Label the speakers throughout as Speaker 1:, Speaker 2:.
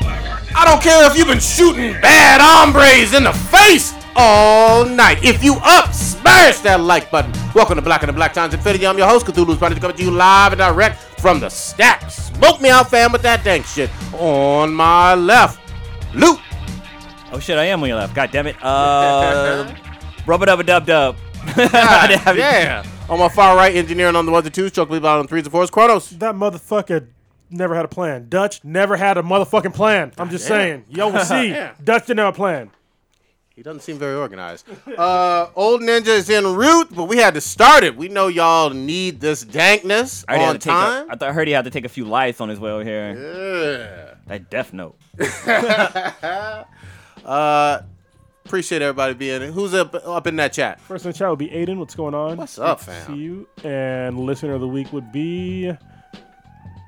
Speaker 1: I don't care if you've been shooting bad hombres in the face all night. If you up, smash that like button. Welcome to Black and the Black Times Infinity. I'm your host, Cthulhu's Project, coming to you live and direct from the stack. Smoke me out, fam, with that dank shit. On my left, Luke.
Speaker 2: Oh shit, I am on your left. God damn it. Uh, rubber dub dub dub. yeah.
Speaker 1: yeah. On my far right, engineering on the ones and twos, chocolate out on threes and fours, Kronos.
Speaker 3: That motherfucker never had a plan. Dutch never had a motherfucking plan. I'm just saying. Yo, we see,
Speaker 1: Yeah.
Speaker 3: Dutch didn't have a plan.
Speaker 1: He doesn't seem very organized. Uh, old Ninja is en route, but we had to start it. We know y'all need this dankness
Speaker 2: I, already had
Speaker 1: on
Speaker 2: to take a-
Speaker 1: time.
Speaker 2: I thought I heard he had to take a few lights on his way over here.
Speaker 1: Yeah.
Speaker 2: That death note.
Speaker 1: Uh, appreciate everybody being who's up up in that chat.
Speaker 3: First in the chat would be Aiden. What's going on?
Speaker 1: What's up,
Speaker 3: Good to
Speaker 1: fam?
Speaker 3: See you. And listener of the week would be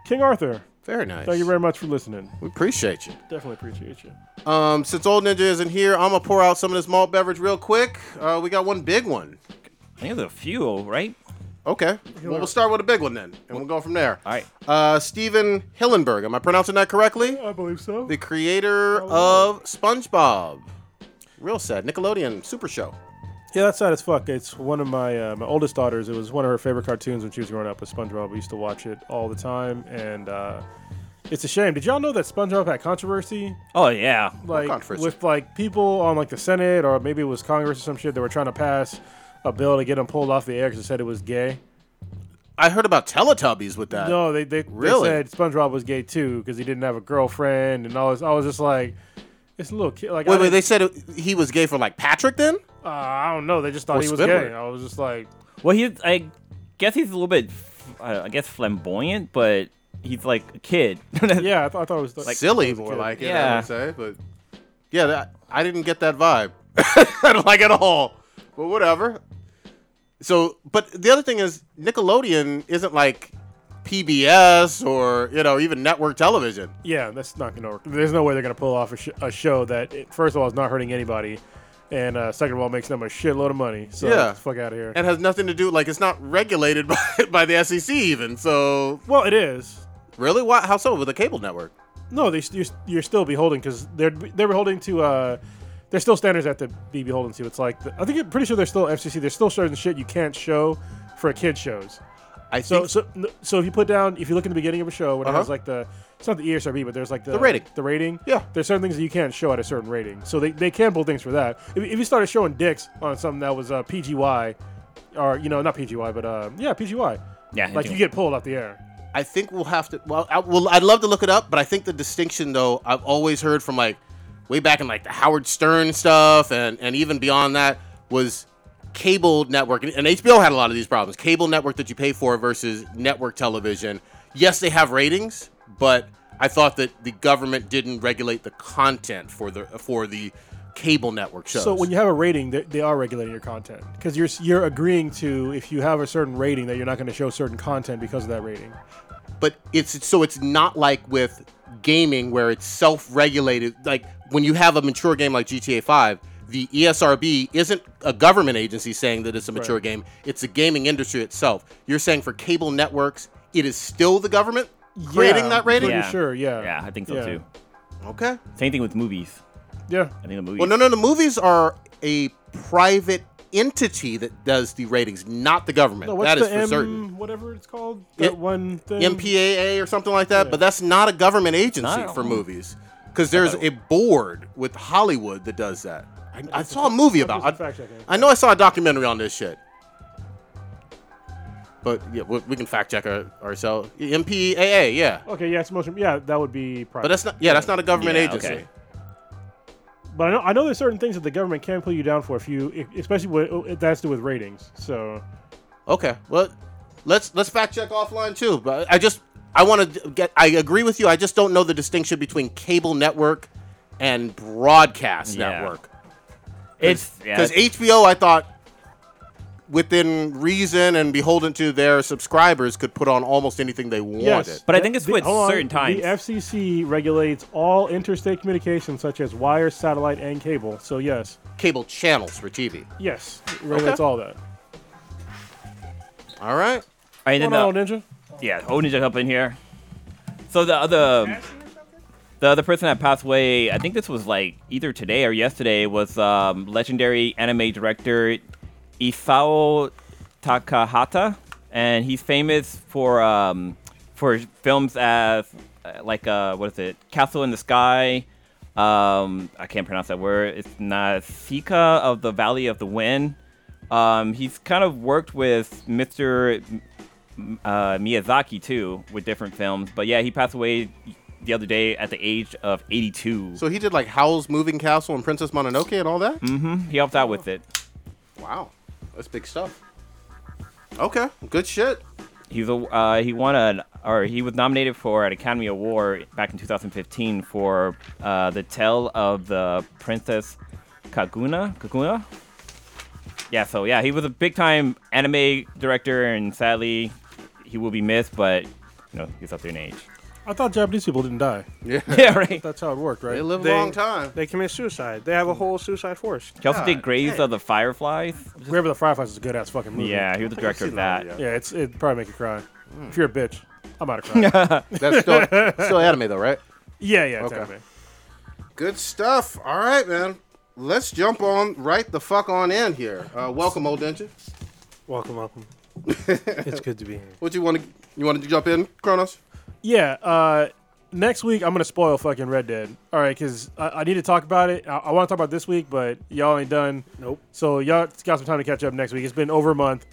Speaker 3: King Arthur.
Speaker 1: Very nice.
Speaker 3: Thank you very much for listening.
Speaker 1: we appreciate you.
Speaker 3: Definitely appreciate you.
Speaker 1: Um, since old Ninja isn't here, I'm gonna pour out some of this malt beverage real quick. Uh, we got one big one.
Speaker 2: I think there's a few, right?
Speaker 1: Okay. Well, we'll start with a big one then, and we'll go from there.
Speaker 2: All right.
Speaker 1: Uh, Steven Hillenberg. Am I pronouncing that correctly?
Speaker 3: I believe so.
Speaker 1: The creator of SpongeBob. Real sad. Nickelodeon Super Show.
Speaker 3: Yeah, that's sad as fuck. It's one of my uh, my oldest daughters. It was one of her favorite cartoons when she was growing up. Was SpongeBob. We used to watch it all the time, and uh, it's a shame. Did y'all know that SpongeBob had controversy?
Speaker 2: Oh yeah.
Speaker 3: like
Speaker 1: controversy?
Speaker 3: with like people on like the Senate or maybe it was Congress or some shit that were trying to pass a bill to get him pulled off the air because it said it was gay.
Speaker 1: I heard about Teletubbies with that.
Speaker 3: No, they they,
Speaker 1: Uh, Really?
Speaker 3: they said SpongeBob was gay too because he didn't have a girlfriend and all this. I was just like, it's a little kid. Like,
Speaker 1: Wait,
Speaker 3: I,
Speaker 1: wait. They
Speaker 3: didn't-
Speaker 1: said it, he was gay for like Patrick then?
Speaker 3: uh, I don't know. They just
Speaker 1: Or
Speaker 3: thought he was
Speaker 1: Squidward.
Speaker 3: gay. I was just like,
Speaker 2: Well, he. I guess he's a little bit. Uh, I guess flamboyant, but he's like a kid.
Speaker 3: yeah, I, th- I thought it was like
Speaker 1: silly more like it, I
Speaker 2: Yeah.
Speaker 1: would say. But yeah, that, I didn't get that vibe. I don't like it at all. But whatever. So, but the other thing is, Nickelodeon isn't like PBS or you know even network television.
Speaker 3: Yeah, that's not gonna work. There's no way they're gonna pull off a, sh- a show that, it, first of all, is not hurting anybody, and uh, second of all, makes them a shitload of money. So
Speaker 1: Yeah.
Speaker 3: fuck out of here.
Speaker 1: And has nothing to do like it's not regulated by, by the SEC even. So
Speaker 3: well, it is.
Speaker 1: really, why? How so? With a cable network?
Speaker 3: No, they you're, you're still beholden because they're they're beholden to. Uh, there's still standards that have to be beholden to. It's like the, I think I'm pretty sure there's still FCC. There's still certain shit you can't show for kid shows.
Speaker 1: I
Speaker 3: So
Speaker 1: think
Speaker 3: so n- so if you put down if you look in the beginning of a show when it has
Speaker 1: Uh-huh.
Speaker 3: like the it's not the E ESRB but there's like the,
Speaker 1: The rating.
Speaker 3: the rating
Speaker 1: Yeah.
Speaker 3: there's certain things that you can't show at a certain rating so they, they can pull things for that if, if you started showing dicks on something that was uh, PGY or you know not PGY but uh, yeah PGY
Speaker 2: Yeah,
Speaker 3: like you get pulled off the air
Speaker 1: I think we'll have to. Well, I, well, I'd love to look it up, but I think the distinction, though, I've always heard from like way back in like the Howard Stern stuff, and and even beyond that was cable network, and, and HBO had a lot of these problems. Cable network that you pay for versus network television. Yes, they have ratings, but I thought that the government didn't regulate the content for the for the cable network shows.
Speaker 3: so when you have a rating they, they are regulating your content because you're s- you're agreeing to if you have a certain rating that you're not going to show certain content because of that rating
Speaker 1: but it's so it's not like with gaming where it's self-regulated like when you have a mature game like GTA 5 the E ESRB isn't a government agency saying that it's a mature game it's the gaming industry itself you're saying for cable networks it is still the government creating
Speaker 3: Yeah,
Speaker 1: that rating
Speaker 3: pretty sure yeah
Speaker 2: Yeah, I think so
Speaker 3: Yeah.
Speaker 2: too.
Speaker 1: okay
Speaker 2: Same thing with movies.
Speaker 3: yeah
Speaker 2: I think the movies.
Speaker 1: well no no the movies are a private entity that does the ratings not the government
Speaker 3: No,
Speaker 1: that is
Speaker 3: the
Speaker 1: for
Speaker 3: M,
Speaker 1: certain
Speaker 3: Whatever it's called, that
Speaker 1: It-
Speaker 3: one thing.
Speaker 1: MPAA or something like that, but that's not a government agency
Speaker 2: No.
Speaker 1: for movies because there's a board with Hollywood that does that. I, I saw a movie about.
Speaker 3: Just
Speaker 1: I,
Speaker 3: fact checking.
Speaker 1: I know I saw a documentary on this shit, but yeah, we, we can fact check our, ourselves. MPAA, yeah,
Speaker 3: Okay, yeah, it's motion. Yeah, that would be private.
Speaker 1: but that's not. Yeah, that's not a government
Speaker 2: Yeah,
Speaker 1: agency.
Speaker 2: okay.
Speaker 3: But I know, I know there's certain things that the government can pull you down for if you, if, especially when it has to do with ratings. So
Speaker 1: Okay. Well, let's let's fact check offline too. But I just I want to get. I agree with you. I just don't know the distinction between cable network and broadcast
Speaker 2: Yeah.
Speaker 1: network.
Speaker 2: it's yeah,
Speaker 1: Because HBO, I thought, within reason and beholden to their subscribers, could put on almost anything they wanted.
Speaker 2: But I think it's
Speaker 3: The-
Speaker 2: with
Speaker 3: hold on.
Speaker 2: certain times.
Speaker 3: The FCC regulates all interstate communications such as wire, satellite, and cable. So yes,
Speaker 1: Cable channels for TV.
Speaker 3: yes, it regulates all that.
Speaker 1: All right.
Speaker 2: Right, and
Speaker 3: What
Speaker 2: then
Speaker 3: on,
Speaker 2: the-
Speaker 3: Ninja?
Speaker 2: yeah, old ninja up in here. So the other The other person that passed away, I think this was like either today or yesterday, was um, legendary anime director Isao Takahata, and he's famous for um, for films as uh, like uh, what is it, Castle in the Sky. Um, I can't pronounce that word. It's Nasika of the Valley of the Wind. Um, he's kind of worked with Mr uh, Miyazaki too with different films. But yeah, he passed away the other day at the age of 82.
Speaker 4: So he did like Howl's Moving Castle and Princess Mononoke and all that.
Speaker 2: Mhm, he helped out with it.
Speaker 4: Wow, that's big stuff. Okay, good shit.
Speaker 2: He's a uh, he won an or he was nominated for an Academy Award back in 2015 for uh, the Tale of the Princess Kaguna. Kaguna. Yeah, so yeah, he was a big time anime director, and sadly, he will be missed. But you know, he's up there in age.
Speaker 3: I thought Japanese people didn't die.
Speaker 4: Yeah,
Speaker 2: Yeah, right.
Speaker 3: That's how it worked, right?
Speaker 4: they live a long time.
Speaker 5: They commit suicide. They have a whole suicide force.
Speaker 2: He also did
Speaker 5: God,
Speaker 2: Graves
Speaker 5: dang.
Speaker 2: of the Fireflies.
Speaker 3: Remember the Fireflies is a good ass fucking movie.
Speaker 2: Yeah, he was the
Speaker 5: think I've
Speaker 2: director of
Speaker 5: seen that
Speaker 2: that.
Speaker 5: video.
Speaker 3: Yeah, it's it'd probably make you cry.
Speaker 4: Hmm.
Speaker 3: If you're a bitch, I'm out of crying.
Speaker 4: That's still still anime though, right?
Speaker 3: yeah, yeah,
Speaker 4: Okay.
Speaker 3: okay. anime.
Speaker 4: Good stuff. All right, man. Let's jump on right the fuck on in here. Uh, welcome, old engine.
Speaker 5: Welcome, welcome. it's good to be here.
Speaker 4: What you want to you want to jump in, Kronos?
Speaker 3: Yeah, uh, next week I'm gonna spoil fucking Red Dead. All right, because I, I need to talk about it. I, I want to talk about it this week, but y'all ain't done.
Speaker 5: Nope.
Speaker 3: So y'all got some time to catch up next week. It's been over a month,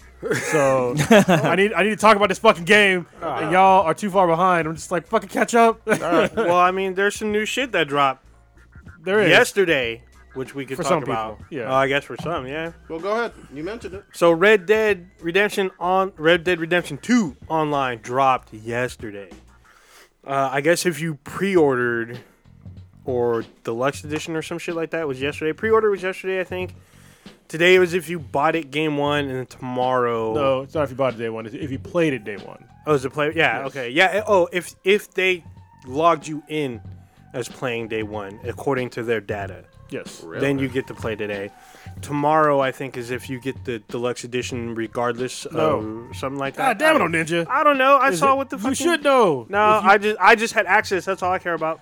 Speaker 3: so I need I need to talk about this fucking game,
Speaker 5: Ah.
Speaker 3: and y'all are too far behind. I'm just like fucking catch up.
Speaker 5: well, I mean, there's some new shit that dropped
Speaker 3: there is
Speaker 5: yesterday, which we could
Speaker 3: For
Speaker 5: talk
Speaker 3: some
Speaker 5: about.
Speaker 3: people, yeah.
Speaker 5: Oh, I guess for some, yeah.
Speaker 4: Well, go ahead. You mentioned it.
Speaker 5: So Red Dead Redemption on Red Dead Redemption 2 online dropped yesterday. Uh, I guess if you pre-ordered or deluxe edition or some shit like that was yesterday. Pre-order was yesterday, I think. Today was if you bought it game one, and then tomorrow.
Speaker 3: No, it's not if you bought it day one. It's if you played it day one.
Speaker 5: Oh, is it play? Yeah. Okay. Yeah. eh, Oh, if if they logged you in as playing day one according to their data,
Speaker 3: Yes.
Speaker 5: then you get to play today. Tomorrow, I think, is if you get the deluxe edition, regardless
Speaker 3: No.
Speaker 5: of something like
Speaker 3: God
Speaker 5: that.
Speaker 3: damn it,
Speaker 5: I
Speaker 3: oh
Speaker 5: don't-
Speaker 3: Ninja.
Speaker 5: I don't know. I
Speaker 3: Is
Speaker 5: saw
Speaker 3: it-
Speaker 5: what the fuck
Speaker 3: you should know.
Speaker 5: No, I just I just had access. That's all I care about.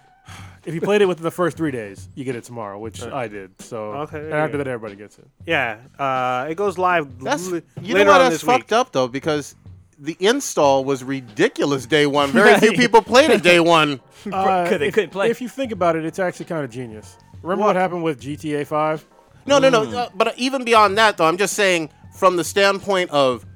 Speaker 3: if you played it within the first three days, you get it tomorrow, which I did. So
Speaker 5: Uh, Okay,
Speaker 3: and
Speaker 5: there you
Speaker 3: after
Speaker 5: go.
Speaker 3: that, everybody gets it.
Speaker 5: Yeah. Uh, it goes live
Speaker 4: That's
Speaker 5: li-
Speaker 4: you
Speaker 5: later
Speaker 4: know why
Speaker 5: on
Speaker 4: that's
Speaker 5: this
Speaker 4: fucked
Speaker 5: week.
Speaker 4: up though because the install was ridiculous day one. Very few people played it day one.
Speaker 3: Uh,
Speaker 2: they
Speaker 3: if,
Speaker 2: couldn't play.
Speaker 3: If you think about it, it's actually kind of genius. Remember what, happened with GTA 5?
Speaker 4: No, no,
Speaker 5: Mm.
Speaker 4: no. Uh, but even beyond that though, I'm just saying from the standpoint of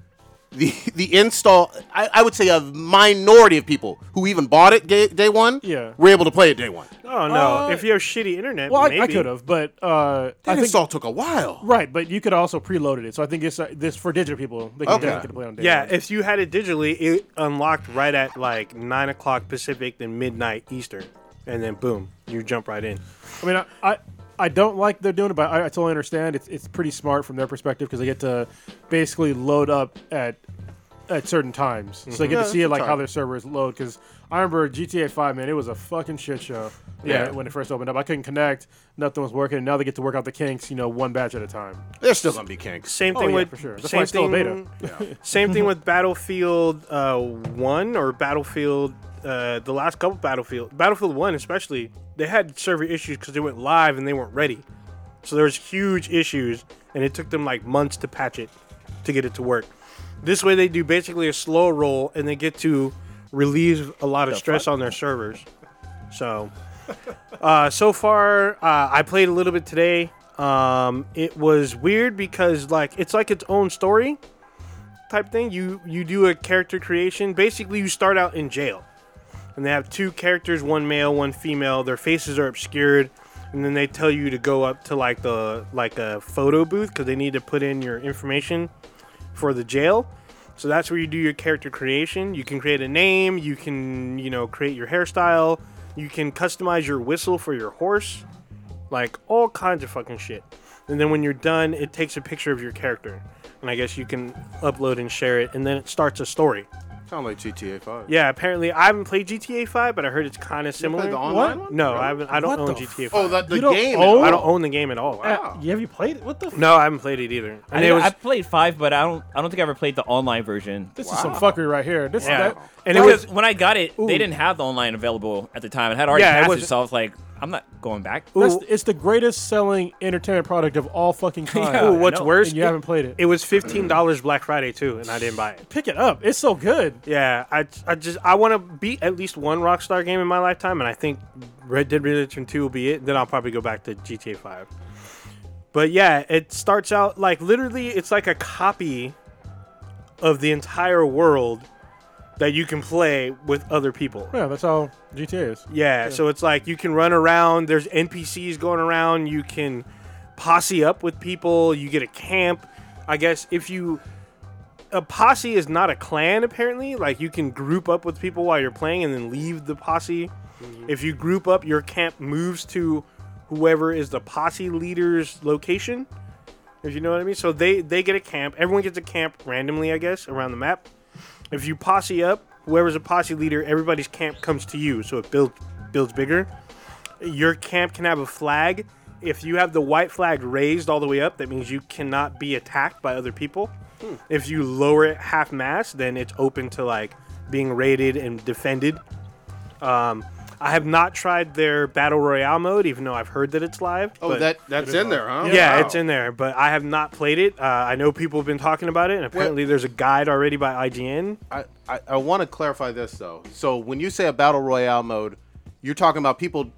Speaker 4: the the install, I, I would say a minority of people who even bought it day, day one
Speaker 3: Yeah.
Speaker 4: were able to play it day one.
Speaker 5: Oh no!
Speaker 3: Uh,
Speaker 5: if you have shitty internet,
Speaker 3: Well, I,
Speaker 5: maybe.
Speaker 3: I could have, but uh,
Speaker 4: That
Speaker 3: I think
Speaker 4: install took a while.
Speaker 3: right. But you could also preloaded it, so I think it's uh, this for digital people. They can
Speaker 4: Okay.
Speaker 3: definitely get to play on day
Speaker 5: Yeah,
Speaker 3: one.
Speaker 5: if you had it digitally, it unlocked right at like nine o'clock Pacific, then midnight Eastern, and then boom, you jump right in.
Speaker 3: I mean, I, I, I don't like they're doing it, but I, I totally understand. It's, it's pretty smart from their perspective because they get to basically load up at at certain times, so they get
Speaker 4: Yeah,
Speaker 3: to see it
Speaker 4: that's
Speaker 3: like
Speaker 4: the
Speaker 3: how
Speaker 4: time.
Speaker 3: their servers load. Because I remember GTA Five, man, it was a fucking shit show.
Speaker 4: Yeah.
Speaker 3: Yeah, when it first opened up, I couldn't connect, nothing was working. And now they get to work out the kinks, you know, one batch at a time.
Speaker 4: There's still gonna be kinks.
Speaker 5: Same
Speaker 3: Oh,
Speaker 5: thing
Speaker 3: yeah,
Speaker 5: with
Speaker 3: for sure. That's why
Speaker 5: same
Speaker 3: it's still
Speaker 5: thing.
Speaker 3: a beta.
Speaker 5: Same thing with Battlefield uh, One or Battlefield. Uh, the last couple Battlefield, Battlefield One especially, they had server issues because they went live and they weren't ready. So there was huge issues, and it took them like months to patch it, to get it to work. This way, they do basically a slow roll and they get to relieve a lot of stress on their servers. So, uh, so far, uh, I played a little bit today. Um, it was weird because like it's like its own story type thing. You you do a character creation. Basically, you start out in jail, and they have two characters, one male, one female. Their faces are obscured, and then they tell you to go up to like the like a photo booth because they need to put in your information for the jail. So that's where you do your character creation. You can create a name. You can you know create your hairstyle. You can customize your whistle for your horse, like all kinds of fucking shit. And then when you're done, it takes a picture of your character, and I guess you can upload and share it. And then it starts a story.
Speaker 4: Sound like GTA Five.
Speaker 5: Yeah, apparently I haven't played GTA 5, but I heard it's kind of
Speaker 4: You played
Speaker 5: similar.
Speaker 4: the
Speaker 3: What?
Speaker 4: online one?
Speaker 5: No, I haven't. I don't
Speaker 3: What
Speaker 5: own
Speaker 3: the
Speaker 5: GTA 5.
Speaker 4: Oh, the, the
Speaker 3: You don't
Speaker 4: game.
Speaker 3: own-
Speaker 5: I don't own the game at all.
Speaker 3: Uh,
Speaker 5: I-
Speaker 4: Wow.
Speaker 3: you- have you played it? What the? F-
Speaker 5: no, I haven't played it either.
Speaker 2: I,
Speaker 5: And it was
Speaker 2: I played five, but I don't. I don't think I ever played the online version.
Speaker 3: This is some
Speaker 4: Wow.
Speaker 3: fuckery right here. This
Speaker 5: yeah,
Speaker 3: is that.
Speaker 5: and it
Speaker 2: Because
Speaker 5: was
Speaker 2: when I got it,
Speaker 5: Ooh.
Speaker 2: they didn't have the online available at the time. It had already
Speaker 5: Yeah, it
Speaker 2: passed it,
Speaker 5: wasn't-
Speaker 2: so I was like, I'm not going back.
Speaker 3: That's,
Speaker 5: Ooh.
Speaker 3: it's the greatest selling entertainment product of all fucking time.
Speaker 2: Yeah.
Speaker 5: ooh, what's
Speaker 2: no,
Speaker 5: worse.
Speaker 3: and you haven't played it.
Speaker 5: It was fifteen dollars Black Friday too, and I didn't buy it.
Speaker 3: Pick it up. It's so good.
Speaker 5: Yeah, I, I just I want to beat at least one Rockstar game in my lifetime, and I think Red Dead Redemption Two will be it. Then I'll probably go back to GTA Five. But yeah, it starts out like literally, it's like a copy of the entire world that you can play with other people.
Speaker 3: Yeah, that's how GTA is.
Speaker 5: Yeah, so it's like you can run around. There's NPCs going around. You can posse up with people. You get a camp. I guess if you a posse is not a clan apparently. Like you can group up with people while you're playing and then leave the posse. If you group up, your camp moves to whoever is the posse leader's location. If you know what I mean. So they they get a camp. Everyone gets a camp randomly, I guess, around the map. If you posse up, whoever's a posse leader, everybody's camp comes to you, so it builds builds bigger. Your camp can have a flag. If you have the white flag raised all the way up, that means you cannot be attacked by other people.
Speaker 4: Hmm.
Speaker 5: If you lower it half mast, then it's open to like being raided and defended. Um, I have not tried their battle royale mode, even though I've heard that it's live.
Speaker 4: Oh,
Speaker 5: but-
Speaker 4: that that's in there, huh?
Speaker 5: yeah,
Speaker 4: Wow.
Speaker 5: it's in there, but I have not played it. Uh, I know people have been talking about it, and apparently there's a guide already by IGN.
Speaker 4: I, I, I want to clarify this though. So when you say a battle royale mode, you're talking about people.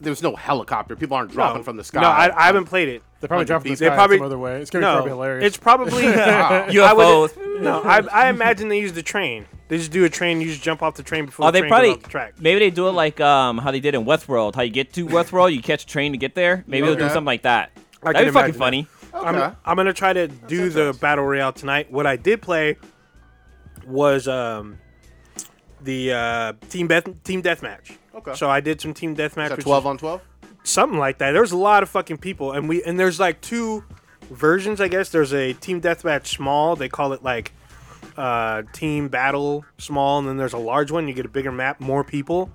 Speaker 4: There's no helicopter. People aren't dropping
Speaker 5: No.
Speaker 4: Oh, from the sky.
Speaker 5: No, I, I haven't played it.
Speaker 3: They probably
Speaker 4: Hundred
Speaker 3: dropped it
Speaker 4: feet.
Speaker 3: this
Speaker 4: They
Speaker 3: guy
Speaker 5: probably-
Speaker 3: some other way. It's gonna be
Speaker 5: No,
Speaker 3: probably hilarious.
Speaker 5: it's probably uh, I
Speaker 2: UFOs.
Speaker 5: would- no, I, I imagine they use the train. They just do a train. You just jump off the train before
Speaker 2: Oh,
Speaker 5: the
Speaker 2: they
Speaker 5: train goes
Speaker 2: probably
Speaker 5: off the track.
Speaker 2: maybe they do it like um how they did in Westworld. How you get to Westworld, you catch a train to get there. Maybe they'll do
Speaker 4: Okay.
Speaker 2: something like that.
Speaker 5: I
Speaker 2: That'd
Speaker 5: can
Speaker 2: be fucking
Speaker 5: imagine
Speaker 2: funny.
Speaker 4: Okay.
Speaker 5: I'm, I'm gonna try to do the battle royale tonight. What I did play was um the uh, team death team deathmatch.
Speaker 4: Okay.
Speaker 5: So I did some team deathmatch.
Speaker 4: Is that
Speaker 5: which is-
Speaker 4: twelve on twelve.
Speaker 5: something like that. There's a lot of fucking people, and we and there's like two versions, I guess. There's a team deathmatch small. They call it like uh, team battle small, and then there's a large one. You get a bigger map, more people,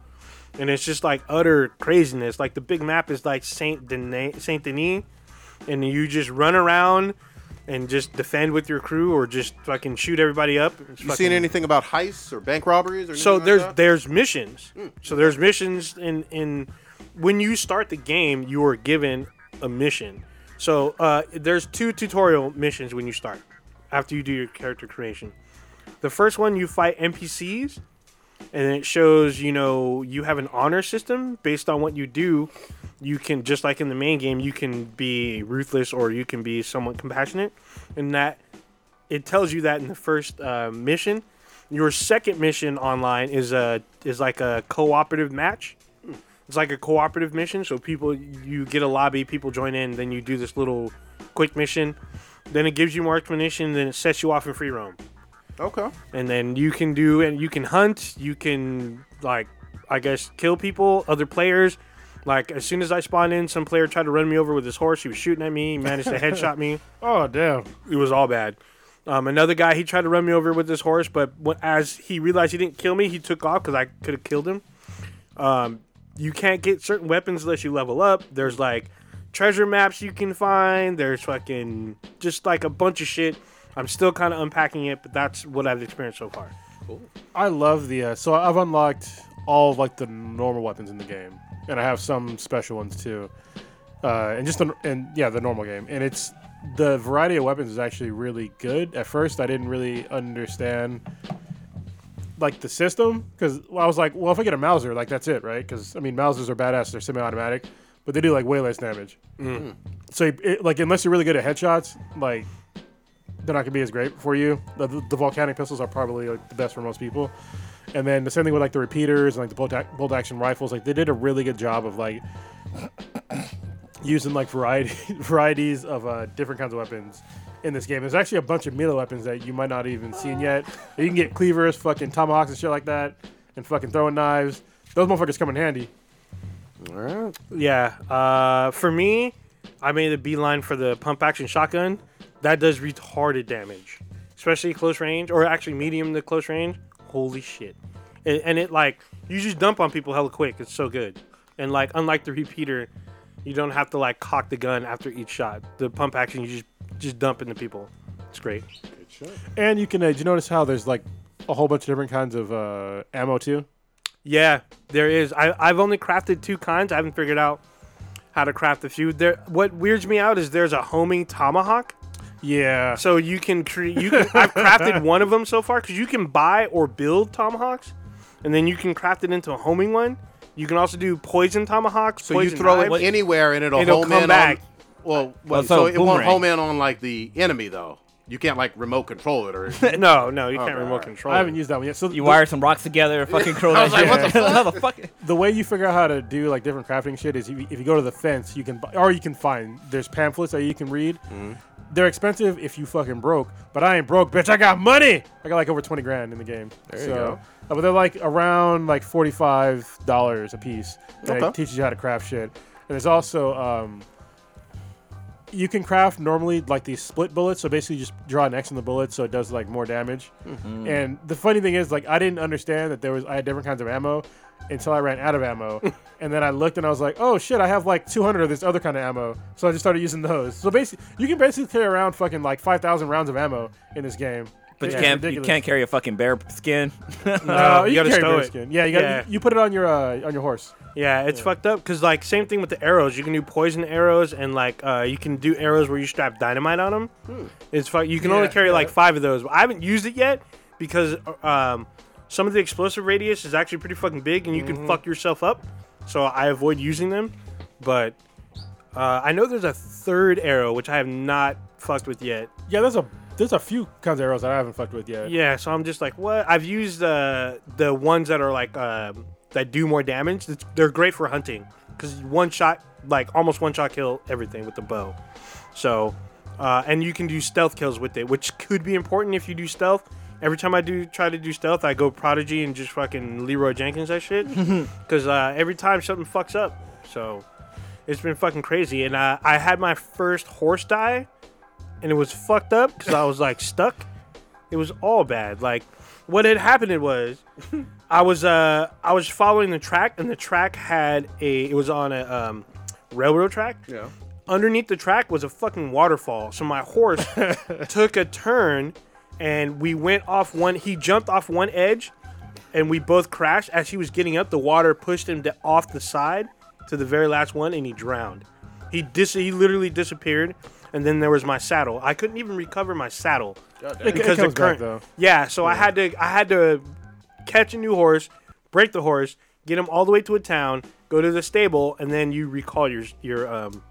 Speaker 5: and it's just like utter craziness. Like the big map is like Saint Denis, Saint Denis, and you just run around. And just defend with your crew, or just fucking shoot everybody up. It's
Speaker 4: You
Speaker 5: fucking-
Speaker 4: seen anything about heists or bank robberies or anything
Speaker 5: so
Speaker 4: like
Speaker 5: there's
Speaker 4: that? Hmm.
Speaker 5: there's missions. So there's missions in in when you start the game, you are given a mission. So uh, there's two tutorial missions when you start after you do your character creation. The first one you fight NPCs, and it shows you know you have an honor system based on what you do. You can just like in the main game, you can be ruthless or you can be somewhat compassionate, and that it tells you that in the first uh, mission. Your second mission online is a is like a cooperative match. It's like a cooperative mission, so people you get a lobby, people join in, then you do this little quick mission. Then it gives you more explanation, then it sets you off in free roam
Speaker 4: okay.
Speaker 5: and then you can do and you can hunt you can like i guess kill people other players like as soon as i spawned in some player tried to run me over with his horse he was shooting at me he managed to headshot me
Speaker 3: oh damn.
Speaker 5: it was all bad um, another guy he tried to run me over with his horse but wh- as he realized he didn't kill me he took off because i could have killed him um, you can't get certain weapons unless you level up there's like treasure maps you can find there's fucking just like a bunch of shit i'm still kind of unpacking it but that's what i've experienced so far
Speaker 3: I love the. Uh, so I've unlocked all of, like the normal weapons in the game, and I have some special ones too. Uh, and just the, and yeah, the normal game, and it's the variety of weapons is actually really good. At first, I didn't really understand like the system because I was like, well, if I get a Mauser, like that's it, right? Because I mean, Mausers are badass; they're semi-automatic, but they do like way less damage. So it, like, unless you're really good at headshots, like they're not gonna be as great for you. The, the, the volcanic pistols are probably like, the best for most people. And then the same thing with like the repeaters and like the bolt, ac- bolt action rifles. Like they did a really good job of like using like variety varieties of uh, different kinds of weapons in this game. There's actually a bunch of melee weapons that you might not even seen yet. You can get cleavers, fucking tomahawks and shit like that, and fucking throwing knives. Those motherfuckers come in handy.
Speaker 5: Yeah. Uh, for me, I made a beeline for the pump action shotgun. That does retarded damage, especially close range, or actually medium to close range. holy shit, and, and it like you just dump on people hella quick. It's so good, and like unlike the repeater, you don't have to like cock the gun after each shot. The pump action you just just dump into people. It's great.
Speaker 3: And you can. Uh, did you notice how there's like a whole bunch of different kinds of uh, ammo too?
Speaker 5: Yeah, there is. I, I've only crafted two kinds. I haven't figured out how to craft a few. There, what weirds me out is there's a homing tomahawk.
Speaker 3: Yeah.
Speaker 5: So you can create. You can. I've crafted one of them so far because you can buy or build tomahawks, and then you can craft it into a homing one. You can also do poison tomahawks.
Speaker 4: So you throw it anywhere and it'll,
Speaker 5: It'll
Speaker 4: home
Speaker 5: come
Speaker 4: in
Speaker 5: back.
Speaker 4: on. Well,
Speaker 2: Well,
Speaker 4: well so,
Speaker 2: so
Speaker 4: it won't
Speaker 2: boomerang.
Speaker 4: home in on like the enemy though. You can't like remote control it or. I
Speaker 5: No, no, you can't
Speaker 4: Okay,
Speaker 5: remote
Speaker 4: alright.
Speaker 5: control.
Speaker 3: I
Speaker 5: it.
Speaker 3: haven't used that one yet. So
Speaker 2: You
Speaker 3: the,
Speaker 2: wire some rocks together, fucking curl
Speaker 4: I was
Speaker 2: that
Speaker 4: like,
Speaker 2: shit. What the fuck?
Speaker 3: the way you figure out how to do like different crafting shit is you, if you go to the fence, you can buy, or you can find there's pamphlets that you can read.
Speaker 4: Mm-hmm.
Speaker 3: They're expensive if you fucking broke, but I ain't broke, bitch. I got money. I got like over twenty grand in the game. There
Speaker 4: you
Speaker 3: so,
Speaker 4: go.
Speaker 3: uh, but they're like around like forty five dollars a piece. And
Speaker 4: Okay.
Speaker 3: It teaches you how to craft shit. And there's also um, you can craft normally like these split bullets. So basically, you just draw an X on the bullet, so it does like more damage. And the funny thing is, like, I didn't understand that there was I had different kinds of ammo until I ran out of ammo, and then I looked and I was like, oh shit, I have like 200 of this other kind of ammo. So I just started using those. So basically, you can basically carry around fucking like 5,000 rounds of ammo in this game.
Speaker 2: But you
Speaker 3: It's
Speaker 2: can't you
Speaker 3: ridiculous.
Speaker 2: can't carry a fucking bear skin.
Speaker 3: Uh,
Speaker 5: No,
Speaker 3: you,
Speaker 5: you
Speaker 3: can
Speaker 5: gotta
Speaker 3: carry
Speaker 5: stow
Speaker 3: bear
Speaker 5: it.
Speaker 3: skin. Yeah, you got
Speaker 5: Yeah.
Speaker 3: You, you put it on your uh, on your horse.
Speaker 5: Yeah, it's fucked up because like same thing with the arrows. You can do poison arrows and like uh, you can do arrows where you strap dynamite on them. It's fuck. You can only
Speaker 3: Hmm. Yeah,
Speaker 5: carry
Speaker 3: yeah.
Speaker 5: like five of those. But I haven't used it yet because uh, um, some of the explosive radius is actually pretty fucking big and you can
Speaker 3: Mm-hmm.
Speaker 5: fuck yourself up. So I avoid using them. But uh, I know there's a third arrow which I have not fucked with yet.
Speaker 3: Yeah, there's a there's a few kinds of arrows that I haven't fucked with yet.
Speaker 5: Yeah, so I'm just like, what? I've used uh, the ones that are like um, that do more damage. It's- They're great for hunting because one shot, like almost one shot kill everything with the bow. So, uh, and you can do stealth kills with it, which could be important if you do stealth. Every time I do try to do stealth, I go prodigy and just fucking Leroy Jenkins that shit because uh, every time something fucks up. So, it's been fucking crazy. And uh, I had my first horse die, and it was fucked up because I was like stuck. It was all bad. Like what had happened it was I was uh I was following the track and the track had a it was on a um railroad track. Yeah. Underneath the track was a fucking waterfall. So my horse took a turn and we went off one he jumped off one edge and we both crashed as he was getting up the water pushed him to, off the side to the very last one and he drowned. He dis he literally disappeared and then there was my saddle. I couldn't even recover my saddle
Speaker 3: It- it
Speaker 5: because the
Speaker 3: comes back,
Speaker 5: current. Yeah, so I had to I had to catch a new horse, break the horse, get him all the way to a town, go to the stable, and then you recall your your um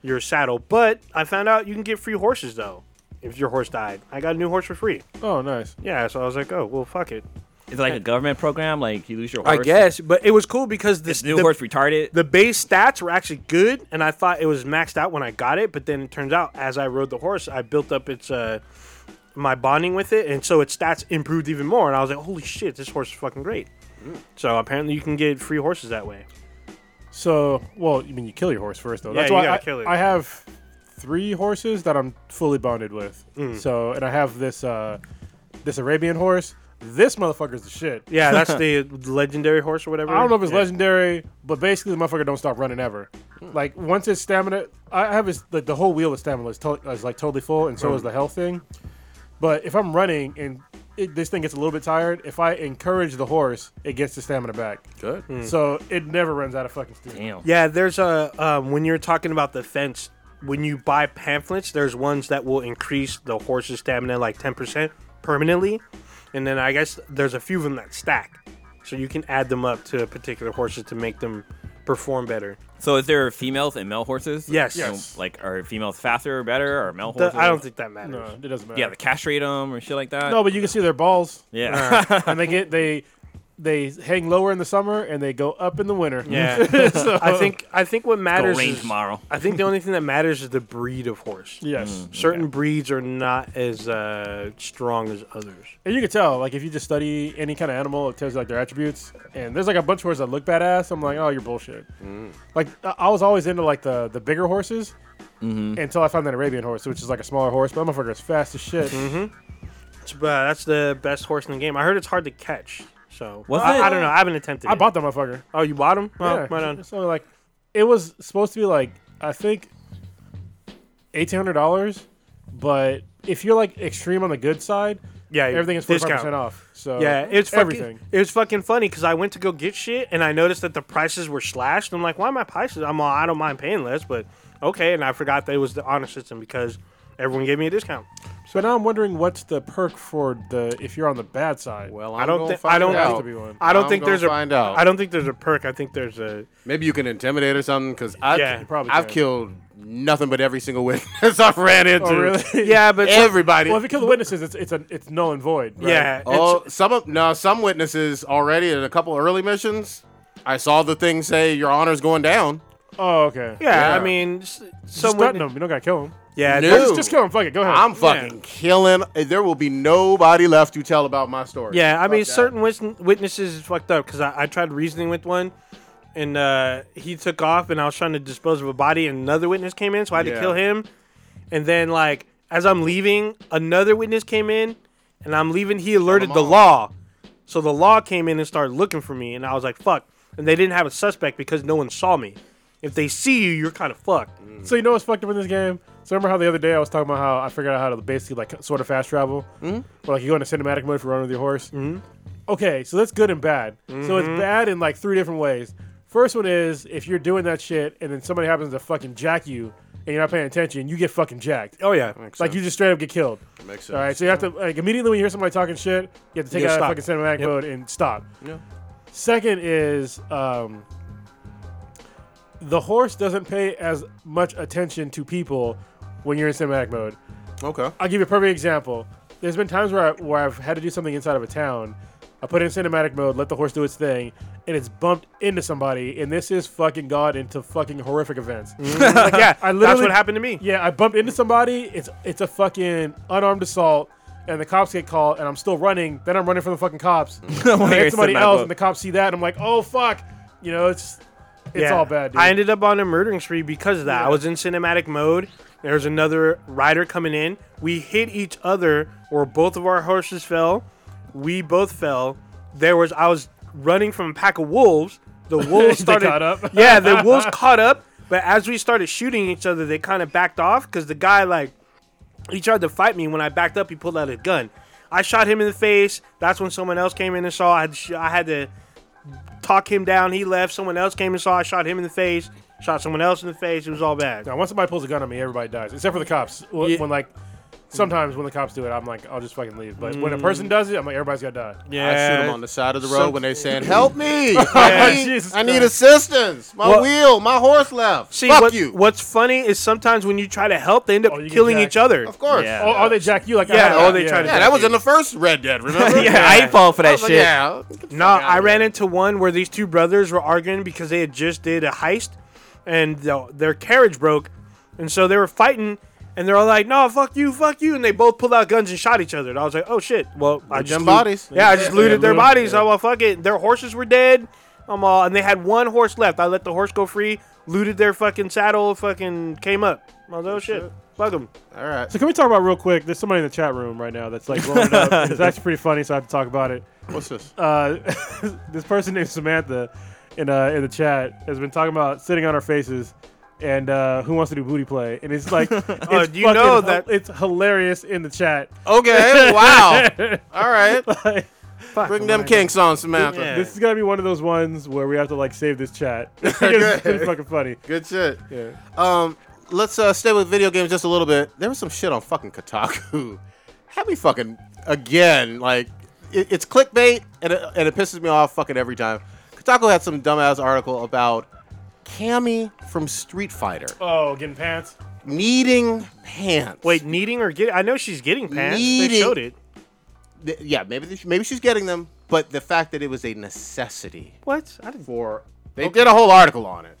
Speaker 5: your saddle. But I found out you can get free horses though if your horse died. I got a new horse for free.
Speaker 3: Oh, nice.
Speaker 5: Yeah, so I was like, oh well, fuck it.
Speaker 2: Is it like a government program? Like you lose your
Speaker 5: I
Speaker 2: horse?
Speaker 5: guess, but it was cool because this
Speaker 2: Is new
Speaker 5: the,
Speaker 2: horse retarded?
Speaker 5: the base stats were actually good, and I thought it was maxed out when I got it. But then it turns out, as I rode the horse, I built up its uh, my bonding with it, and so its stats improved even more. And I was like, "Holy shit, this horse is fucking great!"
Speaker 2: Mm.
Speaker 5: So apparently, you can get free horses that way.
Speaker 3: So, well, I mean, you kill your horse first, though.
Speaker 5: Yeah,
Speaker 3: That's
Speaker 5: you
Speaker 3: why
Speaker 5: gotta
Speaker 3: I,
Speaker 5: kill it.
Speaker 3: I have three horses that I'm fully bonded with.
Speaker 5: Mm.
Speaker 3: So, and I have this uh, this Arabian horse. This motherfucker's the shit.
Speaker 5: Yeah, that's the legendary horse or whatever.
Speaker 3: I don't know if it's
Speaker 5: Yeah. Hmm.
Speaker 3: legendary, but basically, the motherfucker don't stop running ever. Like once his stamina, I have his like the whole wheel of stamina is, to- is like totally full, and
Speaker 5: Hmm.
Speaker 3: so is the health thing. But if I'm running and it, this thing gets a little bit tired, if I encourage the horse, it gets the stamina back.
Speaker 4: Good.
Speaker 3: So it never runs out of fucking stamina.
Speaker 2: Damn.
Speaker 5: Yeah, there's a um, when you're talking about the fence. When you buy pamphlets, there's ones that will increase the horse's stamina like 10% permanently, and then I guess there's a few of them that stack, so you can add them up to particular horses to make them perform better.
Speaker 2: So is there females and male horses?
Speaker 5: Yes.
Speaker 2: So,
Speaker 5: Yes.
Speaker 2: Like are females faster or better or male
Speaker 5: The-
Speaker 2: horses?
Speaker 5: I don't think that matters.
Speaker 3: No, it doesn't matter.
Speaker 2: Yeah, they castrate them or shit like that.
Speaker 3: no, but you can see their balls.
Speaker 2: Yeah.
Speaker 3: and they get they they hang lower in the summer and they go up in the winter.
Speaker 5: Yeah, I think I think what
Speaker 2: Go
Speaker 5: matters.
Speaker 2: rain
Speaker 5: Is,
Speaker 2: tomorrow.
Speaker 5: I think the only thing that matters is the breed of horse.
Speaker 3: Yes.
Speaker 5: Certain breeds are not as uh, strong as others.
Speaker 3: And you can tell, like, if you just study any kind of animal, it tells you, like, their attributes. And there's, like, a bunch of horses that look badass. I'm like, oh, you're bullshit. Like, I I was always into, like, the, the bigger horses until I found that Arabian horse, which is, like, a smaller horse. But that motherfucker is fast as shit.
Speaker 5: It's- but uh, that's the best horse in the game. I heard it's hard to catch. So
Speaker 2: Was
Speaker 5: I,
Speaker 2: it?
Speaker 5: I don't know. I haven't attempted.
Speaker 3: I
Speaker 5: it.
Speaker 3: bought that motherfucker.
Speaker 5: Oh, you bought him? Oh,
Speaker 3: yeah,
Speaker 5: right on.
Speaker 3: So like, it was supposed to be like I think eighteen hundred dollars, but if you're like extreme on the good side,
Speaker 5: Yeah,
Speaker 3: everything is forty
Speaker 5: discount.
Speaker 3: percent off. So
Speaker 5: Yeah, it's fucking,
Speaker 3: uh, everything.
Speaker 5: It was fucking funny because I went to go get shit and I noticed that the prices were slashed. I'm like, why am I prices? I'm all, I don't mind paying less, but okay. And I forgot that it was the honor system because everyone gave me a discount.
Speaker 3: So now I'm wondering what's the perk for the if you're on the bad side.
Speaker 4: Well,
Speaker 5: I'm
Speaker 4: I'm
Speaker 5: I don't gonna
Speaker 4: gonna
Speaker 5: thi- I find don't-
Speaker 3: out. to be one.
Speaker 5: I don't
Speaker 4: I'm
Speaker 5: think
Speaker 4: gonna
Speaker 5: there's a.
Speaker 4: find out.
Speaker 5: I don't think there's a perk. I think there's a.
Speaker 4: Maybe you can intimidate or something, because I've,
Speaker 5: Yeah, you
Speaker 3: probably
Speaker 4: I've
Speaker 3: can.
Speaker 4: killed nothing but every single witness I've ran into.
Speaker 3: oh really?
Speaker 5: Yeah, but
Speaker 4: Everybody.
Speaker 3: well, if you kill the witnesses, it's it's a, it's null and void. Right?
Speaker 5: yeah, it's-
Speaker 4: oh, some of no, some witnesses already in a couple early missions. I saw the thing say your honor's going down.
Speaker 3: Oh okay.
Speaker 5: yeah,
Speaker 4: yeah.
Speaker 5: I mean, s-
Speaker 3: Just
Speaker 5: someone.
Speaker 3: stun them. You don't gotta kill them.
Speaker 5: Yeah,
Speaker 4: No.
Speaker 5: there's-
Speaker 3: Just, just kill them. Fuck it. Go ahead.
Speaker 4: I'm fucking killing. There will be nobody left to tell about my story.
Speaker 5: Yeah, I
Speaker 4: Fuck
Speaker 5: mean,
Speaker 4: that.
Speaker 5: certain wis- witnesses is fucked up because I, I tried reasoning with one, and uh, he took off, and I was trying to dispose of a body, and another witness came in, so I had to
Speaker 4: Yeah.
Speaker 5: kill him. And then, like, as I'm leaving, another witness came in, and I'm leaving. He alerted the
Speaker 4: all.
Speaker 5: law, so the law came in and started looking for me, and I was like, "Fuck!" And they didn't have a suspect because no one saw me. If they see you, you're kind of fucked.
Speaker 4: Mm.
Speaker 3: So you know what's fucked up in this game? So remember how the other day I was talking about how I figured out how to basically like sort of fast travel, mm-hmm. where like you go into cinematic mode for running with your horse. Mm-hmm. Okay, so that's good and bad. So it's bad in like three different ways. First one is if you're doing that shit and then somebody happens to fucking jack you and you're not paying attention, you get fucking jacked.
Speaker 5: Oh yeah,
Speaker 3: Like you just straight up get killed.
Speaker 4: Makes sense.
Speaker 3: All right, so you have to like immediately when you hear somebody talking shit, you have to take
Speaker 5: You
Speaker 3: it out
Speaker 5: gotta
Speaker 3: of fucking
Speaker 5: stop.
Speaker 3: cinematic
Speaker 5: Yep.
Speaker 3: mode and stop.
Speaker 4: Yeah.
Speaker 3: Second is um, the horse doesn't pay as much attention to people when you're in cinematic mode.
Speaker 4: Okay.
Speaker 3: I'll give you a perfect example. There's been times where, I, where I've had to do something inside of a town. I put it in cinematic mode, let the horse do its thing, and it's bumped into somebody. And this is fucking god into fucking horrific
Speaker 5: Mm.
Speaker 3: events.
Speaker 5: Like, yeah.
Speaker 3: I
Speaker 5: that's
Speaker 3: literally-
Speaker 5: what happened to me.
Speaker 3: Yeah, I bumped into somebody. It's it's a fucking unarmed assault, and the cops get called, and I'm still running. Then I'm running from the fucking cops. and I
Speaker 2: you're
Speaker 3: hit somebody
Speaker 2: sitting up.
Speaker 3: else, and the cops see that, and I'm like, oh fuck, you know, it's it's
Speaker 5: Yeah.
Speaker 3: all bad, dude.
Speaker 5: I ended up on a murdering spree because of that. I was in cinematic mode. There was another rider coming in. We hit each other, or both of our horses fell. We both fell. There was I was running from a pack of wolves. The wolves
Speaker 3: They
Speaker 5: started
Speaker 3: caught up.
Speaker 5: yeah, the wolves caught up. But as we started shooting each other, they kind of backed off because the guy like he tried to fight me. When I backed up, he pulled out a gun. I shot him in the face. That's when someone else came in and saw. I had to, sh- I had to talk him down. He left. Someone else came and saw. I shot him in the face. Shot someone else in the face. It was all bad.
Speaker 3: now, once somebody pulls a gun on me, everybody dies, except for the cops. Wh-
Speaker 5: Yeah.
Speaker 3: When like sometimes when the cops do it, I'm like, I'll just fucking leave. But when a person does it, I'm like, everybody's gotta die.
Speaker 5: Mm. Yeah,
Speaker 4: I shoot them on the side of the road when they saying, "Help me!
Speaker 3: Yeah.
Speaker 4: I need,
Speaker 3: Jesus
Speaker 4: I need
Speaker 3: Christ.
Speaker 4: assistance. My
Speaker 5: Well-
Speaker 4: wheel, my horse left.
Speaker 5: See,
Speaker 4: Fuck
Speaker 5: what,
Speaker 4: you."
Speaker 5: what's funny is sometimes when you try to help, they end up
Speaker 3: Oh, you get
Speaker 5: killing
Speaker 3: jacked.
Speaker 5: each other.
Speaker 4: of course.
Speaker 2: Yeah.
Speaker 4: Yeah,
Speaker 3: Or, or Oh, they jack you like I
Speaker 5: Yeah,
Speaker 3: had-
Speaker 5: or they try to
Speaker 4: that was in the first Red Dead. Remember?
Speaker 2: yeah, I fall for that shit.
Speaker 4: Yeah. get the
Speaker 5: No,
Speaker 4: fuck outta
Speaker 5: I
Speaker 4: here.
Speaker 5: ran into one where these two brothers were arguing because they had just did a heist, and the, their carriage broke, and so they were fighting, and they're all like, "No, fuck you, fuck you," and they both pulled out guns and shot each other. And I was like, "Oh shit!" Well, I
Speaker 4: Loot
Speaker 5: just
Speaker 4: them
Speaker 5: loot-
Speaker 4: bodies.
Speaker 5: Yeah, I just
Speaker 3: Yeah,
Speaker 5: looted
Speaker 3: loot
Speaker 5: their
Speaker 3: 'em.
Speaker 5: bodies. Oh well, fuck it. Their horses were dead. I'm all, and they had one horse left. I let the horse go free, looted their fucking saddle, fucking came up. I was like, "Oh shit, fuck them."
Speaker 4: All right.
Speaker 3: So can we talk about real quick? There's somebody in the chat room right now that's like blowing it up. and It's actually pretty funny, so I have to talk about it.
Speaker 4: What's this?
Speaker 3: uh, this person named Samantha in uh, in the chat has been talking about sitting on our faces and uh, who wants to do booty play, and it's like, it's
Speaker 4: Oh,
Speaker 5: do you know
Speaker 3: fucking-
Speaker 5: that-
Speaker 3: it's hilarious in the chat.
Speaker 4: Okay. Wow. All right. Bring them
Speaker 5: Alright.
Speaker 4: kinks on, Samantha.
Speaker 5: Yeah.
Speaker 3: This is gonna be one of those ones where we have to like save this chat. it's pretty fucking funny.
Speaker 4: Good shit.
Speaker 3: Yeah.
Speaker 4: Um, let's uh, stay with video games just a little bit. There was some shit on fucking Kotaku. Had me fucking again. Like it, it's clickbait, and it, and it pisses me off fucking every time. Kotaku had some dumbass article about Cammy from Street Fighter
Speaker 3: Oh, getting pants.
Speaker 4: needing pants.
Speaker 5: Wait, needing or getting? I know she's getting pants. They
Speaker 4: Needing-
Speaker 5: showed it.
Speaker 4: Th- yeah, maybe this, maybe she's getting them, but the fact that it was a necessity
Speaker 5: What? I didn't.
Speaker 4: for they did a whole article on it.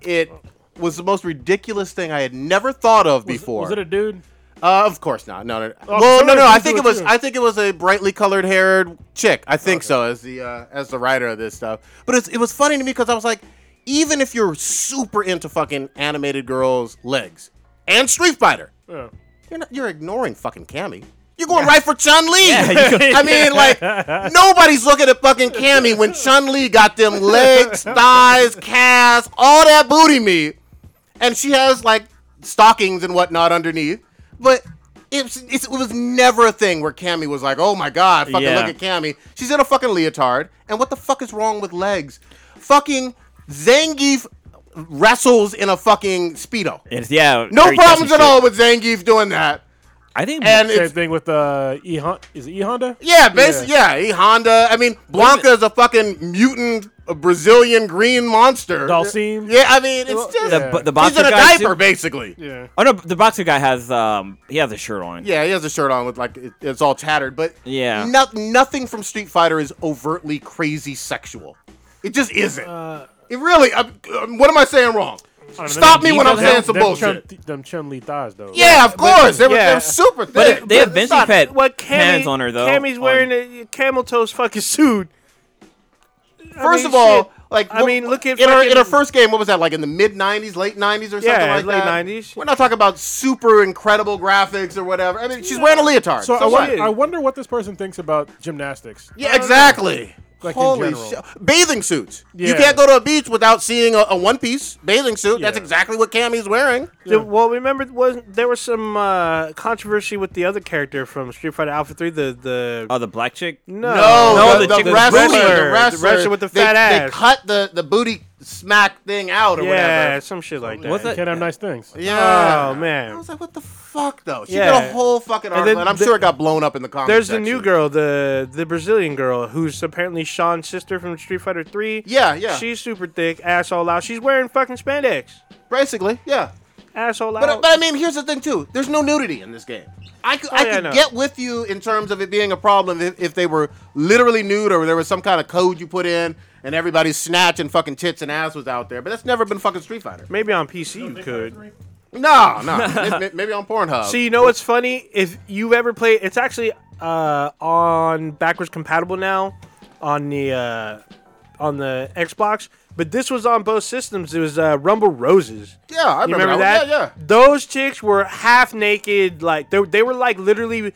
Speaker 4: It was the most ridiculous thing I had never thought of before.
Speaker 3: Oh. Was it a dude?
Speaker 4: Uh, of course not. No, no.
Speaker 3: Oh,
Speaker 4: well, no,
Speaker 3: somebody
Speaker 4: no. I
Speaker 3: else
Speaker 4: think
Speaker 3: do
Speaker 4: it
Speaker 3: it
Speaker 4: was.
Speaker 3: too.
Speaker 4: I think it was a brightly colored haired chick. I think so. As the uh, as the writer of this stuff, but it's, it was funny to me because I was like, even if you're super into fucking animated girls' legs and Street Fighter,
Speaker 3: Yeah.
Speaker 4: you're not, you're ignoring fucking Cammy. You're going right for Chun Li.
Speaker 2: you go-
Speaker 4: I mean, like nobody's looking at fucking Cammy when Chun Li got them legs, thighs, calves, all that booty meat, and she has like stockings and whatnot underneath. But it's, it's, it was never a thing where Cammy was like, "Oh my god, fucking
Speaker 2: Yeah.
Speaker 4: look at Cammy. She's in a fucking leotard, and what the fuck is wrong with legs? Fucking Zangief wrestles in a fucking speedo.
Speaker 2: It's, yeah.
Speaker 4: No
Speaker 2: very
Speaker 4: problems
Speaker 2: touchy
Speaker 4: at
Speaker 2: shit.
Speaker 4: all with Zangief doing that.
Speaker 2: I think.
Speaker 4: And
Speaker 3: Same
Speaker 4: it's
Speaker 3: thing with uh, E Hon- Is it E Honda?
Speaker 4: yeah, basically, yeah. He Honda. I mean, Blanca is a fucking mutant uh, Brazilian green monster.
Speaker 3: Dalsim?
Speaker 4: Yeah, I mean, it's just
Speaker 2: the, bu- the
Speaker 4: he's
Speaker 2: boxer
Speaker 4: in a
Speaker 2: guy. too-
Speaker 4: diaper, basically. Yeah.
Speaker 5: Yeah.
Speaker 2: Oh no, the boxer guy has um he has a shirt on.
Speaker 4: he has a shirt on with like it, it's all tattered, but
Speaker 2: Yeah.
Speaker 4: no- nothing from Street Fighter is overtly crazy sexual. It just isn't. it really. I, um what am Uh, I saying wrong? Stop me when I'm saying some bullshit.
Speaker 3: them Chun Li thighs though.
Speaker 4: yeah, of course. they were, they
Speaker 5: yeah.
Speaker 4: were super thick.
Speaker 2: But it- they
Speaker 4: but it's
Speaker 2: eventually
Speaker 4: not-
Speaker 2: had
Speaker 5: What Cammy,
Speaker 2: hands on her though.
Speaker 5: Cammy's
Speaker 2: on-
Speaker 5: wearing a camel toes fucking suit. I
Speaker 4: First
Speaker 5: mean,
Speaker 4: of all,
Speaker 5: shit.
Speaker 4: like
Speaker 5: I
Speaker 4: what-
Speaker 5: mean, look at
Speaker 4: in our, in our
Speaker 5: fucking-
Speaker 4: first game. What was that like in the mid '90s, late '90s, or something
Speaker 5: Yeah,
Speaker 4: like
Speaker 5: late
Speaker 4: that?
Speaker 5: 90s.
Speaker 4: We're not talking about super incredible graphics or whatever. I mean, she's wearing a leotard.
Speaker 3: So, I,
Speaker 4: what?
Speaker 3: wonder,
Speaker 5: what?
Speaker 3: I wonder what this person thinks about gymnastics.
Speaker 4: Yeah, exactly.
Speaker 3: Like in
Speaker 4: Holy
Speaker 3: general.
Speaker 4: shit! Bathing suits. You
Speaker 3: Yeah.
Speaker 4: can't go to a beach without seeing a, a one piece bathing suit. That's
Speaker 3: Yeah.
Speaker 4: exactly what Cammy's wearing.
Speaker 5: The- well, remember, was there was some uh, controversy with the other character from Street Fighter Alpha Three? The the
Speaker 4: Uh,
Speaker 2: Oh, the black chick.
Speaker 5: Oh, no,
Speaker 2: No,
Speaker 4: the,
Speaker 2: the chick
Speaker 4: the
Speaker 2: with
Speaker 4: wrestler,
Speaker 2: booty.
Speaker 4: the wrestler,
Speaker 5: The wrestler with the
Speaker 4: they-
Speaker 5: fat
Speaker 4: they,
Speaker 5: ass.
Speaker 4: cut the, the booty smack thing out or
Speaker 5: yeah,
Speaker 4: whatever.
Speaker 5: some shit like that.
Speaker 2: What's that?
Speaker 3: Can't have nice things.
Speaker 4: Yeah.
Speaker 5: Oh, man.
Speaker 4: I was like, what the fuck though? She did
Speaker 5: Yeah.
Speaker 4: a whole fucking
Speaker 5: And
Speaker 4: article, and,
Speaker 5: then
Speaker 4: I'm
Speaker 5: the-
Speaker 4: sure it got blown up in the comments.
Speaker 5: There's the
Speaker 4: section.
Speaker 5: new girl, the the Brazilian girl, who's apparently Sean's sister from Street Fighter Three.
Speaker 4: Yeah, yeah.
Speaker 5: She's super thick, ass all out. She's wearing fucking spandex,
Speaker 4: Basically, yeah.
Speaker 5: ass all
Speaker 4: But, uh,
Speaker 5: out.
Speaker 4: but I mean, here's the thing too. There's no nudity in this game. I could, I
Speaker 5: Oh, yeah,
Speaker 4: could
Speaker 5: no.
Speaker 4: get with you in terms of it being a problem if, if they were literally nude or there was some kind of code you put in and everybody's snatching fucking tits and ass was out there. But that's never been fucking Street Fighter.
Speaker 5: Maybe on PC you could.
Speaker 4: No, no. May- may- Maybe on Pornhub.
Speaker 5: See, you know what's funny? If you've ever played, it's actually uh, on backwards compatible now on the uh, on the Xbox. But this was on both systems. It was uh, Rumble Roses.
Speaker 4: yeah, I
Speaker 5: You
Speaker 4: remember,
Speaker 5: remember that?
Speaker 4: that. one. Yeah, yeah.
Speaker 5: Those chicks were half naked, like they, they were like literally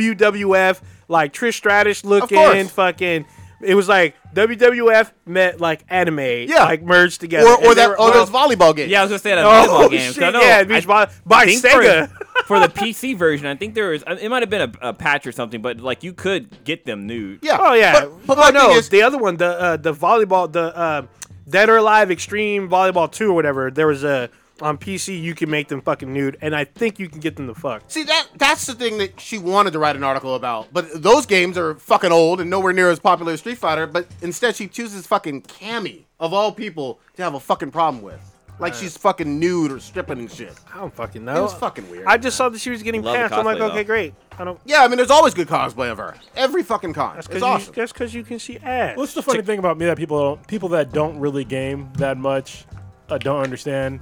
Speaker 5: WWF, like Trish Stratus looking,
Speaker 4: course.
Speaker 5: fucking. It was like WWF met like anime,
Speaker 4: Yeah.
Speaker 5: like merged together.
Speaker 4: Or, or
Speaker 5: and they
Speaker 4: that
Speaker 5: were
Speaker 4: or
Speaker 5: all-
Speaker 4: those volleyball games.
Speaker 2: Yeah, I was gonna say that
Speaker 5: Oh,
Speaker 2: volleyball game. 'cause I
Speaker 5: shit,
Speaker 2: know-
Speaker 5: yeah,
Speaker 2: I
Speaker 5: it was by, by
Speaker 2: think
Speaker 5: Sega.
Speaker 2: For, for the PC version, I think there was. It might have been a, a patch or something, but like you could get them nude.
Speaker 4: yeah.
Speaker 5: Oh yeah.
Speaker 4: But, but my
Speaker 5: oh, no,
Speaker 4: thing is,
Speaker 5: the other one, the uh, the volleyball, the uh, Dead or Alive Extreme Volleyball Two or whatever. There was a on PC. You can make them fucking nude, and I think you can get them to fuck.
Speaker 4: See that that's the thing that she wanted to write an article about. But those games are fucking old and nowhere near as popular as Street Fighter, but instead she chooses fucking Cammy of all people to have a fucking problem with. Like she's fucking nude or stripping and shit.
Speaker 5: I don't fucking know.
Speaker 4: It was fucking weird.
Speaker 5: I just saw that she was getting
Speaker 2: Love the
Speaker 5: passed. I'm like,
Speaker 2: cosplay,
Speaker 5: okay,
Speaker 2: though.
Speaker 5: great. I don't.
Speaker 4: yeah, I mean there's always good cosplay of her. Every fucking con.
Speaker 5: That's
Speaker 4: It's
Speaker 5: because
Speaker 4: awesome.
Speaker 5: you, that's 'cause you can see ass.
Speaker 3: What's the funny thing about me that people don't, people that don't really game that much uh, don't understand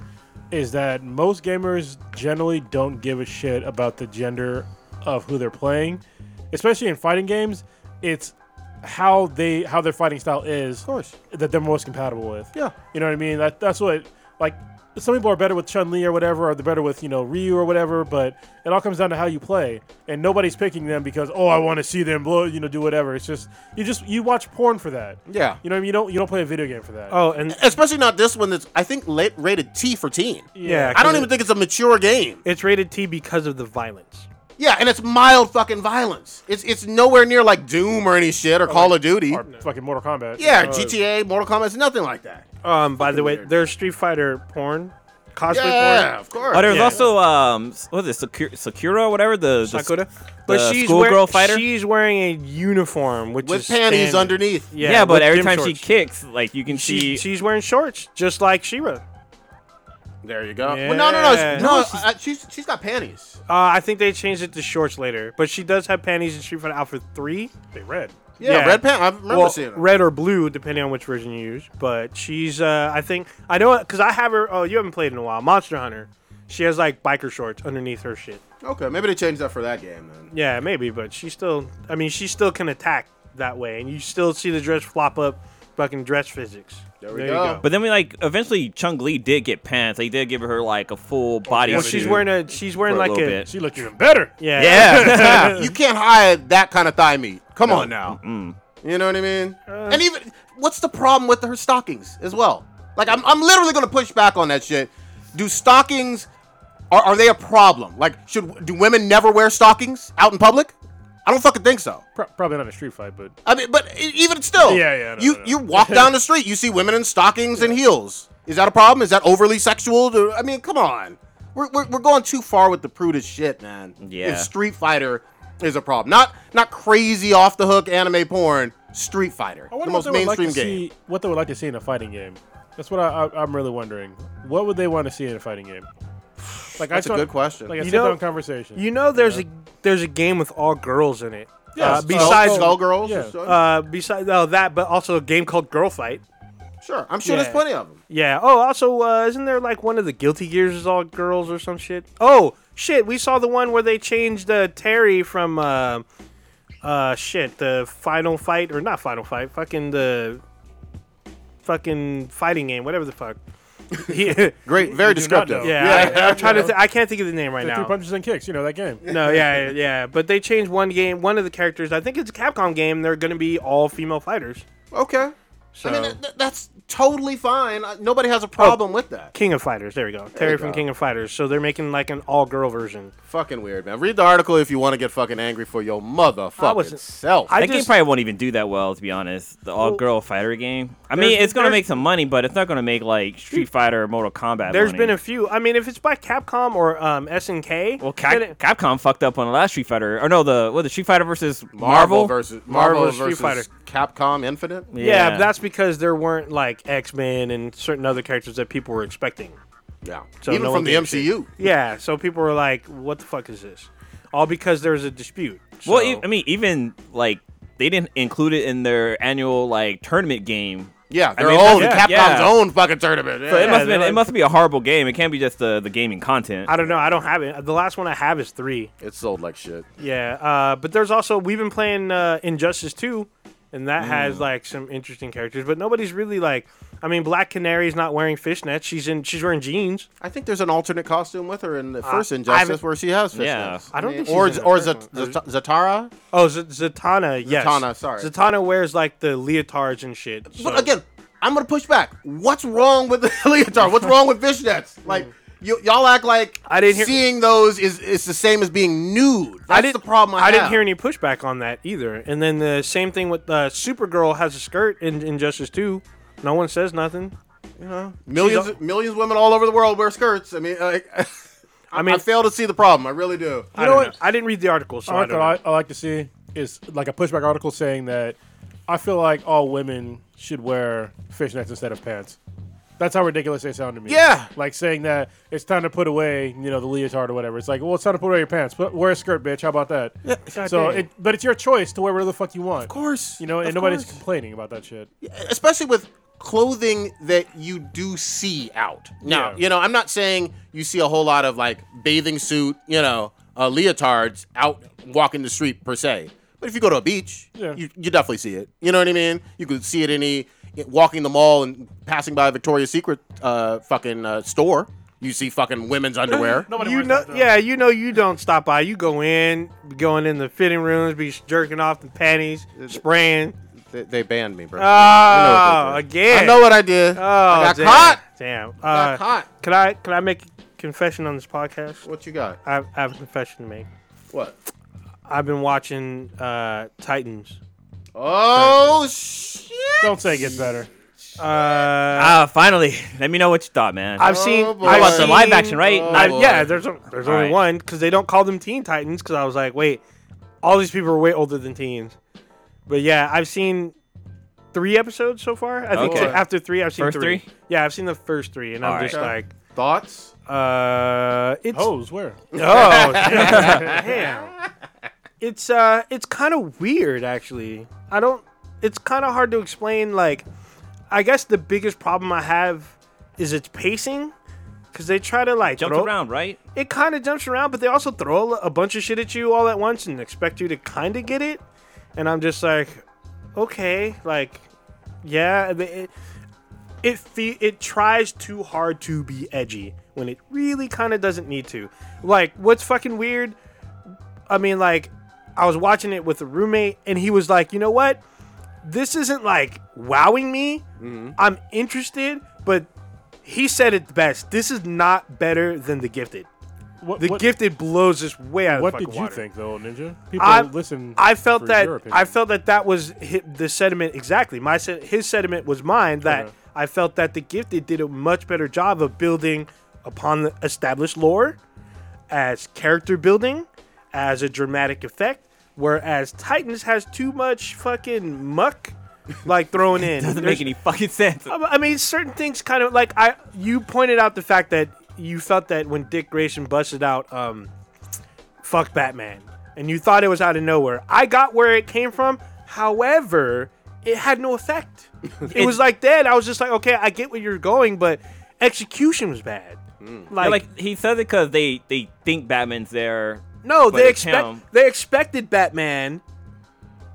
Speaker 3: is that most gamers generally don't give a shit about the gender of who they're playing, especially in fighting games. It's how they how their fighting style is, of
Speaker 4: course.
Speaker 3: that they're most compatible with.
Speaker 4: Yeah.
Speaker 3: you know what I mean. That that's what like some people are better with Chun Li or whatever, or they're better with you know Ryu or whatever. But it all comes down to how you play, and nobody's picking them because oh I want to see them blow you know do whatever. It's just you just you watch porn for that.
Speaker 4: Yeah.
Speaker 3: you know what I mean. You don't you don't play a video game for that.
Speaker 5: oh, and
Speaker 4: Especially not this one that's I think late, rated T for teen.
Speaker 5: yeah,
Speaker 4: I
Speaker 5: 'cause
Speaker 4: don't even
Speaker 5: it-
Speaker 4: think it's a mature game.
Speaker 5: it's rated T because of the violence.
Speaker 4: Yeah, and it's mild fucking violence. It's it's nowhere near like Doom or any shit or Call of Duty.
Speaker 3: or fucking Mortal Kombat.
Speaker 4: yeah,
Speaker 3: Uh,
Speaker 4: GTA, Mortal Kombat, it's nothing like that.
Speaker 5: Um, by the way,
Speaker 4: weird.
Speaker 5: there's Street Fighter porn, cosplay
Speaker 4: Yeah,
Speaker 5: porn.
Speaker 4: of course.
Speaker 2: Oh, there's
Speaker 5: Yeah.
Speaker 2: also um, s- what is it, Sakura, Sakura or whatever the, the
Speaker 5: Sakura.
Speaker 2: the
Speaker 5: But she's
Speaker 2: schoolgirl
Speaker 5: wearing
Speaker 2: fighter?
Speaker 5: she's wearing a uniform which
Speaker 4: with
Speaker 5: is
Speaker 4: panties
Speaker 5: standard.
Speaker 4: underneath.
Speaker 2: Yeah, but
Speaker 5: with
Speaker 2: every
Speaker 5: gym
Speaker 2: time she
Speaker 5: shorts.
Speaker 2: kicks, like you can
Speaker 5: she
Speaker 2: see.
Speaker 5: she's wearing shorts just like Shira.
Speaker 4: There you go. Well, no, no, no,
Speaker 5: Yeah.
Speaker 4: no. uh, she's she's got panties.
Speaker 5: Uh, I think they changed it to shorts later, but she does have panties in Street Fighter Alpha Three.
Speaker 3: they red.
Speaker 4: Yeah,
Speaker 5: Yeah.
Speaker 4: red pants. I remember
Speaker 5: well,
Speaker 4: seeing them.
Speaker 5: red or blue, depending on which version you use. But she's, uh, I think, I know, because I have her. Oh, you haven't played in a while. Monster Hunter. She has like biker shorts underneath her shit.
Speaker 4: Okay, maybe they changed that for that game then.
Speaker 5: Yeah, maybe, but she still. I mean, she still can attack that way, and you still see the dress flop up fucking dress physics.
Speaker 4: There we
Speaker 5: you
Speaker 4: go.
Speaker 2: But then we like eventually Chung Li did get pants. They did give her like a full body.
Speaker 5: well, she's
Speaker 2: suit
Speaker 5: wearing a she's wearing
Speaker 2: for
Speaker 5: like
Speaker 2: little
Speaker 5: a
Speaker 2: bit.
Speaker 3: She looked even better.
Speaker 5: yeah
Speaker 2: Yeah.
Speaker 4: you can't hide that kind of thigh meat. Come on now. You know what I mean? and even what's the problem with her stockings as well? Like I'm, I'm literally gonna push back on that shit. Do stockings are, are they a problem? Like should do women never wear stockings out in public? I don't fucking think so.
Speaker 3: Pro- probably not in a street fight, but
Speaker 4: I mean, but e- even still,
Speaker 3: Yeah, yeah, no,
Speaker 4: you
Speaker 3: no, no.
Speaker 4: you walk down the street, you see women in stockings and heels. Is that a problem? Is that overly sexual? Do- I mean, come on, we're, we're, we're going too far with the prudish shit, man.
Speaker 2: Yeah.
Speaker 4: if Street Fighter is a problem, not not crazy off the hook anime porn. Street Fighter,
Speaker 3: I
Speaker 4: the
Speaker 3: wonder
Speaker 4: most
Speaker 3: what they would like
Speaker 4: mainstream
Speaker 3: to
Speaker 4: game.
Speaker 3: see. What they would like to see in a fighting game. That's what I, I, I'm really wondering. What would they want to see in a fighting game? Like
Speaker 4: That's
Speaker 3: I
Speaker 4: a good question.
Speaker 3: Like a
Speaker 5: You
Speaker 3: sit
Speaker 5: know-
Speaker 3: down conversation.
Speaker 5: You know, there's a there's a game with all girls in it.
Speaker 3: Yeah,
Speaker 5: Uh,
Speaker 3: Skull-
Speaker 5: besides,
Speaker 4: Skull Girls,
Speaker 3: yeah.
Speaker 5: uh, besides oh, that, but also a game called Girl Fight.
Speaker 4: sure, I'm sure
Speaker 5: yeah.
Speaker 4: there's plenty of them.
Speaker 5: Yeah. Oh, also, uh, isn't there like one of the Guilty Gears is all girls or some shit? Oh shit, we saw the one where they changed uh, Terry from uh, uh, shit the Final Fight or not Final Fight, fucking the fucking fighting game, whatever the fuck. yeah,
Speaker 4: Great, very
Speaker 3: do not
Speaker 4: descriptive.
Speaker 3: know.
Speaker 5: yeah. I, am trying to. Th- I can't think of the name right
Speaker 3: The
Speaker 5: now.
Speaker 3: three punches and kicks. You know that game.
Speaker 5: No, yeah, yeah, yeah. But they changed one game, one of the characters. I think it's a Capcom game. They're going to be all female fighters.
Speaker 4: Okay,
Speaker 5: So,
Speaker 4: I mean th- th- that's totally fine. I- Nobody has a problem with that.
Speaker 5: King of Fighters. There we go. Terry
Speaker 4: you
Speaker 5: from
Speaker 4: go.
Speaker 5: King of Fighters. So they're making like an all girl version.
Speaker 4: Fucking weird, man. Read the article if you want to get fucking angry for your motherfucking
Speaker 5: wasn't-
Speaker 4: self.
Speaker 5: I
Speaker 2: That game
Speaker 5: just-
Speaker 2: probably won't even do that well, to be honest. The all girl fighter game. I mean,
Speaker 5: there's-
Speaker 2: it's gonna
Speaker 5: there's-
Speaker 2: make some money, but it's not gonna make like Street Fighter or Mortal Kombat.
Speaker 5: There's
Speaker 2: money.
Speaker 5: been a few. I mean, if it's by Capcom or um, SNK.
Speaker 2: well,
Speaker 5: then
Speaker 2: Cap-
Speaker 5: it-
Speaker 2: Capcom fucked up on the last Street Fighter, or no, the what the Street Fighter versus
Speaker 4: Marvel,
Speaker 2: Marvel,
Speaker 4: versus Marvel,
Speaker 5: Marvel Street
Speaker 4: versus
Speaker 5: Fighter.
Speaker 4: Capcom Infinite.
Speaker 5: yeah. but that's because there weren't like X Men and certain other characters that people were expecting.
Speaker 4: Yeah,
Speaker 5: So
Speaker 4: even
Speaker 5: no one
Speaker 4: from the
Speaker 5: gave a shit.
Speaker 4: MCU.
Speaker 5: Yeah, so people were like, "What the fuck is this?" All because there was a dispute.
Speaker 2: Well,
Speaker 5: So-
Speaker 2: e- I mean, even like they didn't include it in their annual like tournament game.
Speaker 4: Yeah,
Speaker 2: I
Speaker 4: they're
Speaker 2: mean,
Speaker 4: own
Speaker 2: that's-
Speaker 4: Capcom's
Speaker 2: yeah.
Speaker 4: own fucking tournament.
Speaker 2: So
Speaker 4: Yeah.
Speaker 2: it must
Speaker 5: they're
Speaker 2: been,
Speaker 5: like-
Speaker 2: it must be a horrible game. It can't be just the, the gaming content.
Speaker 5: I don't know. I don't have it. The last one I have is three.
Speaker 4: It's sold like shit.
Speaker 5: Yeah, uh, but there's also we've been playing uh, Injustice 2, and that has like some interesting characters, but nobody's really like. I mean, Black Canary's not wearing fishnets. She's in. She's wearing jeans.
Speaker 4: I think there's an alternate costume with her in the first
Speaker 5: I
Speaker 4: Injustice
Speaker 5: haven't-
Speaker 4: where she has fishnets.
Speaker 2: Yeah.
Speaker 5: I don't think she's
Speaker 4: or
Speaker 5: in the
Speaker 4: or
Speaker 5: first
Speaker 4: Zat-
Speaker 5: one.
Speaker 4: Zat- Zatara.
Speaker 5: Oh, Z- Zatanna. Yes.
Speaker 4: Zatanna, sorry.
Speaker 5: Zatanna wears like the leotards and shit. so-
Speaker 4: But again, I'm gonna push back. What's wrong with the leotard? What's wrong with fishnets? Like. You, y'all act like
Speaker 5: Mm. I didn't hear-
Speaker 4: seeing those is, is the same as being nude. That's
Speaker 5: I didn't,
Speaker 4: the problem I,
Speaker 5: I didn't
Speaker 4: have.
Speaker 5: hear any pushback on that either. And then the same thing with uh, Supergirl has a skirt in Injustice 2. No one says nothing.
Speaker 4: Millions,
Speaker 5: She's
Speaker 4: millions of women all over the world wear skirts. I mean, I, I,
Speaker 5: I mean,
Speaker 4: I fail to see the problem. I really do.
Speaker 5: you know
Speaker 3: don't
Speaker 5: what? I didn't read the article, so I
Speaker 3: article
Speaker 5: don't know.
Speaker 3: I, I like to see is like a pushback article saying that I feel like all women should wear fishnets instead of pants. That's how ridiculous they sound to me.
Speaker 4: Yeah.
Speaker 3: like saying that it's time to put away, you know, the leotard or whatever. It's like, well, it's time to put away your pants. Put, wear a skirt, bitch. How about that? so,
Speaker 5: dang.
Speaker 3: it, but it's your choice to wear whatever the fuck you want. Of
Speaker 4: course,
Speaker 3: you know, and
Speaker 4: of
Speaker 3: nobody's
Speaker 4: course.
Speaker 3: complaining about that shit.
Speaker 4: especially with clothing that you do see out. Now,
Speaker 3: Yeah.
Speaker 4: you know, I'm not saying you see a whole lot of like bathing suit, you know, uh, leotards out walking the street per se. But if you go to a beach,
Speaker 3: Yeah.
Speaker 4: you, you definitely see it. You know what I mean? You could see it any walking the mall and passing by a Victoria's Secret uh, fucking uh, store. You see fucking women's underwear.
Speaker 3: Nobody
Speaker 5: You
Speaker 3: wears
Speaker 5: know,
Speaker 3: that, though.
Speaker 5: yeah, you know, you don't stop by. You go in, be going in the fitting rooms, be jerking off the panties, spraying.
Speaker 4: They, they banned me, bro.
Speaker 5: Oh, again.
Speaker 4: I know what I did.
Speaker 5: Oh,
Speaker 4: I got
Speaker 5: damn.
Speaker 4: caught.
Speaker 5: Damn. Uh,
Speaker 4: got caught.
Speaker 5: Can I can I make a confession on this podcast?
Speaker 4: What you got?
Speaker 5: I, I have a confession to make.
Speaker 4: What?
Speaker 5: I've been watching uh, Titans.
Speaker 4: Oh shit!
Speaker 3: Don't say it gets better.
Speaker 5: Uh,
Speaker 2: Ah, finally, let me know what you thought, man.
Speaker 5: I've seen.
Speaker 4: boy.
Speaker 5: I've
Speaker 4: How about the
Speaker 5: seen-
Speaker 2: live action, right?
Speaker 4: Oh,
Speaker 5: I-
Speaker 4: boy.
Speaker 5: yeah, there's o- there's
Speaker 2: All
Speaker 5: only
Speaker 2: right.
Speaker 5: one because they don't call them Teen Titans because I was like, wait, all these people are way older than teens. But yeah, I've seen three episodes so far. I think
Speaker 2: Okay.
Speaker 5: after three, I've seen
Speaker 2: First
Speaker 5: three.
Speaker 2: three?
Speaker 5: Yeah, I've seen the first three, and I'm
Speaker 2: All
Speaker 5: just
Speaker 4: right.
Speaker 5: like,
Speaker 4: Thoughts?
Speaker 5: uh, it's
Speaker 3: Hose, where?
Speaker 5: oh damn. It's uh it's kind of weird actually. I don't it's kind of hard to explain like I guess the biggest problem I have is its pacing cuz they try to like
Speaker 2: Jumped
Speaker 5: throw-
Speaker 2: around, right?
Speaker 5: It kind of jumps around, but they also throw a a bunch of shit at you all at once and expect you to kind of get it. And I'm just like, okay, like yeah, they- it it, fe- it tries too hard to be edgy when it really kind of doesn't need to. Like, what's fucking weird? I mean, like, I was watching it with a roommate, and he was like, "You know what? This isn't like wowing me. I'm interested, but." He said it best. This is not better than The Gifted.
Speaker 3: What,
Speaker 5: The
Speaker 3: what,
Speaker 5: Gifted blows this way out
Speaker 3: What
Speaker 5: of the fucking
Speaker 3: did you
Speaker 5: water.
Speaker 3: think, though, Ninja? People
Speaker 5: I
Speaker 3: listen.
Speaker 5: I felt
Speaker 3: for
Speaker 5: that
Speaker 3: your opinion.
Speaker 5: I felt that that was hi the sentiment exactly. My se- his sentiment was mine. That
Speaker 3: Okay.
Speaker 5: I felt that the gifted did a much better job of building upon the established lore, as character building, as a dramatic effect. Whereas Titans has too much fucking muck, like thrown in.
Speaker 2: Doesn't
Speaker 5: There's-
Speaker 2: make any fucking sense.
Speaker 5: Um, I I mean, certain things kind of like I. You pointed out the fact that you felt that when Dick Grayson busted out, um, "fuck Batman," and you thought it was out of nowhere. I got where it came from. However, it had no effect. it, was like that. I was just like, okay, I get where you're going, but execution was bad.
Speaker 2: Mm. Yeah, like he says it because they they think Batman's there.
Speaker 5: No,
Speaker 2: but
Speaker 5: they
Speaker 2: it's
Speaker 5: expect
Speaker 2: him.
Speaker 5: they expected Batman,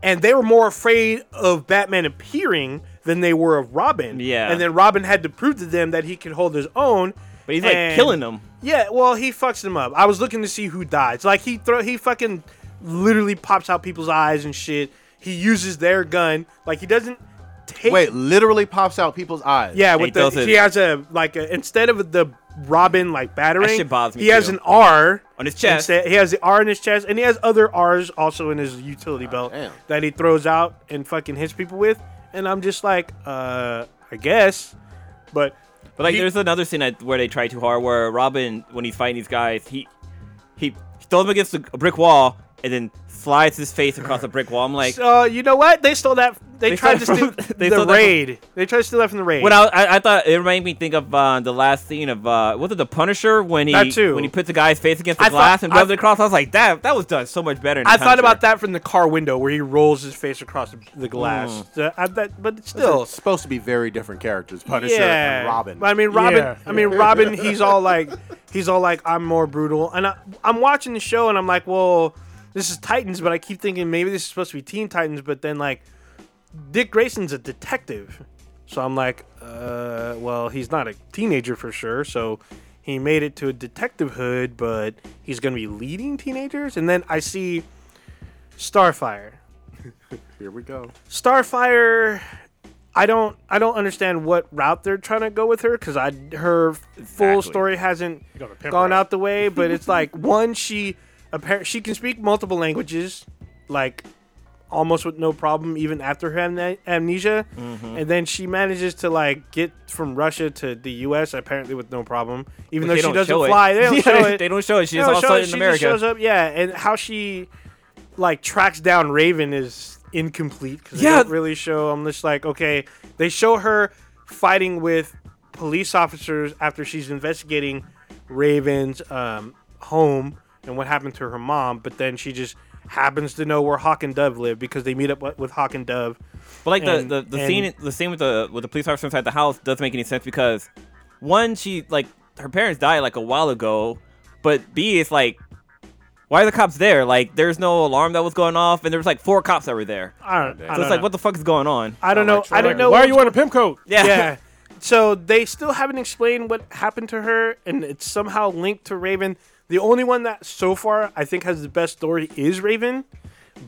Speaker 5: and they were more afraid of Batman appearing than they were of Robin.
Speaker 2: Yeah.
Speaker 5: and then Robin had to prove to them that he could hold his own.
Speaker 2: But he's like
Speaker 5: and-
Speaker 2: killing them.
Speaker 5: Yeah, well, he fucks them up. I was looking to see who dies. Like he throw he fucking literally pops out people's eyes and shit. He uses their gun. Like he doesn't take.
Speaker 4: Wait, literally pops out people's eyes.
Speaker 5: Yeah,
Speaker 2: He
Speaker 5: with the
Speaker 2: does it.
Speaker 5: he has a like a, instead of the Robin like battering,
Speaker 2: shit bothers me
Speaker 5: he has
Speaker 2: too.
Speaker 5: an R
Speaker 2: On his chest.
Speaker 5: Instead, he has the R in his chest, and he has other R's also in his utility belt
Speaker 4: damn.
Speaker 5: that he throws out and fucking hits people with. And I'm just like, uh, I guess, but
Speaker 2: But like,
Speaker 5: He-
Speaker 2: there's another scene that, where they try too hard. Where Robin, when he's fighting these guys, he he, he throws him against a a brick wall and then slides his face across a brick wall. I'm like,
Speaker 5: so you know what? They stole that. They,
Speaker 2: They
Speaker 5: tried to
Speaker 2: stole
Speaker 5: steal
Speaker 2: it from- they
Speaker 5: the
Speaker 2: stole that from-
Speaker 5: raid. they tried to steal that from the raid.
Speaker 2: when I, I I thought it made me think of uh, the last scene of uh, was it the Punisher when he
Speaker 5: That too.
Speaker 2: when he puts a guy's face against the
Speaker 5: I thought-
Speaker 2: glass and rubs
Speaker 5: I-
Speaker 2: it across. I was like, that that was done so much better. in the
Speaker 5: I thought
Speaker 2: Punisher.
Speaker 5: about that from the car window where he rolls his face across the, the glass.
Speaker 2: Hmm.
Speaker 5: So I, that, but still,
Speaker 4: It's supposed to be very different characters, Punisher and Robin.
Speaker 5: I mean, Robin.
Speaker 3: Yeah.
Speaker 5: I mean, Robin. He's all like, he's all like, I'm more brutal. And I, I'm watching the show, and I'm like, well, this is Titans, but I keep thinking maybe this is supposed to be Teen Titans, but then like, Dick Grayson's a detective, so I'm like, uh, well, he's not a teenager for sure, so. He made it to a detective hood, but he's gonna be leading teenagers. And then I see Starfire,
Speaker 4: Here we go.
Speaker 5: Starfire, I don't I don't understand what route they're trying to go with her because I her full
Speaker 2: Exactly.
Speaker 5: story hasn't
Speaker 3: got a pimp
Speaker 5: gone
Speaker 3: route.
Speaker 5: out the way. But it's like one she apparent she can speak multiple languages, like almost with no problem even after her amne- amnesia,
Speaker 2: Mm-hmm.
Speaker 5: and then she manages to like get from Russia to the U.S. apparently with no problem,
Speaker 2: But
Speaker 5: even though
Speaker 2: they
Speaker 5: she
Speaker 2: don't
Speaker 5: doesn't
Speaker 2: show it.
Speaker 5: fly. They don't
Speaker 2: Yeah,
Speaker 5: show
Speaker 2: they-
Speaker 5: it.
Speaker 2: they don't show it. She
Speaker 5: They
Speaker 2: just
Speaker 5: don't
Speaker 2: all of a sudden
Speaker 5: show it.
Speaker 2: in
Speaker 5: She
Speaker 2: America.
Speaker 5: shows up. Yeah, and how she like tracks down Raven is incomplete because
Speaker 2: Yeah.
Speaker 5: they don't really show. I'm just like, okay, they show her fighting with police officers after she's investigating Raven's um, home and what happened to her mom, but then she just happens to know where Hawk and Dove live because they meet up with- with Hawk and Dove.
Speaker 2: But like
Speaker 5: And-
Speaker 2: the, the, the
Speaker 5: and-
Speaker 2: scene the scene with the with the police officer inside the house doesn't make any sense because one, she like her parents died like a while ago, but B it's like why are the cops there? Like there's no alarm that was going off and there was like four cops that were there.
Speaker 5: I don't,
Speaker 2: So
Speaker 5: I don't
Speaker 2: it's like
Speaker 5: know.
Speaker 2: what the fuck is going on?
Speaker 5: I don't
Speaker 4: Oh,
Speaker 5: know.
Speaker 4: like
Speaker 5: I don't
Speaker 4: Shrek.
Speaker 5: know.
Speaker 3: Why are
Speaker 5: what's
Speaker 3: you wearing a pimp coat?
Speaker 2: Yeah.
Speaker 5: yeah. So they still haven't explained what happened to her, and it's somehow linked to Raven. The only one that so far I think has the best story is Raven,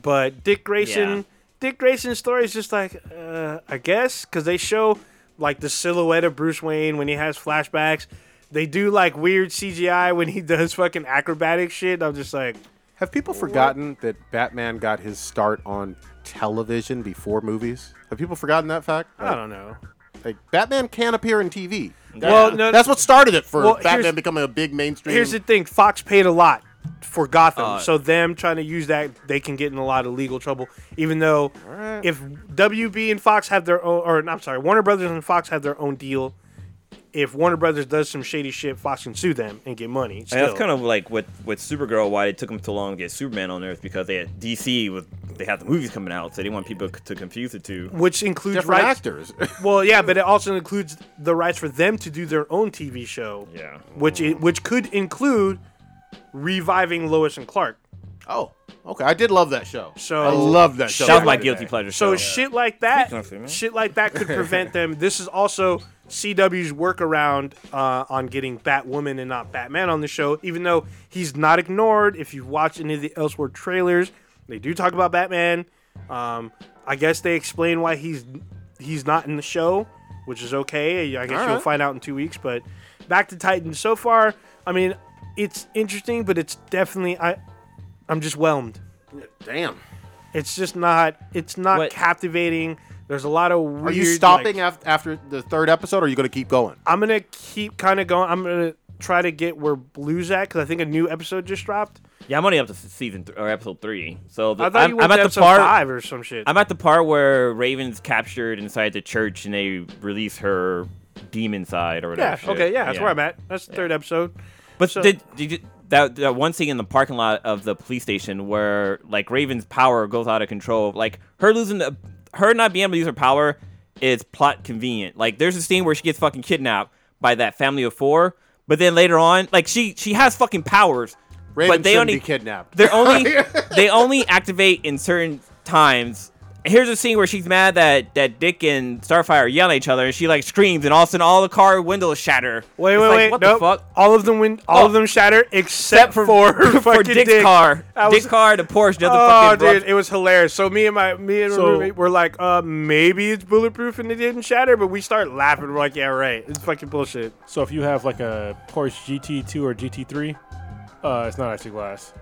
Speaker 5: but Dick Grayson,
Speaker 2: Yeah.
Speaker 5: Dick Grayson's story is just like uh, I guess because they show like the silhouette of Bruce Wayne when he has flashbacks. They do like weird CGI when he does fucking acrobatic shit. I'm just like,
Speaker 4: Have people forgotten that Batman got his start on television before movies? Have people forgotten that fact?
Speaker 5: I don't know.
Speaker 4: Like Batman can appear in TV.
Speaker 5: Well, no,
Speaker 4: That's what started it for
Speaker 5: Well, here's-
Speaker 4: Batman becoming a big mainstream.
Speaker 5: Here's the thing: Fox paid a lot for Gotham,
Speaker 2: Uh,
Speaker 5: so them trying to use that, they can get in a lot of legal trouble. Even though,
Speaker 4: Alright.
Speaker 5: if WB and Fox have their own, or I'm sorry, Warner Brothers and Fox have their own deal. If Warner Brothers does some shady shit, Fox can sue them and get money.
Speaker 2: And
Speaker 5: still.
Speaker 2: that's kind of like with with Supergirl, why it took them so long to get Superman on Earth because they had DC with they had the movies coming out, so they didn't want people to confuse the two.
Speaker 5: which includes
Speaker 4: different
Speaker 5: rights.
Speaker 4: actors.
Speaker 5: Well, yeah, but it also includes the rights for them to do their own TV show,
Speaker 2: Yeah.
Speaker 5: which it, which could include reviving Lois and Clark.
Speaker 4: oh, Okay, I did love that show.
Speaker 5: So-
Speaker 4: I love that show.
Speaker 2: That was my
Speaker 4: back in the
Speaker 2: guilty
Speaker 4: day.
Speaker 2: pleasure.
Speaker 5: So
Speaker 2: show.
Speaker 5: shit like
Speaker 2: Speaking of
Speaker 5: that,
Speaker 2: female.
Speaker 5: shit like that could prevent them. This is also CW's workaround uh, on getting Batwoman and not Batman on the show, even though he's not ignored. If you've watched any of the Elsewhere trailers, they do talk about Batman. Um, I guess they explain why he's he's not in the show, which is okay. I guess
Speaker 4: All
Speaker 5: you'll
Speaker 4: right.
Speaker 5: find out in two weeks. But back to Titan. So far, I mean, it's interesting, but it's definitely I. I'm just whelmed.
Speaker 4: Damn.
Speaker 5: It's just not. It's not
Speaker 2: What-
Speaker 5: captivating. There's a lot of weird.
Speaker 4: Are you stopping
Speaker 5: like-
Speaker 4: af- after the third episode, or are you going to keep going?
Speaker 5: I'm gonna keep kind of going. I'm gonna try to get where Blue's at because I think a new episode just dropped.
Speaker 2: yeah, I'm only up to season th- or episode three. So the,
Speaker 5: I thought
Speaker 2: I'm,
Speaker 5: you
Speaker 2: I'm
Speaker 5: went to
Speaker 2: at the
Speaker 5: episode
Speaker 2: part.
Speaker 5: five or some shit.
Speaker 2: I'm at the part where Raven's captured inside the church and they release her demon side or whatever.
Speaker 5: yeah.
Speaker 2: shit.
Speaker 5: Okay. Yeah. That's where I'm at. That's the third episode.
Speaker 2: But
Speaker 5: So-
Speaker 2: did, did you, that that one scene in the parking lot of the police station where like Raven's power goes out of control, like her losing the, her not being able to use her power is plot convenient. Like there's a scene where she gets fucking kidnapped by that family of four, but then later on, like she she has fucking powers,
Speaker 4: Raven
Speaker 2: but they
Speaker 4: shouldn't
Speaker 2: only
Speaker 4: be kidnapped.
Speaker 2: They're only they only activate in certain times. Here's a scene where she's mad that that Dick and Starfire are yelling at each other, and she like screams, and all of a sudden all the car windows shatter.
Speaker 5: Wait.
Speaker 2: It's
Speaker 5: Wait.
Speaker 2: like,
Speaker 5: wait.
Speaker 2: What
Speaker 5: nope.
Speaker 2: the fuck?
Speaker 5: All of them win. All of
Speaker 2: Oh.
Speaker 5: them shatter except for for,
Speaker 2: for
Speaker 5: fucking
Speaker 2: Dick's
Speaker 5: Dick.
Speaker 2: car.
Speaker 5: I
Speaker 2: Dick's
Speaker 5: was-
Speaker 2: car, the Porsche doesn't
Speaker 5: Oh,
Speaker 2: fucking
Speaker 5: dude,
Speaker 2: rub-
Speaker 5: it was hilarious. So me and my me and my
Speaker 3: So-
Speaker 5: roommate were like, uh, maybe it's bulletproof and it didn't shatter, but we start laughing. We're like, yeah, right. It's fucking bullshit.
Speaker 3: So if you have like a Porsche GT2 or GT3, uh, it's not actually glass.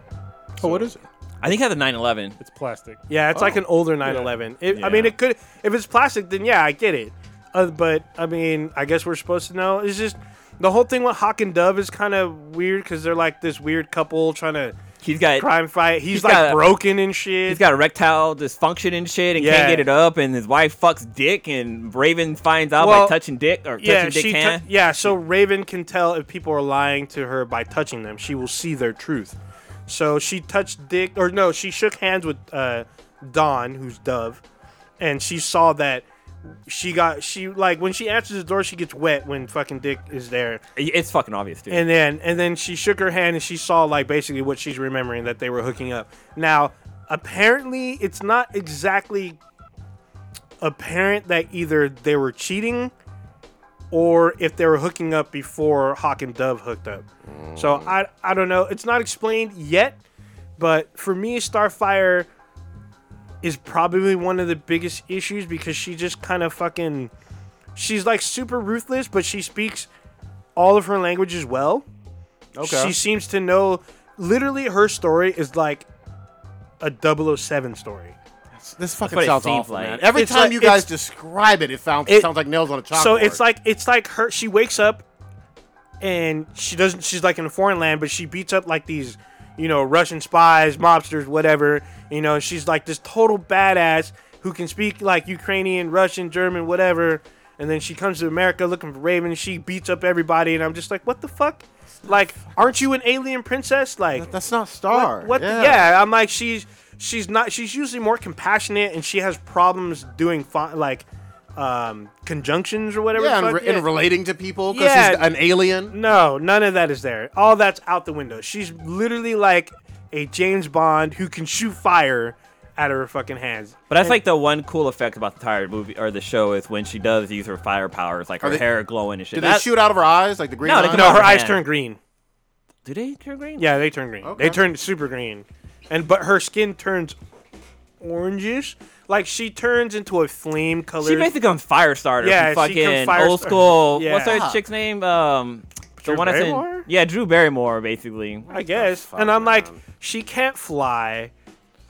Speaker 3: oh, what is it?
Speaker 2: I think it had a 911.
Speaker 3: It's plastic.
Speaker 5: Yeah, it's like an older 911. It, I
Speaker 2: Oh, Yeah.
Speaker 5: mean, it could if it's plastic, then yeah, I get it. Uh, but I mean, I guess we're supposed to know. It's just the whole thing with Hawk and Dove is kind of weird because they're like this weird couple trying to
Speaker 2: He's got
Speaker 5: crime fight. He's,
Speaker 2: He's
Speaker 5: like
Speaker 2: got a-
Speaker 5: broken and shit.
Speaker 2: he's got erectile dysfunction and shit, and
Speaker 5: Yeah.
Speaker 2: can't get it up. And his wife fucks Dick, and Raven finds out
Speaker 5: Well,
Speaker 2: by touching Dick or
Speaker 5: yeah,
Speaker 2: touching Dick's
Speaker 5: she tou-
Speaker 2: hand.
Speaker 5: yeah. So Raven can tell if people are lying to her by touching them. She will see their truth. So she touched Dick, or no, she shook hands with uh, Dawn, who's Dove, and she saw that she got she like when she answers the door, she gets wet when fucking Dick is there,
Speaker 2: It's fucking obvious, dude.
Speaker 5: and then and then she shook her hand and she saw like basically what she's remembering that they were hooking up. Now apparently it's not exactly apparent that either they were cheating or if they were hooking up before Hawk and Dove hooked up. So I I don't know. It's not explained yet, but for me, Starfire is probably one of the biggest issues because she just kind of fucking she's like super ruthless, but she speaks all of her languages well.
Speaker 4: Okay.
Speaker 5: She seems to know literally her story is like a 007 story.
Speaker 4: this fucking
Speaker 2: what it
Speaker 4: sounds
Speaker 2: seems
Speaker 4: awful,
Speaker 2: like.
Speaker 4: man. Every
Speaker 5: It's
Speaker 4: time
Speaker 5: like-
Speaker 4: you guys
Speaker 5: it's-
Speaker 4: describe it, it, found,
Speaker 5: It-
Speaker 4: sounds like nails on a chalkboard.
Speaker 5: So it's like it's like her. She wakes up, and she doesn't. She's like in a foreign land, but she beats up like these, you know, Russian spies, mobsters, whatever. You know, she's like this total badass who can speak like Ukrainian, Russian, German, whatever. And then she comes to America looking for Raven. She beats up everybody, and I'm just like, what the fuck? Like, aren't you an alien princess? Like,
Speaker 4: that's not Star.
Speaker 5: what the-
Speaker 4: yeah.
Speaker 5: yeah, I'm like she's she's not she's usually more compassionate and she has problems doing fi- like um conjunctions or whatever.
Speaker 4: Yeah,
Speaker 5: the
Speaker 4: and,
Speaker 5: fuck.
Speaker 4: re- and relating to people because
Speaker 5: Yeah.
Speaker 4: she's an alien.
Speaker 5: no, none of that is there. All that's out the window. She's literally like a James Bond who can shoot fire out of her fucking hands.
Speaker 2: But that's like the one cool effect about the tired movie or the show is when she does use her fire powers, like her
Speaker 4: they-
Speaker 2: hair glowing and shit.
Speaker 4: Did
Speaker 2: That-
Speaker 4: they shoot out of her eyes like the green?
Speaker 2: No, they
Speaker 4: line?
Speaker 2: can
Speaker 5: No, her
Speaker 2: man.
Speaker 5: eyes turn green.
Speaker 2: Do they turn green?
Speaker 5: Yeah, they turn green. They
Speaker 4: Okay.
Speaker 5: turn super green. And but her skin turns orangish. Like she turns into a flame color.
Speaker 2: She basically becomes Firestarter.
Speaker 5: Yeah,
Speaker 2: Yeah,
Speaker 5: she
Speaker 2: fucking
Speaker 5: becomes Firestar-
Speaker 2: old school.
Speaker 5: Yeah.
Speaker 2: What's her chick's name? Um,
Speaker 5: Drew
Speaker 2: the one that's in,
Speaker 5: Barrymore?
Speaker 2: yeah, Drew Barrymore, basically.
Speaker 5: I guess.
Speaker 4: fuck,
Speaker 5: And I'm like,
Speaker 4: man?
Speaker 5: she can't fly,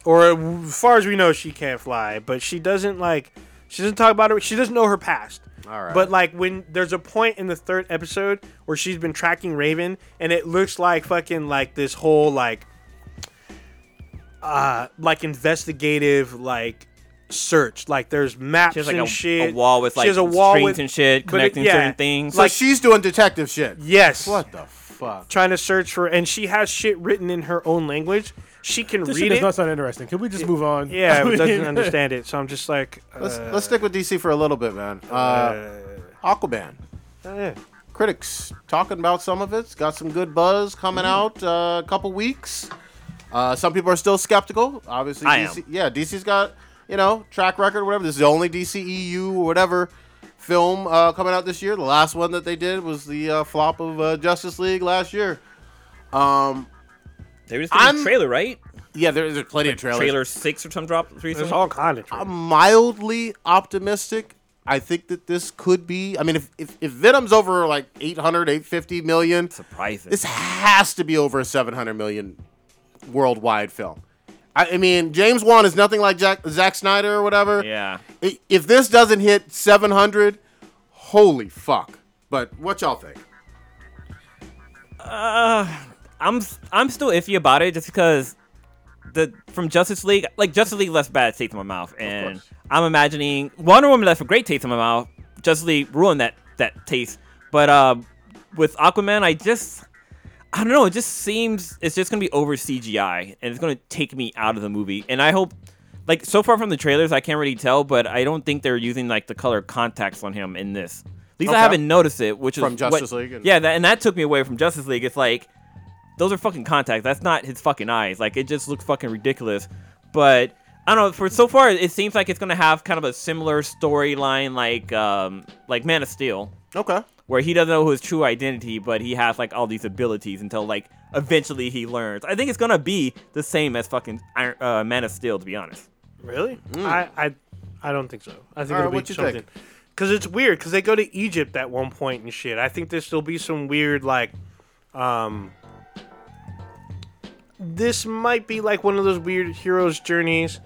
Speaker 5: or as far as we know, she can't fly. But she doesn't like. She doesn't talk about her. She doesn't know her past.
Speaker 4: All right.
Speaker 5: But like when there's a point in the third episode where she's been tracking Raven, and it looks like fucking like this whole like, uh, like investigative like search. Like there's maps
Speaker 2: She has like
Speaker 5: and
Speaker 2: a,
Speaker 5: shit.
Speaker 2: a wall with
Speaker 5: She
Speaker 2: like
Speaker 5: has a wall
Speaker 2: strings
Speaker 5: with-
Speaker 2: and shit
Speaker 5: but it-
Speaker 2: connecting
Speaker 5: yeah.
Speaker 2: certain things.
Speaker 4: So
Speaker 5: like-
Speaker 4: she's doing detective shit.
Speaker 5: Yes.
Speaker 4: What the fuck?
Speaker 5: Trying to search for, and she has shit written in her own language. She can
Speaker 3: This
Speaker 5: read
Speaker 3: shit does
Speaker 5: it.
Speaker 3: not sound interesting. Can we just move on?
Speaker 5: Yeah, but doesn't
Speaker 3: mean-
Speaker 5: understand it. So I'm just like, uh,
Speaker 4: Let's let's stick with DC for a little bit, man. Uh, oh,
Speaker 5: eh.
Speaker 4: Aquaman. Mm-hmm. critics talking about some of it. It's got some good buzz coming out uh, a couple weeks. Uh, some people are still skeptical. Obviously,
Speaker 2: I
Speaker 4: DC,
Speaker 2: am.
Speaker 4: yeah, DC's got you know track record, whatever. This is the only DCEU or whatever film uh, coming out this year. The last one that they did was the uh, flop of uh, Justice League last year. Um,
Speaker 2: They were just getting
Speaker 4: I'm-
Speaker 2: a trailer, right?
Speaker 4: yeah, there, there's plenty of trailers.
Speaker 2: Trailer six or some drop three.
Speaker 5: There's all kind of
Speaker 4: I'm
Speaker 5: trailers.
Speaker 4: mildly optimistic. I think that this could be. I mean, if if, if Venom's over like 800, 850 million,
Speaker 2: Surprising.
Speaker 4: this has to be over a 700 million worldwide film. I, I mean, James Wan is nothing like Jack, Zack Snyder or whatever.
Speaker 2: yeah.
Speaker 4: I- If this doesn't hit 700, holy fuck. But what y'all think?
Speaker 2: I'm s- I'm still iffy about it just because the from Justice League, like Justice League left bad taste in my mouth, and
Speaker 4: course.
Speaker 2: I'm imagining Wonder Woman left a great taste in my mouth. Justice League ruined that that taste, but uh, with Aquaman, I just I don't know. It just seems it's just gonna be over CGI, and it's gonna take me out of the movie. And I hope. Like so far from the trailers, I can't really tell, but I don't think they're using like the color contacts on him in this. At least
Speaker 4: Okay.
Speaker 2: I haven't noticed it, which is
Speaker 4: From
Speaker 2: what-
Speaker 4: Justice League and-
Speaker 2: yeah, that, and that took me away from Justice League. It's like those are fucking contacts. That's not his fucking eyes. Like it just looks fucking ridiculous. But I don't know. For so far, it seems like it's gonna have kind of a similar storyline, like um, like Man of Steel,
Speaker 4: Okay.
Speaker 2: where he doesn't know his true identity, but he has like all these abilities until like eventually he learns. I think it's gonna be the same as fucking Iron, uh, Man of Steel, to be honest.
Speaker 5: Really? I, I I don't think so. I think
Speaker 4: Mm-hmm. All right,
Speaker 5: it'll be
Speaker 4: what you
Speaker 5: something.
Speaker 4: think?
Speaker 5: Because it's weird. Because they go to Egypt at one point and shit. I think there'll be some weird like, um. This might be like one of those weird hero's journeys,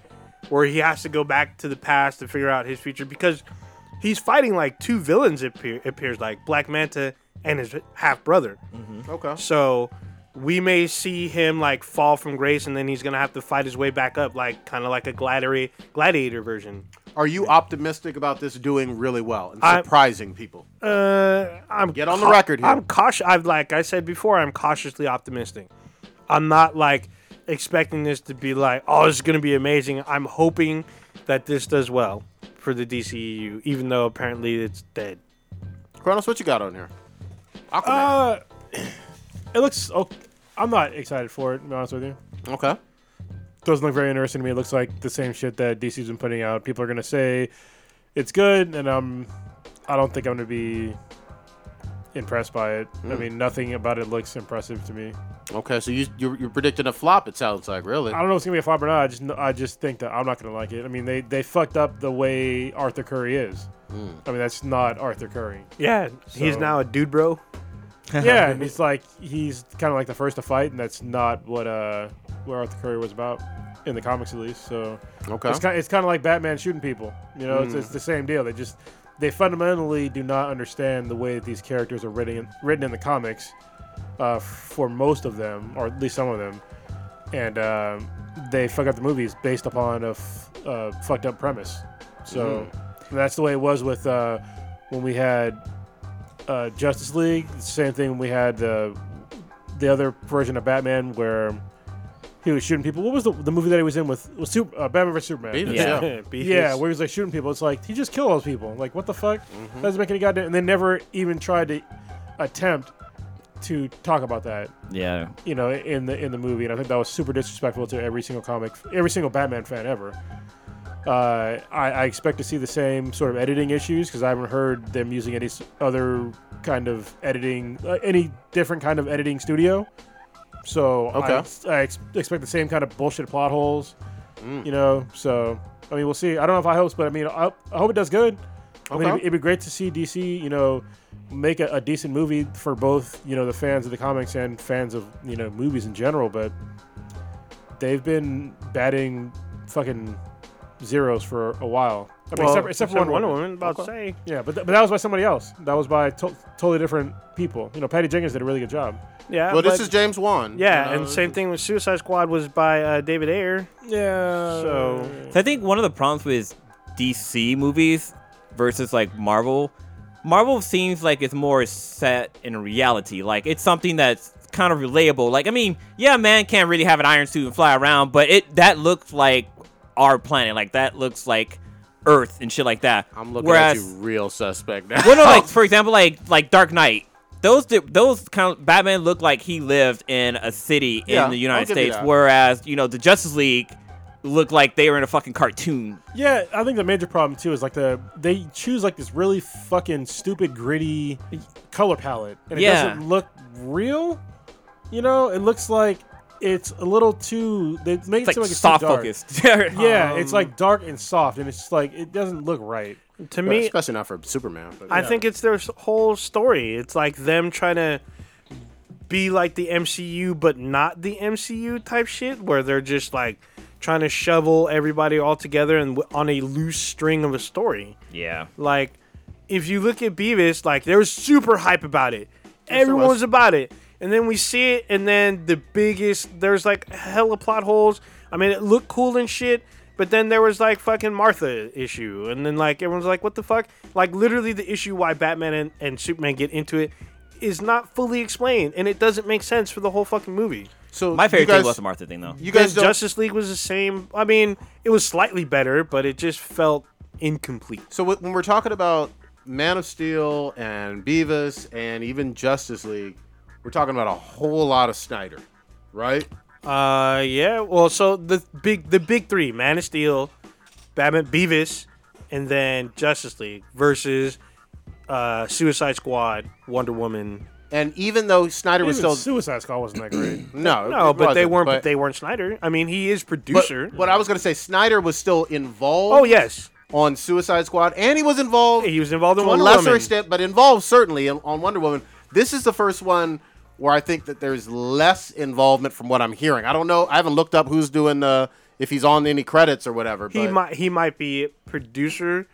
Speaker 5: where he has to go back to the past to figure out his future because he's fighting like two villains. It appear, appears like Black Manta and his half brother.
Speaker 4: Okay.
Speaker 5: So we may see him like fall from grace, and then he's gonna have to fight his way back up, like kind of like a gladiator gladiator version.
Speaker 4: Are you optimistic about this doing really well and
Speaker 5: I-
Speaker 4: surprising people?
Speaker 5: Uh, I'm
Speaker 4: Get on the record here.
Speaker 5: I'm cautious. I've like I said before, I'm cautiously optimistic. I'm not like expecting this to be like, oh, this is gonna be amazing. I'm hoping that this does well for the DCEU, even though apparently it's dead.
Speaker 4: Kronos, what you got on here? Aquaman.
Speaker 3: Uh, it looks. Oh, I'm not excited for it. To be honest with you,
Speaker 4: okay.
Speaker 3: doesn't look very interesting to me. It looks like the same shit that DC's been putting out. People are gonna say it's good, and um, I don't think I'm gonna be impressed by it. I mean, nothing about it looks impressive to me.
Speaker 4: Okay, so you you're, you're predicting a flop. It sounds like really.
Speaker 3: I don't know if it's gonna be a flop or not. I just kn- I just think that I'm not gonna like it. I mean, they they fucked up the way Arthur Curry is. I mean, that's not Arthur Curry.
Speaker 5: Yeah, he's
Speaker 3: So-
Speaker 5: now a dude, bro.
Speaker 3: yeah, and he's like he's kind of like the first to fight, and that's not what uh what Arthur Curry was about in the comics at least. So
Speaker 4: Okay.
Speaker 3: it's kind it's kind of like Batman shooting people. You know, it's, it's the same deal. They just they fundamentally do not understand the way that these characters are written in, written in the comics uh, for most of them, or at least some of them, and um, they fuck up the movies based upon a f- uh, fucked up premise. So that's the way it was with uh, when we had uh, Justice League. Same thing when we had the the other version of Batman where he was shooting people. What was the, the movie that he was in with was Super, uh, Batman vs Superman?
Speaker 4: Beavis,
Speaker 2: Yeah.
Speaker 4: yeah.
Speaker 3: Yeah, where he was like shooting people. It's like he just killed all those people. Like what the fuck? That doesn't make any goddamn. And they never even tried to attempt to talk about that.
Speaker 2: Yeah.
Speaker 3: You know, in the in the movie, and I think that was super disrespectful to every single comic, every single Batman fan ever. Uh, I, I expect to see the same sort of editing issues because I haven't heard them using any s- other kind of editing, uh, any different kind of editing studio. So I
Speaker 4: Okay.
Speaker 3: ex- I, ex- expect the same kind of bullshit plot holes,
Speaker 4: Mm.
Speaker 3: you know. So I mean, we'll see. I don't know if I hope, but I mean, I, I hope it does good. I mean,
Speaker 4: Okay.
Speaker 3: it'd, be- it'd be great to see DC, you know, make a, a decent movie for both, you know, the fans of the comics and fans of you know movies in general. But they've been batting fucking zeros for a while. I mean,
Speaker 5: Well,
Speaker 3: except, except for one
Speaker 5: Wonder
Speaker 3: woman.
Speaker 5: Woman. About to say.
Speaker 3: Yeah, but, th- but that was by somebody else. That was by to- totally different people. You know, Patty Jenkins did a really good job.
Speaker 5: Yeah.
Speaker 4: Well, this
Speaker 5: but-
Speaker 4: is James Wan.
Speaker 5: Yeah,
Speaker 4: you know,
Speaker 5: and same thing with Suicide Squad was by uh, David Ayer.
Speaker 3: Yeah.
Speaker 5: So-
Speaker 2: So I think one of the problems with DC movies versus like Marvel, Marvel seems like it's more set in reality. Like it's something that's kind of relatable. Like I mean, yeah, man can't really have an iron suit and fly around, but it that looks like our planet. Like that looks like Earth and shit like that.
Speaker 4: I'm looking at you Oh. real suspect now.
Speaker 2: Well, no, like for example, like like Dark Knight. those di- those kind of, Batman looked like he lived in a city
Speaker 4: Yeah,
Speaker 2: in the
Speaker 4: I'll
Speaker 2: United
Speaker 4: give you
Speaker 2: States,
Speaker 4: that.
Speaker 2: whereas you know the Justice League looked like they were in a fucking cartoon.
Speaker 3: Yeah, I think the major problem too is like the they choose like this really fucking stupid gritty color palette, and it
Speaker 2: Yeah.
Speaker 3: doesn't look real. You know, it looks like it's a little too. They make
Speaker 2: It's
Speaker 3: it seem
Speaker 2: like
Speaker 3: like it's
Speaker 2: soft
Speaker 3: too dark.
Speaker 2: focused. Um,
Speaker 3: Yeah, it's like dark and soft, and it's just like it doesn't look right.
Speaker 5: To me,
Speaker 4: especially not for Superman. But,
Speaker 5: I think it's their s- whole story. It's like them trying to be like the MCU, but not the MCU type shit, where they're just like trying to shovel everybody all together and w- on a loose string of a story.
Speaker 2: yeah.
Speaker 5: Like, if you look at Beavis, like there was super hype about it. Everyone
Speaker 4: was.
Speaker 5: was about it, and then we see it, and then the biggest there's like hella plot holes. I mean, it looked cool and shit, but then there was like fucking Martha issue, and then like everyone's like, what the fuck? Like literally the issue why Batman and, and Superman get into it is not fully explained, and it doesn't make sense for the whole fucking movie.
Speaker 4: so.
Speaker 2: My favorite
Speaker 4: you guys,
Speaker 2: thing was the Martha thing though.
Speaker 4: You
Speaker 5: Because
Speaker 4: guys don't.
Speaker 5: Justice League was the same. I mean, it was slightly better, but it just felt incomplete.
Speaker 4: So wh- when we're talking about Man of Steel and Beavis and even Justice League, we're talking about a whole lot of Snyder, right?
Speaker 5: Uh, yeah. Well, so the big the big three: Man of Steel, Batman, Beavis, and then Justice League versus uh, Suicide Squad, Wonder Woman.
Speaker 4: And even though Snyder
Speaker 3: Even
Speaker 4: was still
Speaker 3: Suicide Squad wasn't that great.
Speaker 4: no,
Speaker 5: No,
Speaker 4: it
Speaker 5: but they
Speaker 4: wasn't,
Speaker 5: weren't. But, they weren't Snyder. I mean, he is
Speaker 4: But,
Speaker 5: producer.
Speaker 4: but I was gonna say Snyder was still involved.
Speaker 5: oh yes,
Speaker 4: on Suicide Squad, and he was involved
Speaker 5: he was involved in
Speaker 4: to a
Speaker 5: Wonder
Speaker 4: lesser
Speaker 5: Woman.
Speaker 4: extent, but involved certainly in- on Wonder Woman. This is the first one where I think that there's less involvement from what I'm hearing. I don't know. I haven't looked up who's doing the if he's on any credits or whatever.
Speaker 5: he
Speaker 4: but
Speaker 5: might he might be producer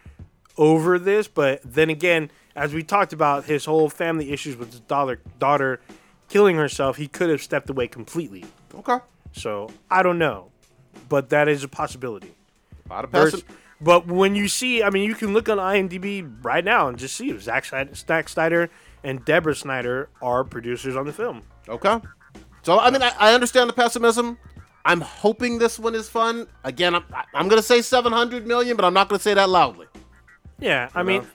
Speaker 5: over this, but then again, as we talked about, his whole family issues with his daughter daughter killing herself, he could have stepped away completely.
Speaker 4: okay.
Speaker 5: So I don't know, but that is a possibility.
Speaker 4: Not a
Speaker 5: Vers-
Speaker 4: person.
Speaker 5: but when you see, I mean, you can look on IMDb right now and just see if Zack Snyder, Zack Snyder and Deborah Snyder are producers on the film.
Speaker 4: Okay. So I mean, I, I understand the pessimism. I'm hoping this one is fun. Again, I'm, I- I'm gonna say 700 million, but I'm not gonna say that loudly.
Speaker 5: Yeah, I mean,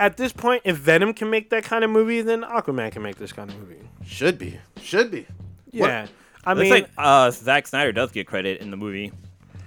Speaker 5: at this point, if Venom can make that kind of movie, then Aquaman can make this kind of movie.
Speaker 4: Should be. Should be.
Speaker 5: Yeah, I
Speaker 2: Looks
Speaker 5: mean,
Speaker 2: like uh, Zack Snyder does get credit in the movie.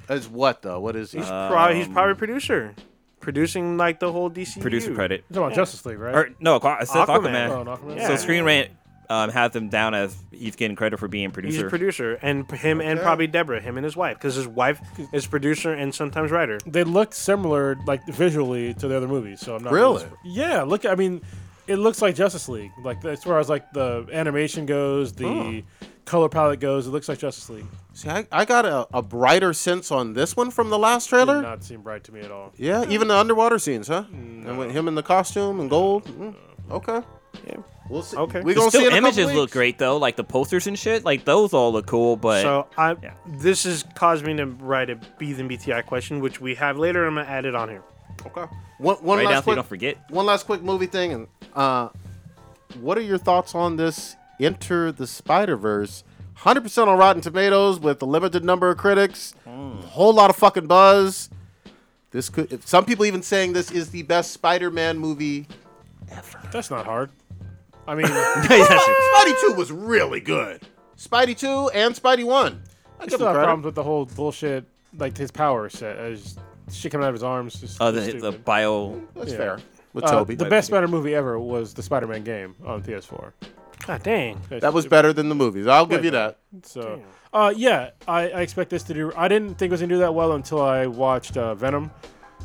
Speaker 4: As what though? What is uh, he?
Speaker 5: he's, probably,
Speaker 2: um,
Speaker 5: he's probably producer, producing like the whole DC
Speaker 2: Producer credit.
Speaker 3: It's about Justice League, right?
Speaker 2: Or no, Aqu- it says
Speaker 5: Aquaman.
Speaker 2: Aquaman.
Speaker 3: Oh, not from-
Speaker 5: Yeah.
Speaker 2: So Screen Rant um, has him down as he's getting credit for being
Speaker 5: He's a
Speaker 2: producer.
Speaker 5: producer, and p- him and
Speaker 4: Okay.
Speaker 5: probably Deborah, him and his wife, because his wife is producer and sometimes writer.
Speaker 3: they look similar, like visually, to the other movies. So I'm not
Speaker 4: Really?
Speaker 3: yeah, look, I mean, it looks like Justice League. Like as far as like the animation goes, the color palette goes, it looks like Justice League.
Speaker 4: See, I, I got a, a brighter sense on this one from the last
Speaker 3: Did
Speaker 4: trailer.
Speaker 3: not seem bright to me at all.
Speaker 4: Yeah, even the underwater scenes, huh? And with him in the costume and gold. Mm, okay.
Speaker 5: Yeah.
Speaker 4: We'll see.
Speaker 5: Okay.
Speaker 4: We're
Speaker 2: The
Speaker 4: gonna see
Speaker 2: still
Speaker 4: it in a couple
Speaker 2: images look
Speaker 4: weeks.
Speaker 2: great though, like the posters and shit. Like those all look cool, but
Speaker 5: So I
Speaker 2: Yeah.
Speaker 5: this has caused me to write a Be Than BTI question, which we have later. I'm gonna add it on here.
Speaker 4: Okay. One, one
Speaker 2: right now
Speaker 4: last
Speaker 2: so you
Speaker 4: quick,
Speaker 2: don't forget.
Speaker 4: one last quick movie thing, and uh, what are your thoughts on this Enter the Spider Verse? Hundred percent on Rotten Tomatoes with a limited number of critics, a whole lot of fucking buzz. This could if- some people even saying this is the best Spider-Man movie.
Speaker 3: That's not hard. I mean,
Speaker 4: Spidey Two was really good. Spidey Two and Spidey One. I
Speaker 3: I
Speaker 4: give
Speaker 3: still
Speaker 4: them
Speaker 3: have
Speaker 4: credit.
Speaker 3: problems with the whole bullshit, like his power set, as shit coming out of his arms. Just
Speaker 2: Oh, the, the
Speaker 3: stupid.
Speaker 2: bio.
Speaker 4: That's
Speaker 3: Yeah.
Speaker 4: fair. With
Speaker 3: Uh,
Speaker 4: Toby.
Speaker 3: the best Spider movie ever was the Spider-Man game on PS4.
Speaker 5: God dang.
Speaker 4: that was better than the movies. I'll give you that.
Speaker 3: So, uh, yeah, I, I expect this to do. I didn't think it was gonna do that well until I watched uh, Venom,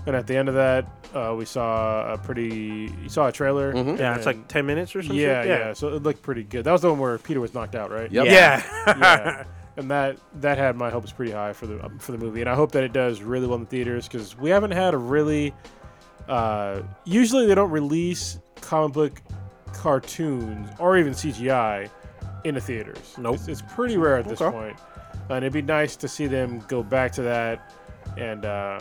Speaker 3: and at the end of that, uh, we saw a pretty. You saw a trailer.
Speaker 5: Yeah,
Speaker 3: and-
Speaker 5: it's like ten minutes or something.
Speaker 3: Yeah, yeah, So it looked pretty good. That was the one where Peter was knocked out, right?
Speaker 4: Yep.
Speaker 5: Yeah.
Speaker 3: yeah. And that that had my hopes pretty high for the um, for the movie, and I hope that it does really well in the theaters because we haven't had a really. Uh, usually, they don't release comic book cartoons or even CGI in the theaters.
Speaker 5: Nope.
Speaker 3: it's, it's pretty rare at this
Speaker 4: Okay.
Speaker 3: point, and it'd be nice to see them go back to that. And uh,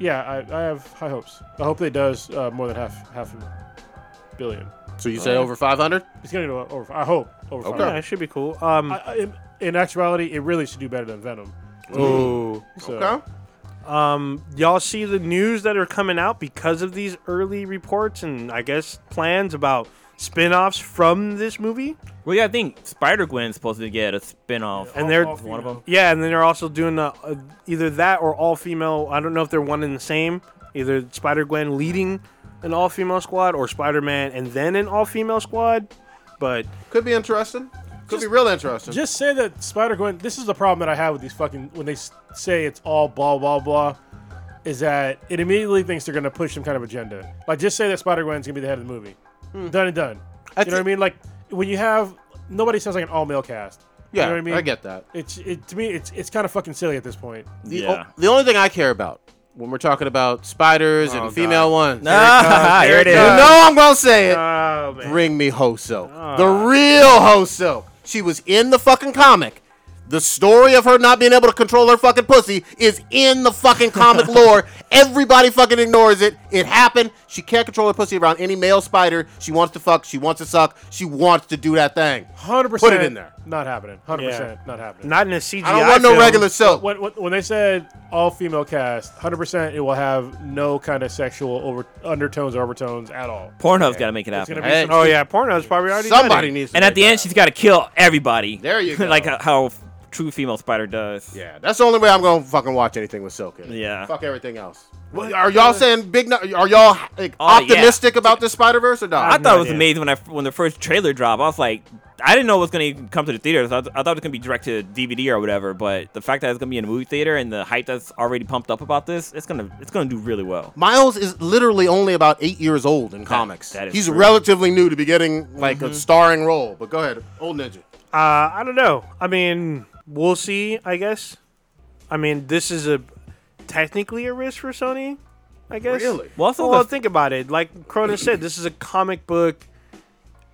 Speaker 3: yeah, I, I have high hopes. I hope that it does uh, more than half half a billion.
Speaker 4: So you say over 500?
Speaker 3: It's gonna go over. I hope over.
Speaker 4: Okay.
Speaker 3: five.
Speaker 5: yeah, it should be cool. Um,
Speaker 3: I, I- in, in actuality, it really should do better than Venom.
Speaker 5: oh.
Speaker 3: So,
Speaker 4: Mm. Okay.
Speaker 5: Um, y'all see the news that are coming out because of these early reports and I guess plans about spin-offs from this movie,
Speaker 2: Well, yeah, I think Spider Gwen's supposed to get a spin off.
Speaker 5: and they're
Speaker 2: one of them.
Speaker 5: yeah, and then they're also doing uh, uh, either that or all female. I don't know if they're one and the same. Either Spider Gwen leading an all female squad or Spider Man and then an all female squad, but
Speaker 4: Could be interesting. Could be real interesting.
Speaker 3: Just say that Spider Gwen. This is the problem that I have with these fucking when they s- say it's all blah blah blah, is that it immediately thinks they're gonna push some kind of agenda. Like just say that Spider Gwen's gonna be the head of the movie. Done and done.
Speaker 4: That's
Speaker 3: you know what I
Speaker 4: it.
Speaker 3: mean? Like when you have nobody sounds like an all male cast.
Speaker 4: yeah,
Speaker 3: you know what I mean.
Speaker 4: get that.
Speaker 3: It's it to me. It's it's kind of fucking silly at this point.
Speaker 4: The, o-
Speaker 2: yeah.
Speaker 4: the only thing I care about when we're talking about spiders
Speaker 5: Oh,
Speaker 4: and female ones.
Speaker 2: Ah, here it
Speaker 4: You
Speaker 2: is.
Speaker 4: know I'm gonna say it.
Speaker 5: oh man,
Speaker 4: Bring me Hoso. The
Speaker 2: Ah.
Speaker 4: real Hoso. She was in the fucking comic. The story of her not being able to control her fucking pussy is in the fucking comic lore. Everybody fucking ignores it. It happened. She can't control her pussy around any male spider. She wants to fuck. She wants to suck. She wants to do that thing.
Speaker 3: Hundred percent.
Speaker 4: Put it in there.
Speaker 3: Not happening. Hundred percent.
Speaker 5: Yeah.
Speaker 3: Not happening.
Speaker 5: not in a CGI.
Speaker 4: I don't want no
Speaker 5: film.
Speaker 4: regular soap.
Speaker 3: when, when, when they said all female cast, 100% it will have no kind of sexual over undertones or overtones at all.
Speaker 2: Pornhub's got to make it
Speaker 3: It's
Speaker 2: happen.
Speaker 3: gonna be
Speaker 4: Hey.
Speaker 3: some
Speaker 5: Oh yeah, porno's probably already done
Speaker 4: Somebody
Speaker 5: it.
Speaker 4: needs. To
Speaker 2: and at
Speaker 4: make
Speaker 2: the end,
Speaker 4: that.
Speaker 2: she's got to kill everybody.
Speaker 4: There you go.
Speaker 2: like how, how f- true female spider does.
Speaker 4: Yeah, that's the only way I'm gonna fucking watch anything with Silk. in it.
Speaker 2: Yeah.
Speaker 4: Fuck everything else. are y'all saying big? nu- Are y'all like,
Speaker 2: Oh, yeah.
Speaker 4: optimistic about this Spider Verse or
Speaker 2: I
Speaker 4: not?
Speaker 2: thought it was
Speaker 5: idea.
Speaker 2: amazing when I f- when the first trailer dropped. I was like, I didn't know it was going to come to the theaters. I, th- I thought it was going to be direct to DVD or whatever. But the fact that it's going to be in a movie theater and the hype that's already pumped up about this, it's gonna it's gonna do really well.
Speaker 4: Miles is literally only about eight years old in comics.
Speaker 2: that is
Speaker 4: He's
Speaker 2: true.
Speaker 4: relatively new to be getting like
Speaker 2: Mm-hmm.
Speaker 4: a starring role. But go ahead, old ninja.
Speaker 5: Uh, I don't know. I mean, we'll see. I guess. I mean, this is a technically a risk for Sony. I guess.
Speaker 4: Really?
Speaker 2: Well, also
Speaker 5: well,
Speaker 2: the-
Speaker 5: think about it. Like Cronus said, this is a comic book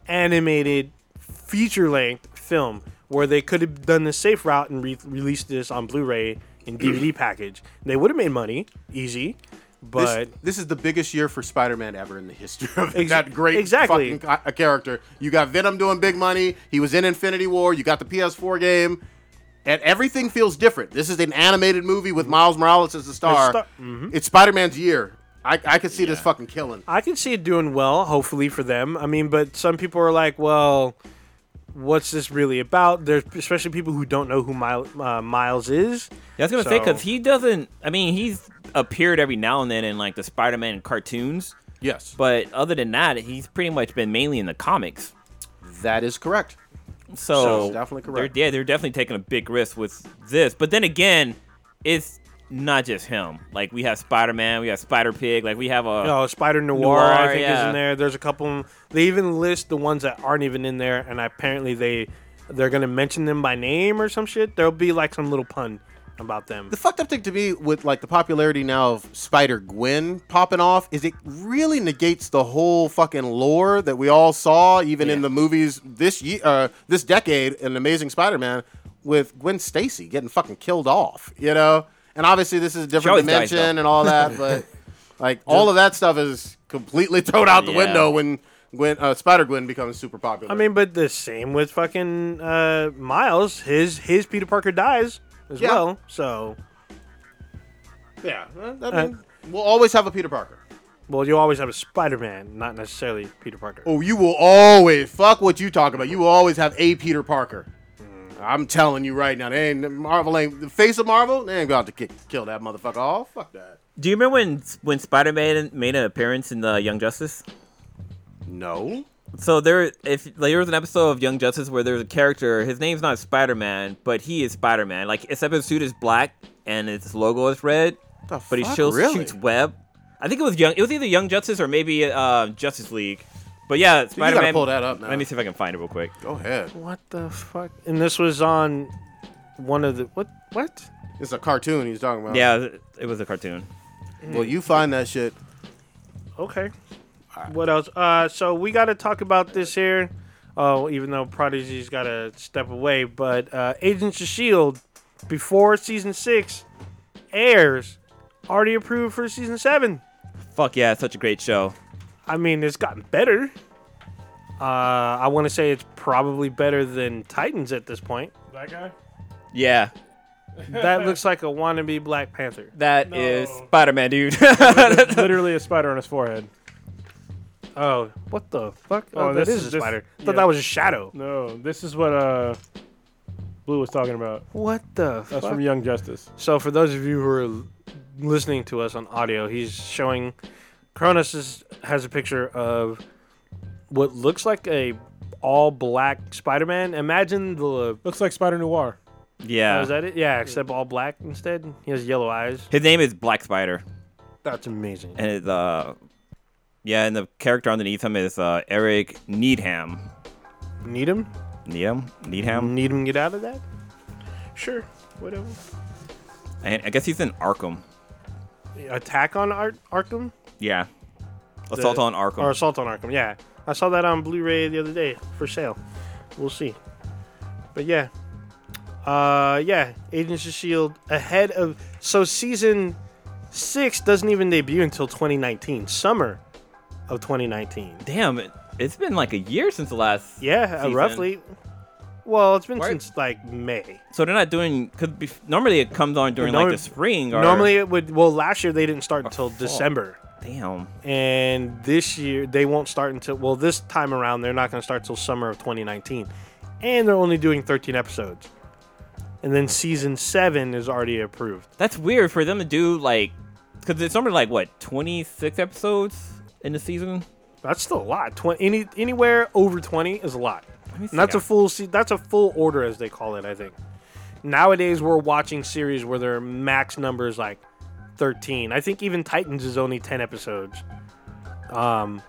Speaker 5: animated feature length film where they could have done the safe route and re- released this on Blu-ray and DVD package. They would have made money, easy,
Speaker 4: This,
Speaker 5: but
Speaker 4: this is the biggest year for Spider-Man ever in the history of
Speaker 5: Ex-
Speaker 4: that great
Speaker 5: exactly.
Speaker 4: fucking ca- character. You got Venom doing big money. He was in Infinity War. You got the PS4 game, and everything feels different. This is an animated movie with Miles Morales as the star.
Speaker 5: sta-
Speaker 4: It's Spider-Man's year. I, I could see this fucking killing.
Speaker 5: I can see it doing well, hopefully for them. I mean, but some people are like, well, what's this really about? There's especially people who don't know who Mil- uh, Miles is.
Speaker 2: Yeah, I was gonna 'cause say
Speaker 5: So-
Speaker 2: because he doesn't. I mean, he's appeared every now and then in like the Spider-Man cartoons,
Speaker 4: Yes,
Speaker 2: but other than that, he's pretty much been mainly in the comics.
Speaker 4: that is correct.
Speaker 2: So
Speaker 4: Sounds definitely
Speaker 2: they're-
Speaker 4: correct.
Speaker 2: yeah, they're definitely taking a big risk with this. But then again, it's not just him. Like we have Spider Man, we have Spider Pig, like we have a
Speaker 5: Oh, Spider Noir,
Speaker 2: Noir,
Speaker 5: I think is
Speaker 2: yeah.
Speaker 5: in there. There's a couple. They even list the ones that aren't even in there, and apparently they they're gonna mention them by name or some shit. There'll be like some little pun about them.
Speaker 4: The fucked up thing to me with like the popularity now of Spider Gwen popping off is it really negates the whole fucking lore that we all saw even in the movies this year, uh, this decade in Amazing Spider-Man with Gwen Stacy getting fucking killed off, you know. And obviously this is a different
Speaker 2: always dies,
Speaker 4: dimension
Speaker 2: though.
Speaker 4: and all that, but like all of that stuff is completely thrown out the
Speaker 2: Yeah.
Speaker 4: window when Gwen uh, Spider Gwen becomes super popular.
Speaker 5: I mean, but the same with fucking uh, Miles. His his Peter Parker dies as
Speaker 4: Yeah.
Speaker 5: well. So
Speaker 4: yeah, I mean, we'll always have a Peter Parker.
Speaker 5: Well, you always have a Spider-Man, not necessarily Peter Parker.
Speaker 4: Oh, you will always fuck what you talk about. You will always have a Peter Parker. I'm telling you right now, they ain't Marvel ain't the face of Marvel. They ain't about to kick, kill that motherfucker off. Fuck that.
Speaker 2: Do you remember when when Spider Man made an appearance in the Young Justice?
Speaker 4: No.
Speaker 2: So there, if like, there was an episode of Young Justice where there's a character, his name's not Spider Man, but he is Spider Man. Like except his suit is black and his logo is red,
Speaker 4: The
Speaker 2: but he
Speaker 4: fuck?
Speaker 2: still
Speaker 4: Really?
Speaker 2: shoots web. I think it was Young. It was either Young Justice or maybe uh, Justice League. But yeah,
Speaker 4: gotta
Speaker 2: Spider Man.
Speaker 4: pull that up now.
Speaker 2: Let me see if I can find it real quick.
Speaker 4: Go ahead.
Speaker 5: What the fuck? And this was on one of the what? What?
Speaker 4: It's a cartoon he's talking about.
Speaker 2: Yeah, it- it was a cartoon.
Speaker 4: Well, you find that shit.
Speaker 5: Okay. What else? Uh, so we got to talk about this here. Oh, even though Prodigy's got to step away, but uh, Agents of Shield before season six airs, already approved for season seven.
Speaker 2: Fuck yeah, it's such a great show.
Speaker 5: I mean, it's gotten better. Uh, I want to say it's probably better than Titans at this point.
Speaker 3: That guy?
Speaker 2: Yeah,
Speaker 5: That looks like a wannabe Black Panther.
Speaker 2: that is
Speaker 3: No.
Speaker 2: Spider Man, dude.
Speaker 3: Literally a spider on his forehead.
Speaker 5: Oh, what the fuck? Oh,
Speaker 3: Oh,
Speaker 5: that
Speaker 3: this
Speaker 5: is
Speaker 3: is-
Speaker 5: a
Speaker 3: this-
Speaker 5: spider. I
Speaker 3: yeah.
Speaker 5: thought that was a shadow.
Speaker 3: No, this is what uh, Blue was talking about.
Speaker 5: What the
Speaker 3: That's
Speaker 5: fuck?
Speaker 3: from Young Justice.
Speaker 5: So for those of you who are l- listening to us on audio, he's showing Cronus is, has a picture of what looks like a all black Spider-Man. Imagine the
Speaker 3: Looks like Spider Noir.
Speaker 2: Yeah.
Speaker 5: oh, is that it? Yeah, except all black instead. He has yellow eyes.
Speaker 2: His name is Black Spider,
Speaker 5: That's amazing.
Speaker 2: and his, uh, yeah, and the character underneath him is uh, Eric Needham.
Speaker 5: Need him?
Speaker 2: Needham, Needham.
Speaker 5: Need him get out of that? Sure, whatever.
Speaker 2: And I guess he's in Arkham.
Speaker 5: Attack on Ar- Arkham
Speaker 2: Yeah, Assault on Arkham.
Speaker 5: or Assault on Arkham? Yeah, I saw that on Blu-ray the other day for sale. We'll see. But yeah, uh, yeah, Agents of Shield E ahead of so season six doesn't even debut until 2019, summer of 2019.
Speaker 2: Damn, it, it's been like a year since the last.
Speaker 5: Yeah, uh,
Speaker 2: season.
Speaker 5: roughly. Well, it's been
Speaker 2: Right.
Speaker 5: since like May.
Speaker 2: So they're not doing because normally it comes on during like
Speaker 5: Norm-
Speaker 2: the spring. Or,
Speaker 5: Normally it would. Well, last year they didn't start until
Speaker 2: fall.
Speaker 5: December.
Speaker 2: damn.
Speaker 5: and this year they won't start until well this time around they're not going to start till summer of 2019 and they're only doing 13 episodes and then season 7 is already approved
Speaker 2: That's weird for them to do like because it's normally like what twenty six episodes in the season.
Speaker 5: that's still a lot 20 any anywhere over 20 is a lot
Speaker 2: Let me see.
Speaker 5: and that's a full se- that's a full order as they call it i think nowadays we're watching series where their max number is like 13 i think even titans is only 10 episodes um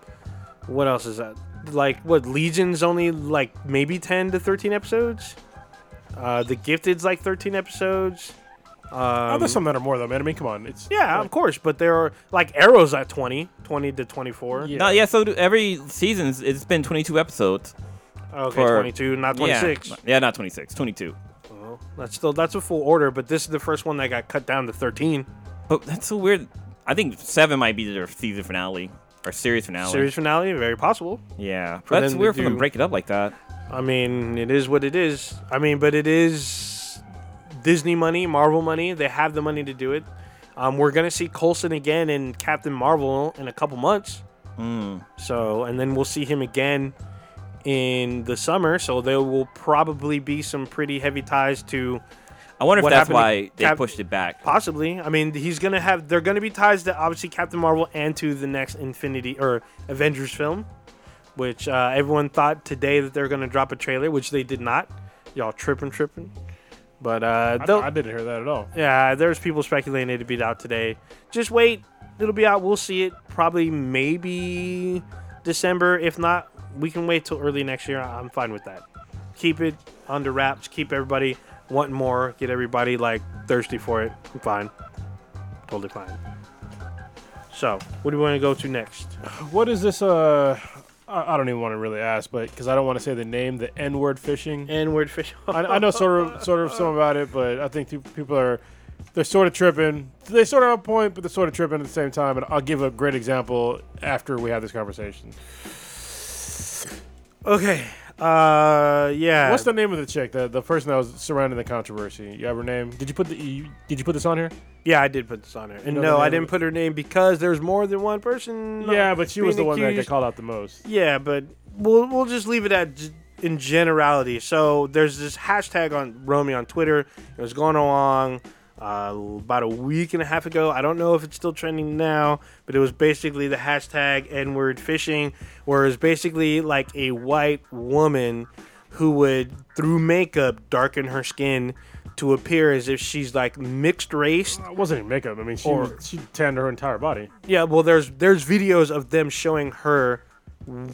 Speaker 5: what else is that like what legion's only like maybe 10 to 13 episodes uh the gifted's like 13 episodes
Speaker 3: oh, there's some that are more though, man. I mean, come on, it's
Speaker 5: Um, yeah of course but there are like arrows at 20 20 to 24
Speaker 3: Yeah.
Speaker 2: No, yeah. So do- every season it's been twenty two episodes.
Speaker 5: okay
Speaker 2: For-
Speaker 5: 22 not 26
Speaker 2: Yeah, yeah, not twenty six. Twenty two.
Speaker 5: that's still that's a full order but this is the first one that got cut down to 13
Speaker 2: But that's so weird. I think seven might be their season finale or series finale.
Speaker 5: series finale very possible
Speaker 2: Yeah,
Speaker 5: For
Speaker 2: that's
Speaker 5: them to
Speaker 2: weird for them
Speaker 5: do-
Speaker 2: to break it up like that.
Speaker 5: i mean it is what it is i mean but it is disney money marvel money they have the money to do it um, we're gonna see colson again in captain marvel in a couple months so and then we'll see him again in the summer so there will probably be some pretty heavy ties to
Speaker 2: I wonder
Speaker 5: What
Speaker 2: if that's
Speaker 5: happened to
Speaker 2: why they
Speaker 5: Cap- Uh,
Speaker 2: pushed it back.
Speaker 5: Possibly. I mean, he's gonna have. They're gonna be ties to obviously Captain Marvel and to the next Infinity or Avengers film, which uh, everyone thought today that they're gonna drop a trailer, which they did not. Y'all tripping, tripping. But uh,
Speaker 3: I,
Speaker 5: they'll-
Speaker 3: I didn't hear that at all.
Speaker 5: yeah, there's people speculating it'd be out today. Just wait, it'll be out. We'll see it probably maybe December. If not, we can wait till early next year. I'm fine with that. Keep it under wraps. Keep everybody wanting more. Get everybody like thirsty for it. I'm fine. Totally fine. So, what do we want to go to next?
Speaker 3: What is this? Uh, I, I don't even want to really ask, but because I don't want to say the name, the N-word fishing.
Speaker 5: And word fish.
Speaker 3: I, I know sort of, sort of some about it, but I think two people are they're sort of tripping. They sort of have a point, but they're sort of tripping at the same time. And I'll give a great example after we have this conversation.
Speaker 5: okay. Uh, yeah.
Speaker 3: What's the name of the chick? The the person that was surrounding the controversy. You have her name? Did you put the? You, did you put this on here?
Speaker 5: Yeah, I did put this on there. And
Speaker 3: know
Speaker 5: no,
Speaker 3: the
Speaker 5: I
Speaker 3: name
Speaker 5: didn't
Speaker 3: of
Speaker 5: put her name because there's more than one person.
Speaker 3: yeah, but she was the
Speaker 5: being
Speaker 3: one that got
Speaker 5: accused.
Speaker 3: called out the most.
Speaker 5: Yeah, but we'll we'll just leave it at g- in generality. So there's this hashtag on Romy on Twitter. It was going along uh, about a week and a half ago. I don't know if it's still trending now, but it was basically the hashtag N word fishing, where it's basically like a white woman who would through makeup darken her skin to appear as if she's like mixed race
Speaker 3: It wasn't even makeup. I mean, she
Speaker 5: Or-
Speaker 3: she tanned her entire body.
Speaker 5: yeah, well, there's there's videos of them showing her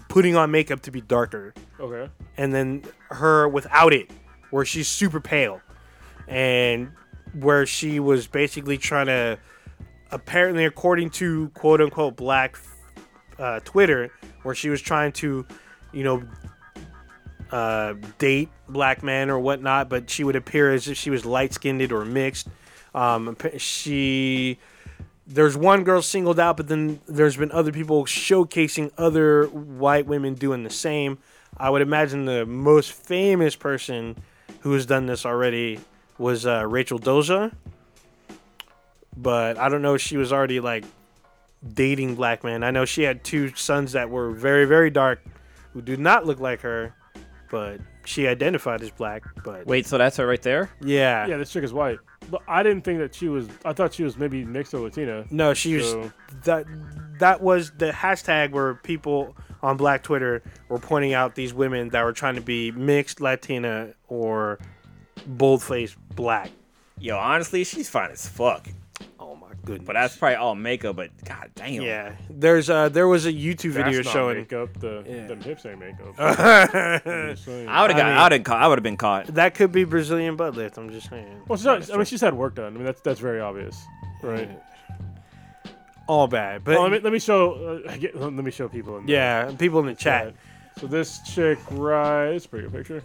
Speaker 5: putting on makeup to be darker,
Speaker 3: Okay.
Speaker 5: and then her without it, where she's super pale, and where she was basically trying to, apparently, according to quote unquote black uh, Twitter, where she was trying to, you know, uh, date black men or whatnot, but she would appear as if she was light skinned or mixed. Um, appa- she there's one girl singled out, but then there's been other people showcasing other white women doing the same. I would imagine the most famous person who has done this already was uh, Rachel Doza, but I don't know if she was already like dating black men. I know she had two sons that were very, very dark, who do not look like her, but she identified as black. But
Speaker 2: Wait, so that's her right there?
Speaker 5: yeah,
Speaker 3: Yeah, this chick is white. But I didn't think that she was. I thought she was maybe mixed or Latina.
Speaker 5: no, she was
Speaker 3: So-
Speaker 5: that. That was the hashtag where people on Black Twitter were pointing out these women that were trying to be mixed Latina or bold-faced black.
Speaker 6: Yo, honestly, she's fine as fuck.
Speaker 5: Oh my goodness!
Speaker 6: But that's probably all makeup. But god damn.
Speaker 5: yeah. There's uh there was a YouTube video
Speaker 3: That's not
Speaker 5: showing.
Speaker 3: makeup. The
Speaker 5: Yeah.
Speaker 3: them hips ain't makeup. Just saying.
Speaker 6: I would have got.
Speaker 5: I mean-
Speaker 6: I would have. I would have been caught.
Speaker 5: That could be Brazilian butt lift. I'm just saying.
Speaker 3: well, she's not, I mean, she's had work done. I mean, that's that's very obvious, right?
Speaker 5: All bad, but
Speaker 3: Well, let me let me show uh, get- let me show people in the
Speaker 5: yeah, people in the chat.
Speaker 3: chat. So this chick right, it's a pretty good picture.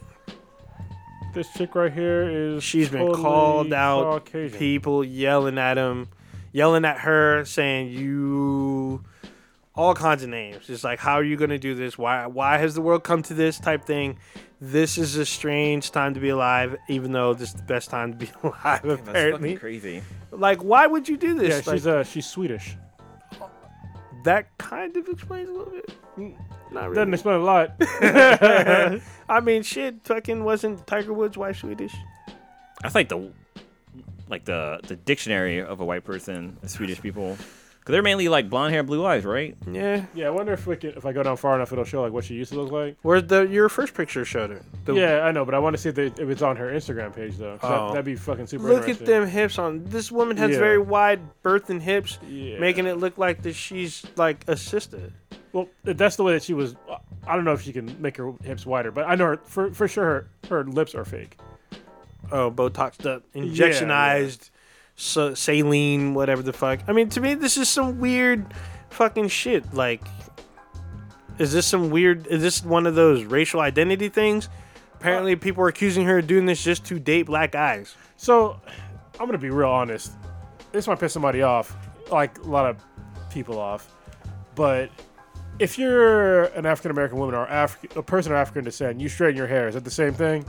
Speaker 3: This chick right here is
Speaker 5: She's been
Speaker 3: totally
Speaker 5: called out.
Speaker 3: Caucasian.
Speaker 5: People yelling at him, yelling at her, saying you, all kinds of names. It's like, how are you gonna do this? Why? Why has the world come to this type thing? This is a strange time to be alive, even though this is the best time to be alive.
Speaker 6: That's fucking
Speaker 5: Apparently,
Speaker 6: crazy.
Speaker 5: like, why would you do
Speaker 3: yeah,
Speaker 5: this? Like,
Speaker 3: she's uh she's Swedish.
Speaker 5: that kind of explains a little bit. Mm, Not really.
Speaker 3: Doesn't explain a lot.
Speaker 5: I mean, shit, fucking wasn't Tiger Woods' wife Swedish?
Speaker 6: That's like the, like the the dictionary of a white person, Swedish people, because they're mainly like blonde hair, blue eyes, right?
Speaker 5: Yeah.
Speaker 3: yeah, I wonder if we can if I go down far enough, it'll show like what she used to look like.
Speaker 5: Where the your first picture showed her. The-
Speaker 3: yeah, I know, but I want to see if, they, if it's on her Instagram page though. 'cause
Speaker 5: Oh.
Speaker 3: That, that'd be fucking super.
Speaker 5: Look at
Speaker 3: interesting.
Speaker 5: them hips on this woman has
Speaker 3: Yeah.
Speaker 5: very wide berth and hips,
Speaker 3: Yeah.
Speaker 5: making it look like that she's like a sister.
Speaker 3: Well, th- that's the way that she was. I don't know if she can make her hips wider, but I know her, for for sure her, her lips are fake.
Speaker 5: Oh, Botoxed up, injectionized, sa- saline, whatever the fuck. I mean, to me, this is some weird fucking shit. Like, is this some weird? Is this one of those racial identity things? Apparently, people are accusing her of doing this just to date black guys.
Speaker 3: So, I'm gonna be real honest. This might piss somebody off, like a lot of people off. But if you're an African American woman or Afri- a person of African descent, you straighten your hair. Is that the same thing?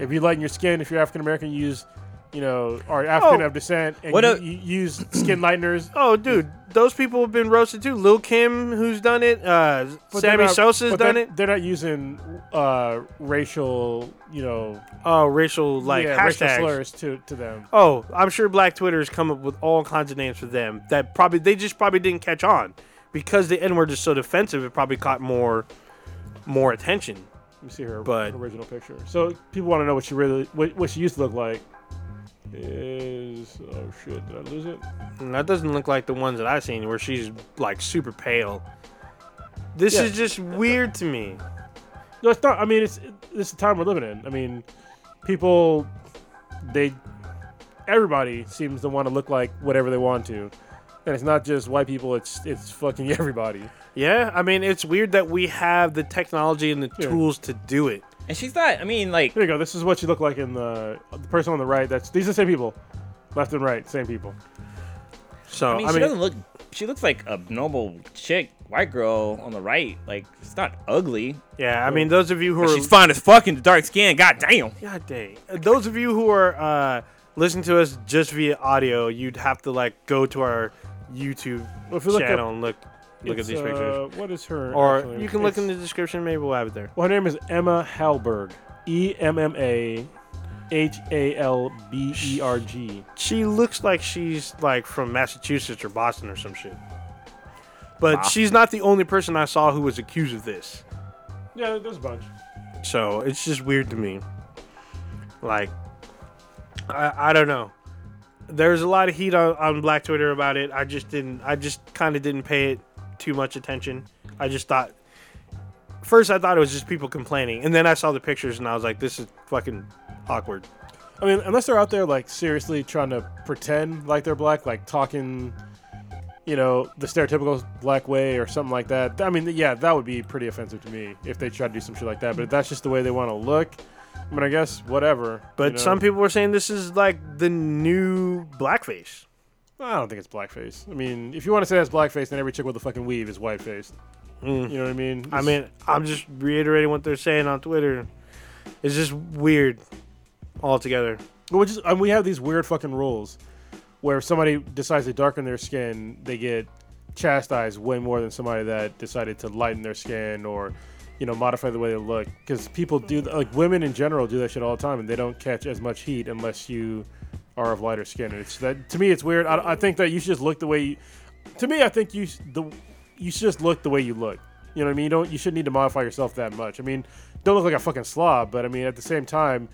Speaker 3: If you lighten your skin, if you're African American, you use you know, or African
Speaker 5: Oh.
Speaker 3: of descent, and
Speaker 6: What
Speaker 3: you,
Speaker 6: a-
Speaker 3: you use skin lighteners.
Speaker 5: Oh, dude, those people have been roasted too. Lil Kim, who's done it. Uh,
Speaker 3: but they're
Speaker 5: Sammy
Speaker 3: not-
Speaker 5: Sosa's
Speaker 3: but
Speaker 5: done
Speaker 3: they're-
Speaker 5: it.
Speaker 3: They're not using uh, racial, you know,
Speaker 5: Oh, racial like
Speaker 3: yeah, racial
Speaker 5: hashtags.
Speaker 3: slurs to, to them.
Speaker 5: Oh, I'm sure Black Twitter's come up with all kinds of names for them that probably they just probably didn't catch on because the N word is so defensive. It probably caught more, more attention.
Speaker 3: Let me see her
Speaker 5: But-
Speaker 3: original picture. So people want to know what she really, what, what she used to look like. Is oh shit, did I lose it?
Speaker 5: And that doesn't look like the ones that I've seen where she's like super pale. This
Speaker 3: Yeah.
Speaker 5: is just weird to me.
Speaker 3: No, it's not. I mean, it's it's the time we're living in. I mean, people, they, everybody seems to want to look like whatever they want to, and it's not just white people. It's it's fucking everybody.
Speaker 5: Yeah, I mean it's weird that we have the technology and the tools to do it.
Speaker 6: And she's not. I mean, like
Speaker 3: Here you go. This is what you look like in the the person on the right. That's these are the same people, left and right, same people.
Speaker 5: So
Speaker 6: I mean, she doesn't look. She looks like a normal chick, white girl on the right. Like she's not ugly.
Speaker 5: yeah, I mean those of you who are
Speaker 6: She's fine as fuck in the dark skin. God damn.
Speaker 5: God dang. Uh, Those of you who are uh, listening to us just via audio, you'd have to like go to our YouTube
Speaker 3: Well, if you look
Speaker 5: channel
Speaker 3: up-
Speaker 5: and look look at
Speaker 3: It's,
Speaker 5: these pictures.
Speaker 3: uh, What is her?
Speaker 5: Or
Speaker 3: actually-
Speaker 5: you can look
Speaker 3: it's-
Speaker 5: in the description. Maybe we'll have it there.
Speaker 3: Well, her name is Emma Halberg. E M M A H A L B E R G.
Speaker 5: She looks like she's like from Massachusetts or Boston or some shit. But she's not the only person I saw who was accused of this.
Speaker 3: Yeah, there's a bunch.
Speaker 5: So it's just weird to me. Like, I, I don't know. There's a lot of heat on, on Black Twitter about it. I just didn't, I just kind of didn't pay it too much attention. I just thought, first, I thought it was just people complaining. And then I saw the pictures and I was like, this is fucking awkward.
Speaker 3: I mean, unless they're out there like seriously trying to pretend like they're black, like talking, you know, the stereotypical black way or something like that. I mean, yeah, that would be pretty offensive to me if they tried to do some shit like that. But if that's just the way they want to look, I mean, I guess whatever.
Speaker 5: But
Speaker 3: you know?
Speaker 5: some people were saying this is like the new blackface.
Speaker 3: I don't think it's blackface. I mean, if you want to say that's blackface, then every chick with a fucking weave is whiteface. You know what I mean?
Speaker 5: I mean, I'm just reiterating what they're saying on Twitter. It's just weird altogether.
Speaker 3: But we just and we have these weird fucking rules where if somebody decides to darken their skin, they get chastised way more than somebody that decided to lighten their skin or, you know, modify the way they look. Because people do, like women in general, do that shit all the time, and they don't catch as much heat unless you are of lighter skin. And it's that to me, it's weird. I, I think that you should just look the way. You, to me, I think you s- the you should just look the way you look. You know what I mean? You don't you shouldn't need to modify yourself that much. I mean, don't look like a fucking slob, but I mean at the same time,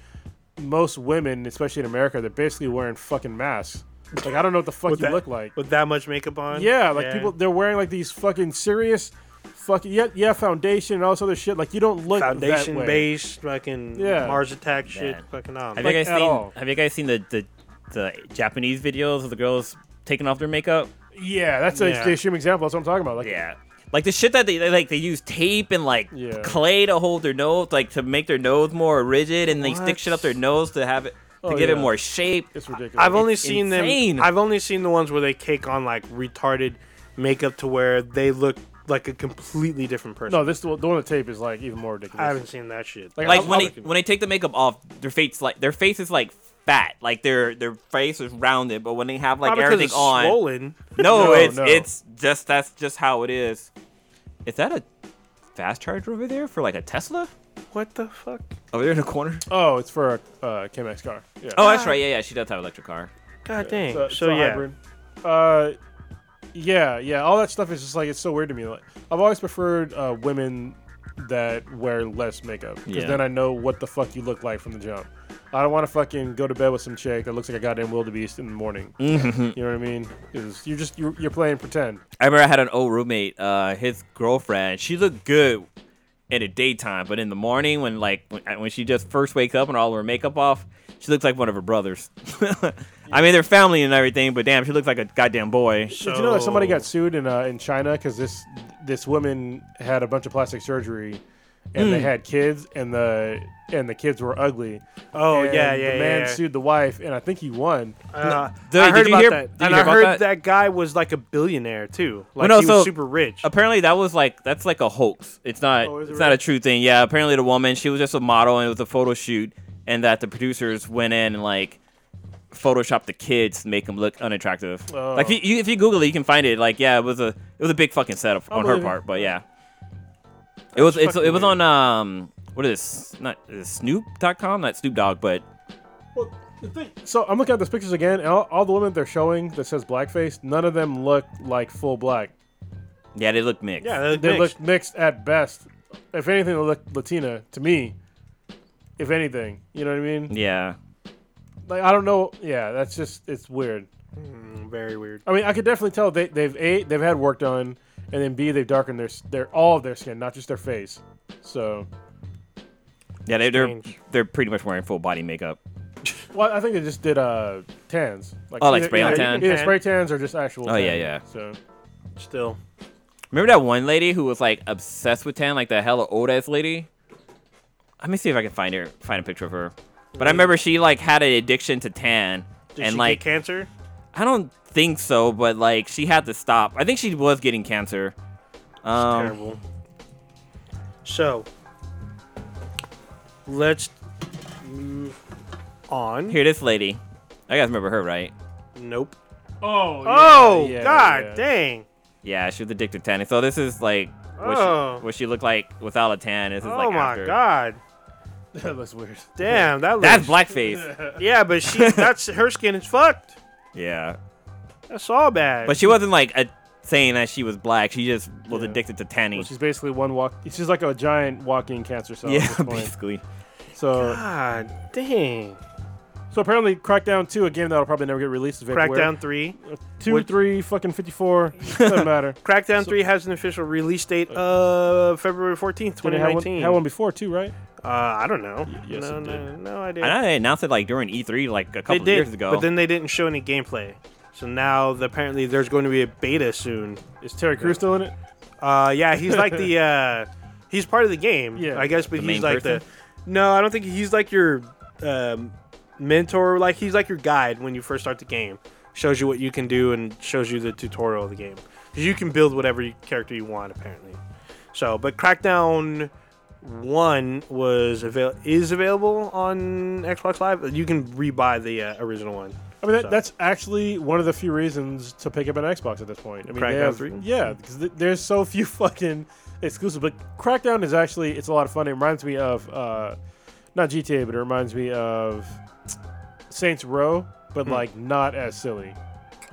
Speaker 3: most women, especially in America, they're basically wearing fucking masks. Like I don't know what the fuck you
Speaker 5: With that-
Speaker 3: look like.
Speaker 5: with that much makeup on.
Speaker 3: Yeah, like people they're wearing like these fucking serious fucking yeah, yeah, foundation and all this other shit. Like you don't look
Speaker 5: foundation
Speaker 3: that way.
Speaker 5: based fucking
Speaker 3: Yeah.
Speaker 5: Mars Attack shit.
Speaker 2: Man.
Speaker 5: Fucking on.
Speaker 2: Have
Speaker 3: Like,
Speaker 2: you guys
Speaker 3: at
Speaker 2: seen?
Speaker 3: all.
Speaker 2: Have you guys seen the, the the Japanese videos of the girls taking off their makeup?
Speaker 3: Yeah, that's a,
Speaker 5: Yeah.
Speaker 3: the extreme example. That's what I'm talking about. Like
Speaker 2: Yeah. Like the shit that they, they like, they use tape and like
Speaker 3: Yeah.
Speaker 2: clay to hold their nose, like to make their nose more rigid, and they
Speaker 5: What?
Speaker 2: stick shit up their nose to have it to
Speaker 3: Oh,
Speaker 2: give it
Speaker 3: yeah.
Speaker 2: more shape.
Speaker 3: it's ridiculous.
Speaker 5: I've only
Speaker 2: It's
Speaker 5: seen
Speaker 2: insane.
Speaker 5: them. I've only seen the ones where they cake on like retarded makeup to where they look like a completely different person.
Speaker 3: no, this the one on the tape is like even more ridiculous.
Speaker 5: I haven't seen that shit.
Speaker 2: Like
Speaker 3: I'm-
Speaker 2: when
Speaker 3: I'm-
Speaker 2: they when they take the makeup off, their face like their face is like fat, like their their face is rounded, but when they have like
Speaker 5: Probably 'cause
Speaker 2: everything
Speaker 5: it's
Speaker 2: on,
Speaker 5: swollen.
Speaker 2: no,
Speaker 3: No,
Speaker 2: it's
Speaker 3: no.
Speaker 2: it's just that's just how it is. Is that a fast charger over there for like a Tesla
Speaker 5: What the fuck?
Speaker 2: over there in the corner?
Speaker 3: Oh, it's for a uh, KMX car. Yeah.
Speaker 2: Oh,
Speaker 5: Uh,
Speaker 2: that's right. Yeah, yeah, she does have an electric car.
Speaker 5: God dang.
Speaker 3: It's a-
Speaker 5: So,
Speaker 3: it's a
Speaker 5: yeah.
Speaker 3: hybrid. Uh, yeah, yeah. All that stuff is just like it's so weird to me. Like I've always preferred uh, women that wear less makeup because
Speaker 2: Yeah.
Speaker 3: then I know what the fuck you look like from the jump. I don't want to fucking go to bed with some chick that looks like a goddamn wildebeest in the morning. You know what I mean? 'Cause you're just you're, you're playing pretend.
Speaker 2: I remember I had an old roommate, uh, his girlfriend. She looked good in the daytime, but in the morning, when like when, uh, when she just first wake up and all her makeup off, she looks like one of her brothers. I mean, they're family and everything, but damn, she looks like a goddamn boy.
Speaker 3: Did you know that somebody got sued in uh, in China because this this woman had a bunch of plastic surgery, and they had kids, and the and the kids were ugly.
Speaker 5: Oh
Speaker 3: And
Speaker 5: yeah, yeah,
Speaker 3: The
Speaker 5: yeah.
Speaker 3: man
Speaker 5: yeah.
Speaker 3: sued the wife, and I think he won.
Speaker 5: Uh,
Speaker 2: Did-
Speaker 5: I
Speaker 2: did
Speaker 5: heard
Speaker 2: you
Speaker 5: about
Speaker 2: hear-
Speaker 5: that,
Speaker 2: did you
Speaker 5: and
Speaker 2: hear
Speaker 5: I
Speaker 2: about
Speaker 5: heard
Speaker 2: that?
Speaker 5: that? guy was like a billionaire too. Like
Speaker 2: no,
Speaker 5: he
Speaker 2: so-
Speaker 5: was super rich.
Speaker 2: Apparently, that was like that's like a hoax. It's not.
Speaker 3: Oh, is
Speaker 2: it's
Speaker 3: it
Speaker 2: not
Speaker 3: really?
Speaker 2: a true thing. Yeah. Apparently, the woman she was just a model and it was a photo shoot, and that the producers went in and like photoshopped the kids to make them look unattractive.
Speaker 3: Oh.
Speaker 2: Like if you, you, if you Google it, you can find it. Like yeah, it was a it was a big fucking setup on her
Speaker 3: believe it.
Speaker 2: part. But yeah, it was it's,
Speaker 3: fucking
Speaker 2: it was
Speaker 3: weird.
Speaker 2: on um what is this? not is it Snoop.com not Snoop Dogg but
Speaker 3: Well, the thing, so I'm looking at those pictures again, and all, all the women they're showing that says blackface, none of them look like full black.
Speaker 2: yeah they look Uh, mixed.
Speaker 5: yeah, that
Speaker 3: They
Speaker 5: mixed.
Speaker 3: look mixed at best. If anything, they look Latina to me. If anything, you know what I mean?
Speaker 2: Yeah.
Speaker 3: Like I don't know. Yeah, that's just it's weird.
Speaker 5: very weird.
Speaker 3: I mean, I could definitely tell they, they've a they've had work done, and then b they've darkened their s- their all of their skin, not just their face. So,
Speaker 2: Yeah, they, they're
Speaker 5: Strange.
Speaker 2: they're pretty much wearing full body makeup.
Speaker 3: well, I think they just did uh tans.
Speaker 2: Oh, like spray on
Speaker 3: either,
Speaker 2: tan?
Speaker 3: Either spray tans or just actual.
Speaker 2: Oh, yeah,
Speaker 3: tan.
Speaker 2: yeah.
Speaker 3: So
Speaker 5: Still,
Speaker 2: Remember that one lady who was like obsessed with tan, like the hella old ass lady? Let me see if I can find her, find a picture of her. But I remember she like had an addiction to tan,
Speaker 5: did
Speaker 2: and
Speaker 5: she
Speaker 2: like
Speaker 5: get cancer?
Speaker 2: I don't think so, but like she had to stop. I think she was getting cancer. Um,
Speaker 5: Terrible. So, let's move on.
Speaker 2: here, this lady. I guys remember her, right?
Speaker 5: Nope.
Speaker 3: Oh,
Speaker 5: Oh
Speaker 3: yeah,
Speaker 5: god
Speaker 3: yeah.
Speaker 5: dang.
Speaker 2: Yeah, she was addicted to tan. And so this is like what,
Speaker 5: Oh.
Speaker 2: she, what she looked like without a tan. This is
Speaker 5: oh
Speaker 2: like
Speaker 5: my
Speaker 2: after.
Speaker 5: god.
Speaker 3: that looks weird.
Speaker 5: Damn, that
Speaker 2: That's
Speaker 5: looks
Speaker 2: blackface.
Speaker 5: Yeah, but she that's her skin is fucked.
Speaker 2: yeah.
Speaker 5: That's all bad.
Speaker 2: But she wasn't like a, saying that she was black. She just was
Speaker 3: Yeah.
Speaker 2: addicted to tanning.
Speaker 3: Well, she's basically one walk. She's like a giant walking cancer cell. at
Speaker 2: yeah,
Speaker 3: this point.
Speaker 2: basically.
Speaker 3: So,
Speaker 5: God dang.
Speaker 3: so apparently, Crackdown Two, a game that'll probably never get released. Is vaporware.
Speaker 5: Crackdown three.
Speaker 3: Two,
Speaker 5: Which-
Speaker 3: Three, fucking Fifty-Four. doesn't matter.
Speaker 5: Crackdown three has an official release date of February fourteenth,
Speaker 3: Did
Speaker 5: twenty
Speaker 3: it have one-
Speaker 5: nineteen.
Speaker 3: Uh, Had one before too, right?
Speaker 5: Uh I don't know.
Speaker 3: yes,
Speaker 5: no,
Speaker 3: it
Speaker 5: no,
Speaker 3: did.
Speaker 5: no idea.
Speaker 2: I know they announced it like during E3 like a couple
Speaker 5: they
Speaker 2: of
Speaker 5: did,
Speaker 2: years ago.
Speaker 5: But then they didn't show any gameplay. So now the, apparently there's going to be a beta soon.
Speaker 3: Is Terry Crews still in it?
Speaker 5: Uh, yeah, he's like the uh, he's part of the game.
Speaker 3: Yeah.
Speaker 5: I guess,
Speaker 2: The
Speaker 5: but he's
Speaker 2: main
Speaker 5: like
Speaker 2: person?
Speaker 5: the no. I don't think he's like your um, mentor. Like he's like your guide when you first start the game. Shows you what you can do and shows you the tutorial of the game. 'Cause You can build whatever you- character you want apparently. So, but Crackdown One was avail- is available on Xbox Live. You can rebuy the uh, original one.
Speaker 3: I mean, that,
Speaker 5: So-
Speaker 3: that's actually one of the few reasons to pick up an Xbox at this point. I mean,
Speaker 5: Crackdown
Speaker 3: they have,
Speaker 5: 3?
Speaker 3: Yeah, because th- there's so few fucking exclusives. But Crackdown is actually it's a lot of fun. It reminds me of uh, not GTA, but it reminds me of Saints Row, but like not as silly.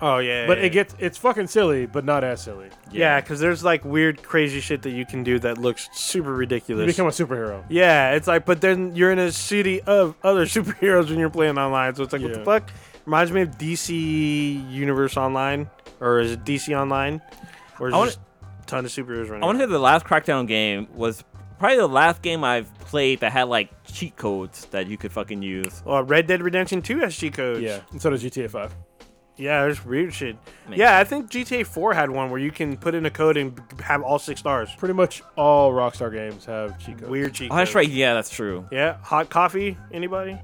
Speaker 5: Oh yeah.
Speaker 3: But
Speaker 5: yeah,
Speaker 3: it gets it's fucking silly, but not as silly.
Speaker 5: yeah, because there's like weird, crazy shit that you can do that looks super
Speaker 3: You
Speaker 5: ridiculous.
Speaker 3: become a superhero.
Speaker 5: yeah, it's like, but then you're in a city of other superheroes when you're playing online, so it's like, what the
Speaker 3: Yeah.
Speaker 5: fuck? Reminds me of DC Universe Online, or is it DC Online? Or is
Speaker 2: I
Speaker 5: it
Speaker 2: wanna-
Speaker 5: just a ton of superheroes running?
Speaker 2: I want to
Speaker 5: around?
Speaker 2: say the last Crackdown game was probably the last game I've played that had like cheat codes that you could fucking use.
Speaker 5: Well, Oh, Red Dead Redemption 2 has cheat codes.
Speaker 3: Yeah, and so does GTA Five.
Speaker 5: Yeah, there's weird shit.
Speaker 2: Makes
Speaker 5: Yeah, I think GTA 4 had one where you can put in a code and b- have all six stars.
Speaker 3: Pretty much all Rockstar games have cheat codes.
Speaker 5: Weird cheat
Speaker 2: Oh,
Speaker 5: codes.
Speaker 2: that's right. Yeah, that's true.
Speaker 5: Yeah, hot coffee, anybody?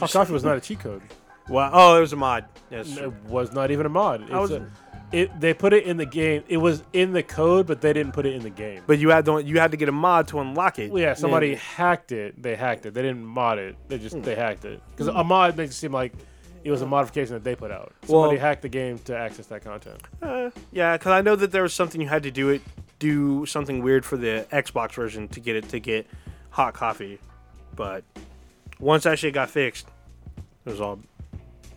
Speaker 3: Hot Coffee was not a cheat code.
Speaker 5: Well, oh, it was a mod. Yes.
Speaker 3: It was not even a mod. It's
Speaker 5: I was-
Speaker 3: a- it, they put it in the game. It was in the code, but they didn't put it in the game.
Speaker 5: But you had to you had to get a mod to unlock it.
Speaker 3: Well, yeah, somebody hacked it. They hacked it. They didn't mod it. They just they hacked it because a mod makes it seem like it was a modification that they put out. Somebody
Speaker 5: Well-
Speaker 3: hacked the game to access that content.
Speaker 5: Uh, yeah, because I know that there was something you had to do it do something weird for the Xbox version to get it to get hot coffee, but once that shit got fixed, it was all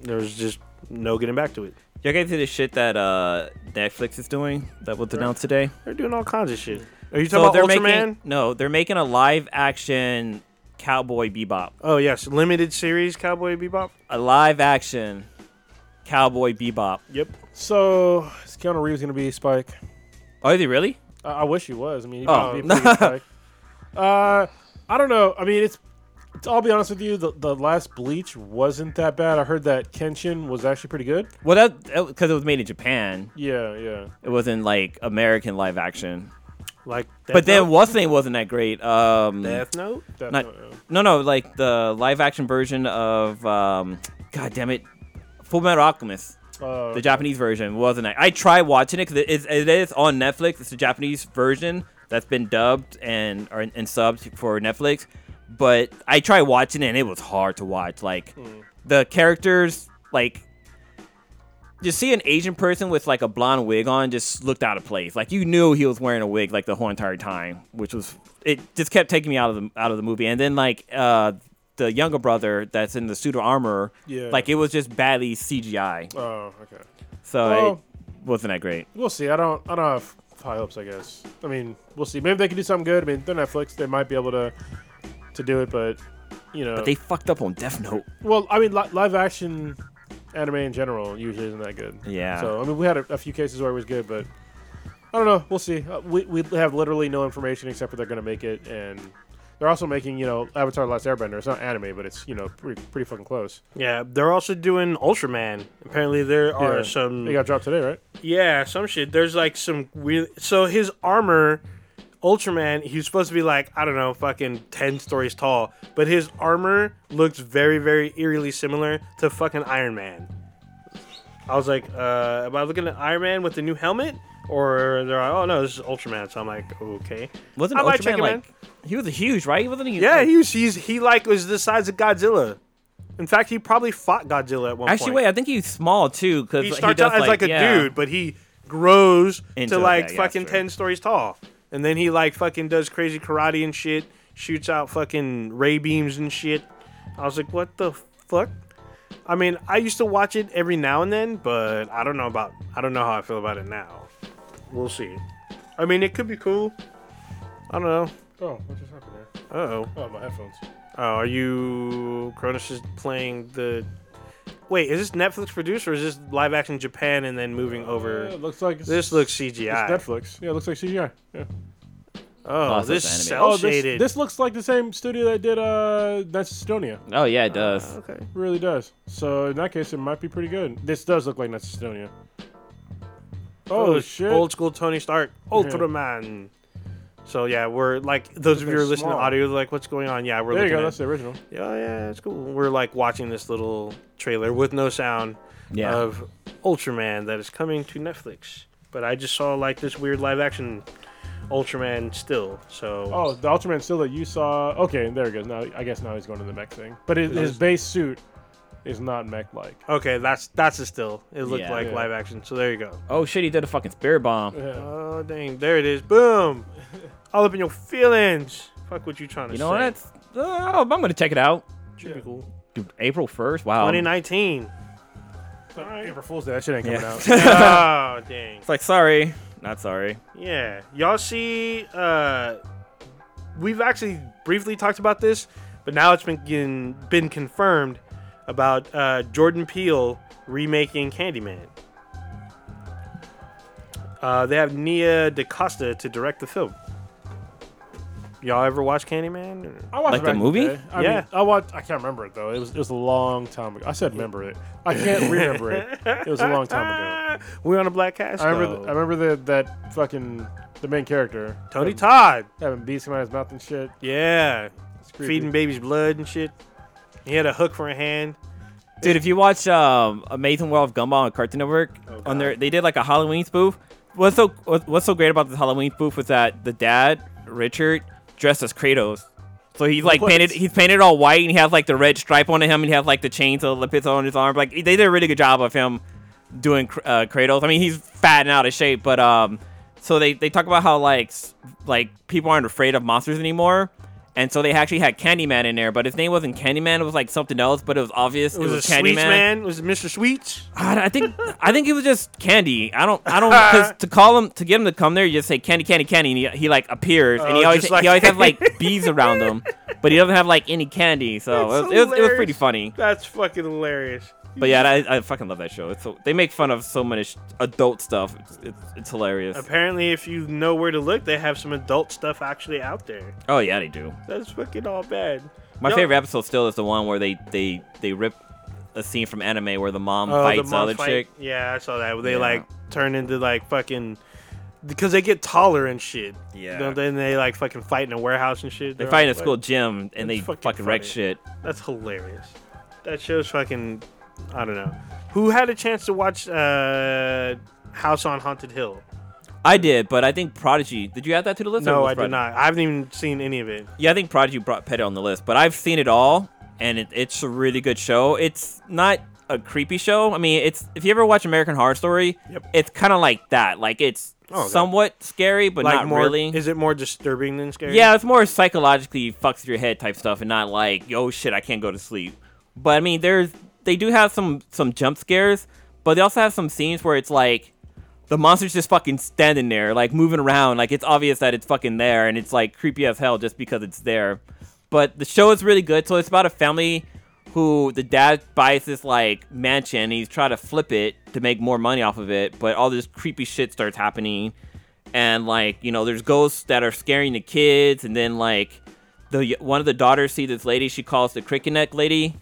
Speaker 5: there was just no getting back to it.
Speaker 2: Y'all guys see the shit that uh, Netflix is doing that was announced today?
Speaker 5: They're doing all kinds of shit. Are you
Speaker 2: So
Speaker 5: talking
Speaker 2: they're
Speaker 5: about Ultraman?
Speaker 2: making no, they're making a live action Cowboy Bebop.
Speaker 5: Oh yes, limited series Cowboy Bebop.
Speaker 2: A live action Cowboy Bebop.
Speaker 5: Yep.
Speaker 3: So is Keanu Reeves gonna be Spike?
Speaker 2: Oh, is he really?
Speaker 3: I, I wish he was. I mean, he
Speaker 2: Oh.
Speaker 3: would be pretty good Spike. Uh, I don't know. I mean, it's. it's- I'll be honest with you. The, the last Bleach wasn't that bad. I heard that Kenshin was actually pretty good.
Speaker 2: Well, that because it was made in Japan.
Speaker 3: Yeah, yeah.
Speaker 2: It wasn't like American live action.
Speaker 5: Like, Death
Speaker 2: But then
Speaker 5: Note?
Speaker 2: what's name wasn't that great? Um,
Speaker 5: Death Note.
Speaker 3: Death
Speaker 2: Not-
Speaker 3: Note, yeah.
Speaker 2: No, no, like the live action version of um, God damn it, Full Metal Alchemist.
Speaker 3: Uh,
Speaker 2: The Japanese version wasn't. I, I tried watching it because it is, it is on Netflix. It's the Japanese version that's been dubbed and or, and subbed for Netflix. But I tried watching it and it was hard to watch. Like the characters, like just see an Asian person with like a blonde wig on just looked out of place. Like you knew he was wearing a wig like the whole entire time, which was it just kept taking me out of the out of the movie. And then like uh the younger brother that's in the suit of armor,
Speaker 3: Yeah.
Speaker 2: like it was just badly CGI.
Speaker 3: Oh, okay.
Speaker 2: So
Speaker 5: Oh.
Speaker 3: Well-
Speaker 2: it wasn't that great.
Speaker 3: We'll see. I don't. I don't have high hopes. I guess. I mean, we'll see. Maybe they can do something good. I mean, they're Netflix. They might be able to to do it, but you know.
Speaker 2: But they fucked up on Death Note.
Speaker 3: well, I mean, li- live action anime in general usually isn't that good.
Speaker 2: Yeah.
Speaker 3: So I mean, we had a, a few cases where it was good, but I don't know. We'll see. Uh, we we have literally no information except for they're going to make it, and they're also making you know Avatar: The Last Airbender. It's not anime, but it's you know pretty pretty fucking close.
Speaker 5: Yeah, they're also doing Ultraman. Apparently, there are
Speaker 3: Yeah.
Speaker 5: some
Speaker 3: It got dropped today, right?
Speaker 5: Yeah, some shit. There's like some weird. So his armor, Ultraman, he was supposed to be like I don't know, fucking ten stories tall, but his armor looks very, very eerily similar to fucking Iron Man. I was like, uh, am I looking at Iron Man with the new helmet, or they're like, oh no, this is Ultraman. So I'm like, okay.
Speaker 2: Wasn't
Speaker 5: I might
Speaker 2: Ultraman
Speaker 5: check it, man.
Speaker 2: like he was huge, right? Wasn't he?
Speaker 5: Yeah,
Speaker 2: like-
Speaker 5: he was. He's he like was the size of Godzilla. In fact, he probably fought Godzilla at one
Speaker 2: actually,
Speaker 5: point.
Speaker 2: wait. I think he's small too because
Speaker 5: he starts out as like a dude, but he grows
Speaker 2: Into-
Speaker 5: to like
Speaker 2: okay, yeah,
Speaker 5: fucking
Speaker 2: sure.
Speaker 5: ten stories tall, and then he like fucking does crazy karate and shit, shoots out fucking ray beams and shit. I was like, what the fuck? I mean, I used to watch it every now and then, but I don't know about I don't know how I feel about it now. We'll see. I mean, it could be cool. I don't know.
Speaker 3: Oh, what just happened there?
Speaker 5: Uh oh.
Speaker 3: Oh, my headphones.
Speaker 5: Oh, are you Cronus is playing the? Wait, is this Netflix produced or is this live action Japan and then moving over?
Speaker 3: Yeah, it looks like it's,
Speaker 5: This looks
Speaker 3: It's
Speaker 5: CGI.
Speaker 3: Netflix. Yeah, it looks like CGI. Yeah.
Speaker 5: Oh,
Speaker 2: Oh, so
Speaker 5: this
Speaker 2: it's animated.
Speaker 5: cell
Speaker 3: this,
Speaker 5: shaded.
Speaker 3: this looks like the same studio that did uh that's Estonia.
Speaker 2: Oh yeah, it does.
Speaker 5: okay.
Speaker 3: It really does. So in that case, it might be pretty good. This does look like that's Estonia. Oh,
Speaker 5: Those
Speaker 3: shit!
Speaker 5: Old school Tony Stark, Ultraman. So yeah, we're like those of you
Speaker 3: They're
Speaker 5: who are listening
Speaker 3: small.
Speaker 5: to audio, like what's going on? Yeah, we're
Speaker 3: there you
Speaker 5: looking
Speaker 3: go.
Speaker 5: at.
Speaker 3: That's the original.
Speaker 5: Yeah, oh, yeah, it's cool. We're like watching this little trailer with no sound
Speaker 2: Yeah.
Speaker 5: of Ultraman that is coming to Netflix. But I just saw like this weird live action Ultraman still. So
Speaker 3: Oh, the Ultraman still that you saw. Okay, there it goes. Now I guess now he's going to the mech thing. But his, his base suit is not mech like.
Speaker 5: Okay, that's that's a still. It looked
Speaker 2: Yeah.
Speaker 5: like
Speaker 3: Oh. Yeah.
Speaker 5: live action. So there you go.
Speaker 2: Oh shit, he did a fucking spirit bomb.
Speaker 3: Uh,
Speaker 5: Oh dang, there it is. Boom. All up in your feelings. Fuck what you trying to
Speaker 2: You
Speaker 5: say.
Speaker 2: know what? That's, oh, I'm gonna check it out.
Speaker 5: Should be cool.
Speaker 2: Dude, April 1st? Wow.
Speaker 5: 2019.
Speaker 2: Um,
Speaker 3: April Fool's Day. That shit ain't coming out.
Speaker 5: oh dang.
Speaker 2: It's like, sorry. Not sorry.
Speaker 5: Yeah. Y'all see uh we've actually briefly talked about this, but now it's been getting, been confirmed about uh Jordan Peele remaking Candyman. Uh, they have Nia DaCosta to direct the film. Y'all ever watch Candyman? Or-
Speaker 3: I watched
Speaker 2: Like
Speaker 3: it
Speaker 2: the
Speaker 3: back in
Speaker 2: movie?
Speaker 3: day. I
Speaker 5: Yeah.
Speaker 3: mean, I watched. I can't remember it though. It was it was a long time ago. I said remember it. I can't remember it. It was a long time ago.
Speaker 5: We on a black cast.
Speaker 3: I remember. th- I remember the, that fucking the main character
Speaker 5: Tony
Speaker 3: having-
Speaker 5: Todd.
Speaker 3: having beats coming out of his mouth and shit.
Speaker 5: Yeah,
Speaker 3: It's creepy.
Speaker 5: feeding babies blood and shit. He had a hook for a hand.
Speaker 2: Dude, if you watch um, Amazing World of Gumball on Cartoon Network, on
Speaker 5: God.
Speaker 2: their they did like a Halloween spoof. What's so what- what's so great about this Halloween spoof was that the dad Richard dressed as Kratos, so he's like
Speaker 3: What?
Speaker 2: painted he's painted all white and he has like the red stripe on him and he has like the chains of lipids on his arm. Like they did a really good job of him doing Kr- uh, Kratos. I mean he's fat and out of shape, but um, so they they talk about how like s- like people aren't afraid of monsters anymore. And so they actually had Candyman in there, but his name wasn't Candyman. It was like something else, but it was obvious.
Speaker 5: It was, a
Speaker 2: Candyman.
Speaker 5: sweets man. It was Mr. Sweets.
Speaker 2: I, I think I think it was just candy. I don't I don't because to call him to get him to come there, you just say candy, candy, candy, and he, he like appears, and
Speaker 5: Oh,
Speaker 2: he always
Speaker 5: just like-
Speaker 2: he always has like bees around him, but he doesn't have like any candy. So Oh, it
Speaker 5: That's
Speaker 2: was, it was it was pretty
Speaker 5: hilarious.
Speaker 2: funny.
Speaker 5: That's fucking hilarious.
Speaker 2: But yeah, I, I fucking love that show. It's so, they make fun of so much adult stuff. It's, it's, it's hilarious.
Speaker 5: Apparently, if you know where to look, they have some adult stuff actually out there.
Speaker 2: Oh yeah, they do.
Speaker 5: That's fucking all bad.
Speaker 2: My
Speaker 5: Yo-
Speaker 2: favorite episode still is the one where they they they rip a scene from anime where the mom
Speaker 5: Oh,
Speaker 2: fights
Speaker 5: the
Speaker 2: the
Speaker 5: mom
Speaker 2: other
Speaker 5: fight.
Speaker 2: chick.
Speaker 5: Yeah, I saw that. They
Speaker 2: Yeah.
Speaker 5: like turn into like fucking because they get taller and shit.
Speaker 2: Yeah.
Speaker 5: Don't they? And they like fucking fight in a warehouse and shit.
Speaker 2: They
Speaker 5: They're
Speaker 2: fight in a
Speaker 5: like-
Speaker 2: school gym and they
Speaker 5: It's fucking
Speaker 2: fucking, wreck
Speaker 5: funny.
Speaker 2: shit.
Speaker 5: That's hilarious. That show's fucking. I don't know. Who had a chance to watch uh, House on Haunted Hill?
Speaker 2: I did, but I think Prodigy. Did you add that to the list? or
Speaker 5: No,
Speaker 2: was
Speaker 5: I did
Speaker 2: Prodigy-
Speaker 5: not. I haven't even seen any of it.
Speaker 2: Yeah, I think Prodigy brought Pettit on the list, but I've seen it all, and it, it's a really good show. It's not a creepy show. I mean, it's if you ever watch American Horror Story,
Speaker 5: Yep.
Speaker 2: it's kind of like that. Like it's
Speaker 5: Oh, okay.
Speaker 2: somewhat scary, but
Speaker 5: like
Speaker 2: not
Speaker 5: more,
Speaker 2: really.
Speaker 5: Is it more disturbing than scary?
Speaker 2: Yeah, it's more psychologically fucks your head type stuff, and not like yo shit, I can't go to sleep. But I mean, there's they do have some some jump scares, but they also have some scenes where it's like the monster's just fucking standing there, like moving around, like it's obvious that it's fucking there, and it's like creepy as hell just because it's there. But the show is really good, so it's about a family who the dad buys this like mansion and he's trying to flip it to make more money off of it, but all this creepy shit starts happening and like you know there's ghosts that are scaring the kids and then like the one of the daughters see this lady she calls the cricket neck lady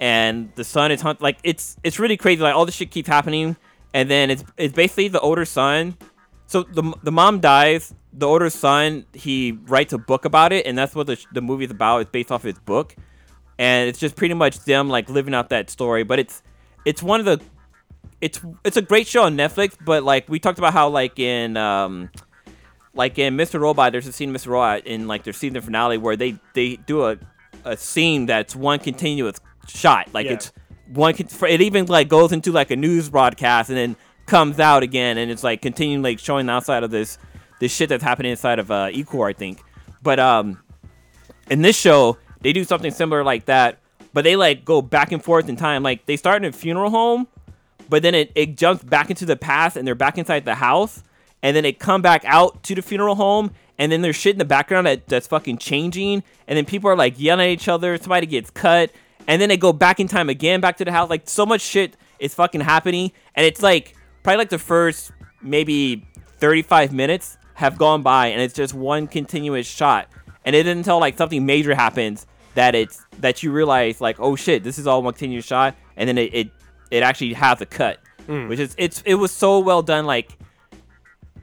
Speaker 2: and the son is hunt like it's it's really crazy like all this shit keeps happening and then it's it's basically the older son so the, the mom dies the older son he writes a book about it and that's what the, sh- the movie's about it's based off his book and it's just pretty much them like living out that story but it's it's one of the it's it's a great show on Netflix, but like we talked about how like in um like in Mr. Robot, there's a scene in Mr. Robot in like their season finale where they they do a a scene that's one continuous shot, like
Speaker 5: Yeah.
Speaker 2: it's one con- for- it even like goes into like a news broadcast and then comes out again and it's like continuing like showing the outside of this this shit that's happening inside of uh Ecor, I think. But um in this show they do something similar like that but they like go back and forth in time like they start in a funeral home but then it, it jumps back into the past and they're back inside the house and then it come back out to the funeral home and then there's shit in the background that, that's fucking changing and then people are like yelling at each other somebody gets cut and then they go back in time again back to the house like so much shit is fucking happening and it's like probably like the first maybe 35 minutes have gone by and it's just one continuous shot and it isn't until like something major happens that it's that you realize like oh shit this is all one continuous shot and then it, it it actually has a cut,
Speaker 5: Mm.
Speaker 2: which is it's it was so well done. Like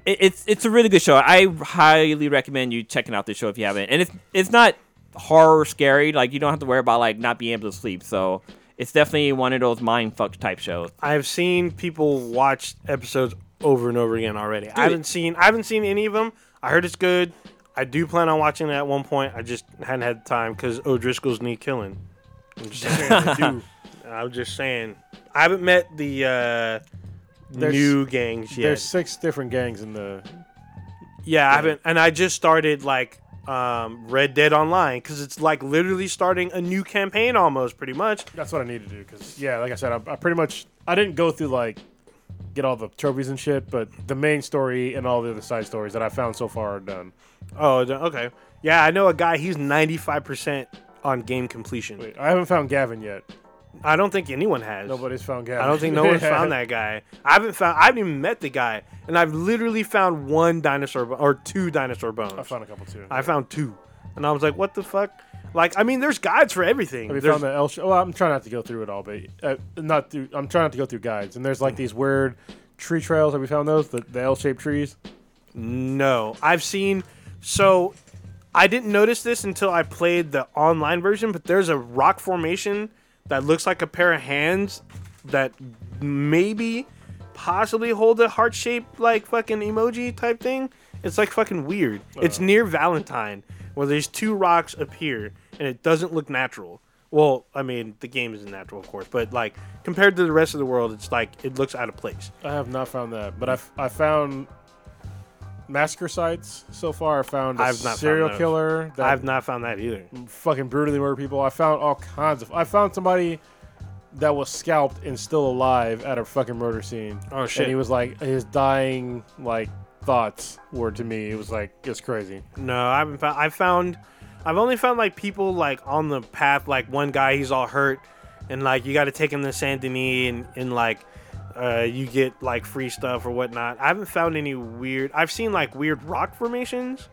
Speaker 2: it, it's it's a really good show. I highly recommend you checking out this show if you haven't. And it's it's not horror scary. Like you don't have to worry about like not being able to sleep. So it's definitely one of those mind fuck type shows.
Speaker 5: I've seen people watch episodes over and over again already. I haven't seen I haven't seen any of them. I heard it's good. I do plan on watching it at one point. I just hadn't had time because O'Driscoll's knee killing. I'm just saying, I do. I'm just saying. I haven't met the uh, new gangs
Speaker 3: There's
Speaker 5: yet.
Speaker 3: six different gangs in the.
Speaker 5: Yeah, I haven't, and I just started like um, Red Dead Online because it's like literally starting a new campaign almost, pretty much.
Speaker 3: That's what I need to do because yeah, like I said, I, I pretty much I didn't go through like get all the trophies and shit, but the main story and all the other side stories that I found so far are done.
Speaker 5: Oh, d- okay. Yeah, I know a guy. He's 95 percent on game completion.
Speaker 3: Wait, I haven't found Gavin yet.
Speaker 5: I don't think anyone has.
Speaker 3: Nobody's found Gavin.
Speaker 5: I don't think no one's found that guy. I haven't found. I haven't even met the guy, and I've literally found one dinosaur bo- or two dinosaur bones.
Speaker 3: I found a couple too.
Speaker 5: I found two, and I was like, "What the fuck?" Like, I mean, there's guides for everything.
Speaker 3: Have you
Speaker 5: There's-
Speaker 3: found the L? Sh- well, I'm trying not to go through it all, but uh, not through. I'm trying not to go through guides. And there's like these weird tree trails. Have we found those? The, the L-shaped trees.
Speaker 5: No, I've seen. So, I didn't notice this until I played the online version, but there's a rock formation that looks like a pair of hands that maybe, possibly hold a heart shaped like fucking emoji type thing. It's like fucking weird. It's near Valentine where these two rocks appear and it doesn't look natural. Well, I mean, the game isn't natural, of course, but like compared to the rest of the world, it's like it looks out of place.
Speaker 3: I have not found that, but I've I found massacre sites so far. I found a
Speaker 5: I've not
Speaker 3: serial
Speaker 5: found those.
Speaker 3: killer that
Speaker 5: I've not found that either.
Speaker 3: fucking brutally murdered people. I found all kinds of. I found somebody that was scalped and still alive at a fucking murder scene.
Speaker 5: Oh, shit.
Speaker 3: And he was like his dying like thoughts were to me. It was like it's crazy.
Speaker 5: No, I haven't found. I found. I've only found like people like on the path. Like one guy, he's all hurt, and like you got to take him to Saint Denis, and and like uh, you get like free stuff or whatnot. I haven't found any weird. I've seen like weird rock formations,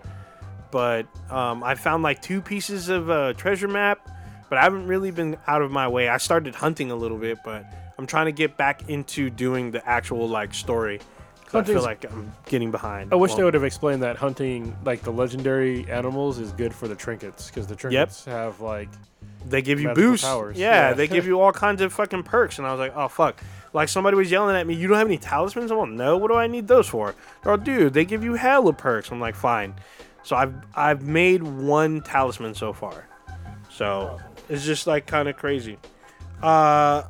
Speaker 5: but um, I found like two pieces of uh, treasure map, but I haven't really been out of my way. I started hunting a little bit, but I'm trying to get back into doing the actual like story. 'cause I feel
Speaker 3: Hunting's-
Speaker 5: like I'm getting behind.
Speaker 3: I wish they
Speaker 5: Well,
Speaker 3: would have explained that hunting like the legendary animals is good for the trinkets because the trinkets have like
Speaker 5: they give you
Speaker 3: Magical
Speaker 5: boosts.
Speaker 3: powers.
Speaker 5: Yeah,
Speaker 3: Yeah.
Speaker 5: they give you all kinds of fucking perks. And I was like, oh fuck. Like somebody was yelling at me, you don't have any talismans? I'm like, no, what do I need those for? They're like, dude, they give you hella perks. I'm like, fine. So I've I've made one talisman so far. So it's just like kind of crazy. Uh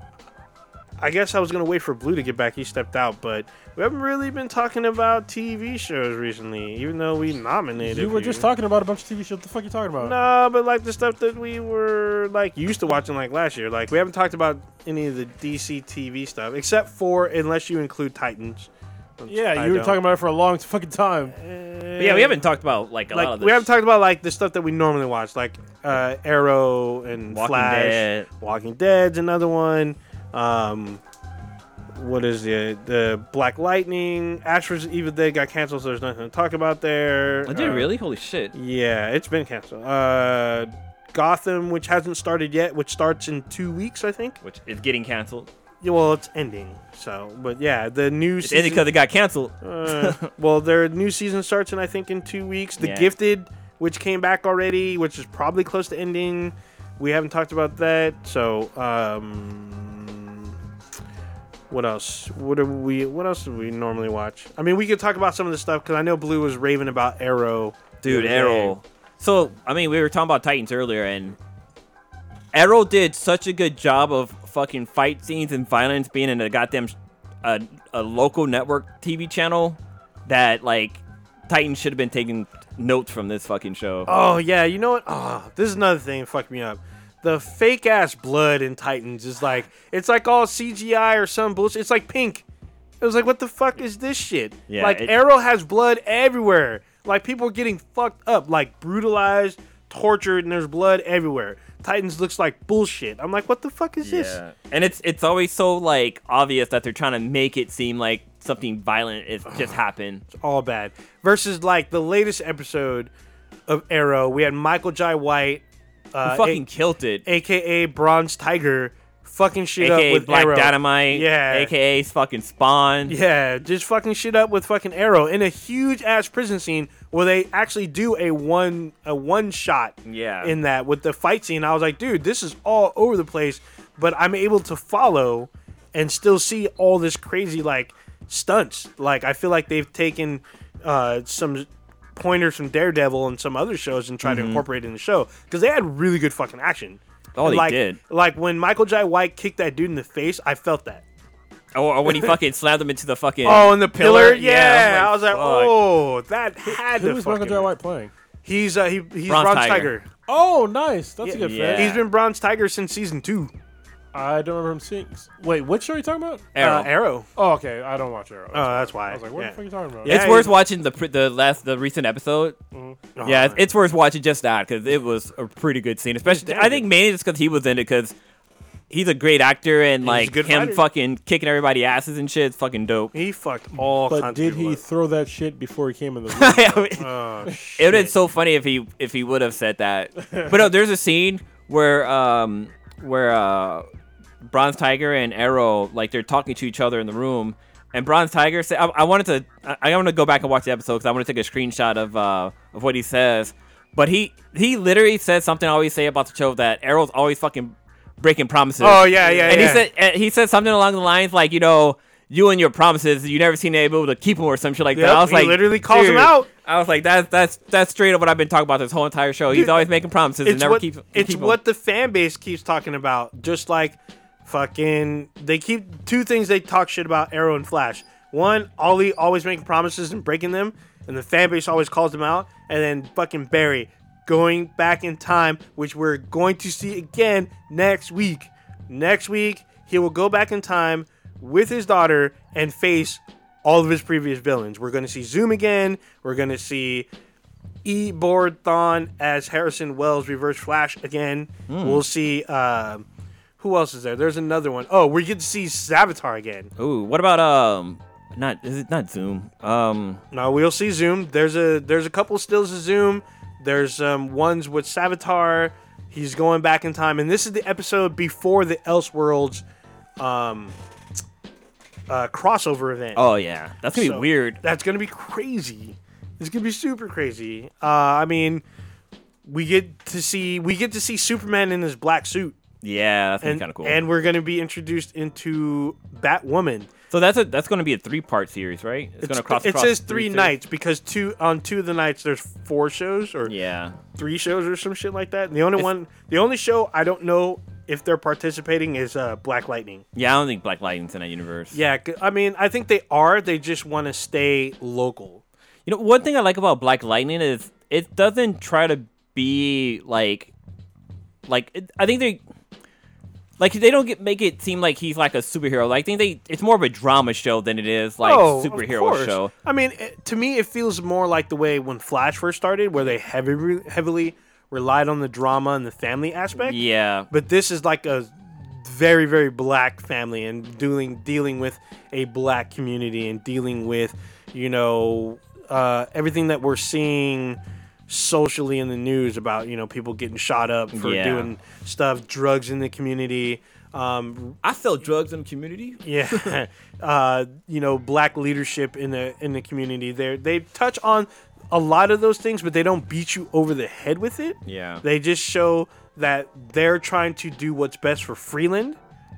Speaker 5: I guess I was gonna wait for Blue to get back. He stepped out, but we haven't really been talking about TV shows recently, even though we nominated.
Speaker 3: you were just
Speaker 5: you.
Speaker 3: talking about a bunch of TV shows. What the fuck you talking about?
Speaker 5: No, but like the stuff that we were like used to watching like last year. Like we haven't talked about any of the DC TV stuff except for unless you include Titans. which
Speaker 3: Yeah,
Speaker 5: I
Speaker 3: you were
Speaker 5: don't.
Speaker 3: talking about it for a long fucking time.
Speaker 6: But yeah, we haven't talked about like a lot
Speaker 5: like
Speaker 6: of this.
Speaker 5: we haven't talked about like the stuff that we normally watch, like uh, Arrow and
Speaker 6: Walking
Speaker 5: Flash.
Speaker 6: Dead.
Speaker 5: Walking Dead's another one. Um, what is the the Black Lightning? Ash vs Evil Dead got canceled, so there's nothing to talk about there.
Speaker 2: Oh,
Speaker 6: I did
Speaker 5: Uh,
Speaker 6: really? Holy shit!
Speaker 5: Yeah, it's been canceled. Uh, Gotham, which hasn't started yet, which starts in two weeks, I think.
Speaker 6: Which is getting canceled.
Speaker 5: Yeah, Well, it's ending. So, but yeah, the new
Speaker 6: It's ended because
Speaker 5: season.
Speaker 6: it got canceled.
Speaker 5: uh, well, their new season starts in I think in two weeks. The
Speaker 6: Yeah.
Speaker 5: Gifted, which came back already, which is probably close to ending. We haven't talked about that. So, um, what else? What do we? What else do we normally watch? I mean, we could talk about some of the stuff because I know Blue was raving about Arrow. the
Speaker 6: Dude,
Speaker 5: other day.
Speaker 6: Arrow. So I mean, we were talking about Titans earlier, and Arrow did such a good job of fucking fight scenes and violence being in a goddamn sh- a, a local network TV channel that like Titans should have been taking notes from this fucking show.
Speaker 5: Oh yeah, you know what? Oh, this is another thing that fucked me up. The fake ass blood in Titans is like it's like all CGI or some bullshit. It's like pink. It was like what the fuck is this shit?
Speaker 6: Yeah,
Speaker 5: like
Speaker 6: it-
Speaker 5: Arrow has blood everywhere. Like people are getting fucked up, like brutalized, tortured, and there's blood everywhere. Titans looks like bullshit. I'm like, what the fuck is this?
Speaker 6: and it's it's always so like obvious that they're trying to make it seem like something violent has just happened.
Speaker 5: all bad. Versus like the latest episode of Arrow, we had Michael Jai White, uh,
Speaker 6: fucking
Speaker 5: A-
Speaker 6: killed it.
Speaker 5: aka Bronze Tiger, fucking shit up
Speaker 6: AKA
Speaker 5: with
Speaker 6: Black
Speaker 5: Arrow.
Speaker 6: Dynamite.
Speaker 5: Yeah.
Speaker 6: AKA fucking Spawn.
Speaker 5: Yeah, just fucking shit up with fucking Arrow in a huge ass prison scene where they actually do a one a one shot.
Speaker 6: Yeah.
Speaker 5: In that with the fight scene, I was like, dude, this is all over the place, but I'm able to follow and still see all this crazy like stunts. Like I feel like they've taken uh, some pointers from Daredevil and some other shows and tried to incorporate it in the show because they had really good fucking action.
Speaker 2: Mm-hmm. Oh, they
Speaker 5: like,
Speaker 2: did.
Speaker 5: Like when Michael J. White kicked that dude in the face, I felt that.
Speaker 2: Or, or Oh, when he fucking slammed them into the fucking.
Speaker 5: Oh, and the pillar,
Speaker 2: pillar?
Speaker 5: yeah.
Speaker 2: Yeah,
Speaker 5: I was like,
Speaker 2: fuck.
Speaker 5: oh, that had
Speaker 3: Who
Speaker 5: to
Speaker 3: was Michael
Speaker 5: fucking.
Speaker 3: J. White playing?
Speaker 5: He's uh, he he's
Speaker 2: Bronze
Speaker 5: Bronze,
Speaker 2: Tiger.
Speaker 5: Tiger.
Speaker 3: Oh, nice. That's a
Speaker 2: Yeah.
Speaker 3: good
Speaker 2: Yeah.
Speaker 3: fit.
Speaker 5: He's been Bronze Tiger since season two.
Speaker 3: I don't remember him seeing. Wait, what show are you talking about?
Speaker 2: Arrow.
Speaker 5: Uh, Arrow.
Speaker 3: Oh, okay. I don't watch Arrow.
Speaker 5: Oh, that's why.
Speaker 3: I was like, what
Speaker 5: yeah.
Speaker 3: the fuck are you talking about?
Speaker 5: Yeah.
Speaker 2: it's worth watching the pr- the last the recent episode.
Speaker 5: Oh,
Speaker 2: Yeah, it's, it's worth watching just that because it was a pretty good scene. Especially, I think mainly just because he was in it because he's a great actor and
Speaker 5: He's a
Speaker 2: like him
Speaker 5: good fighter.
Speaker 2: fucking kicking everybody asses and shit is fucking dope.
Speaker 5: He fucked all.
Speaker 3: But
Speaker 5: kinds
Speaker 3: did
Speaker 5: of
Speaker 3: he
Speaker 5: people
Speaker 3: throw that shit before he came in the room?
Speaker 2: I mean,
Speaker 5: up. Oh,
Speaker 2: it would have been so funny if he if he would have said that. But no, there's a scene where um where uh Bronze Tiger and Arrow like they're talking to each other in the room, and Bronze Tiger said, "I, I wanted to I, I want to go back and watch the episode because I want to take a screenshot of uh of what he says." But he he literally said something I always say about the show that Arrow's always fucking breaking promises.
Speaker 5: Oh, yeah, yeah,
Speaker 2: And he
Speaker 5: yeah.
Speaker 2: said and he said something along the lines like you know. You and your promises, you never seen anybody able to keep them or some shit like that.
Speaker 5: Yep,
Speaker 2: I was
Speaker 5: he
Speaker 2: like,
Speaker 5: literally calls him
Speaker 2: dude,
Speaker 5: out.
Speaker 2: I was like, that's that's that's straight up what I've been talking about this whole entire show. He's
Speaker 5: Dude,
Speaker 2: always making promises and
Speaker 5: it's
Speaker 2: never
Speaker 5: what
Speaker 2: keeps.
Speaker 5: it's
Speaker 2: keep 'em.
Speaker 5: what the fan base keeps talking about. Just like fucking, they keep two things they talk shit about: Arrow and Flash. One, Ollie always making promises and breaking them, and the fan base always calls them out. And then fucking Barry going back in time, which we're going to see again next week. Next week, he will go back in time with his daughter and face all of his previous villains. We're going to see Zoom again. We're going to see E. Thon as Harrison Wells Reverse Flash again. We'll see. um who else is there? There's another one. Oh, we get to see Savitar again.
Speaker 2: Ooh, what about um? Not is it not Zoom? Um,
Speaker 5: No, we'll see Zoom. There's a there's a couple stills of Zoom. There's um, ones with Savitar. He's going back in time, and this is the episode before the Elseworlds um, uh, crossover event.
Speaker 2: oh yeah, that's gonna be
Speaker 5: So,
Speaker 2: weird.
Speaker 5: That's gonna be crazy. It's gonna be super crazy. Uh, I mean, we get to see we get to see Superman in his black suit,
Speaker 2: Yeah, that's gonna be
Speaker 5: and
Speaker 2: kind of cool.
Speaker 5: and we're gonna be introduced into Batwoman.
Speaker 2: so that's a that's gonna be a three part series, right? It's, gonna cross.
Speaker 5: it
Speaker 2: across
Speaker 5: says three
Speaker 2: series?
Speaker 5: nights because two on two of the nights there's four shows or
Speaker 2: Yeah,
Speaker 5: three shows or some shit like that. And the only one, the only show I don't know if they're participating is uh, Black Lightning.
Speaker 2: yeah. I don't think Black Lightning's in that universe.
Speaker 5: Yeah, c- I mean, I think they are. They just want to stay local.
Speaker 2: You know, one thing I like about Black Lightning is it doesn't try to be like, like it, I think they, like they don't get make it seem like he's like a superhero. Like I think they, it's more of a drama show than it is like
Speaker 5: Oh, of
Speaker 2: superhero
Speaker 5: course.
Speaker 2: show.
Speaker 5: I mean, it, to me, it feels more like the way when Flash first started, where they heavy, heavily relied on the drama and the family aspect.
Speaker 2: Yeah,
Speaker 5: But this is like a very, very black family and dealing dealing with a black community and dealing with, you know, uh, everything that we're seeing socially in the news about, you know, people getting shot up for
Speaker 2: Yeah.
Speaker 5: doing stuff, drugs in the community. Um,
Speaker 2: I sell drugs in the community.
Speaker 5: yeah uh, you know black leadership in the in the community they they touch on a lot of those things but they don't beat you over the head with it
Speaker 2: Yeah.
Speaker 5: they just show that they're trying to do what's best for freeland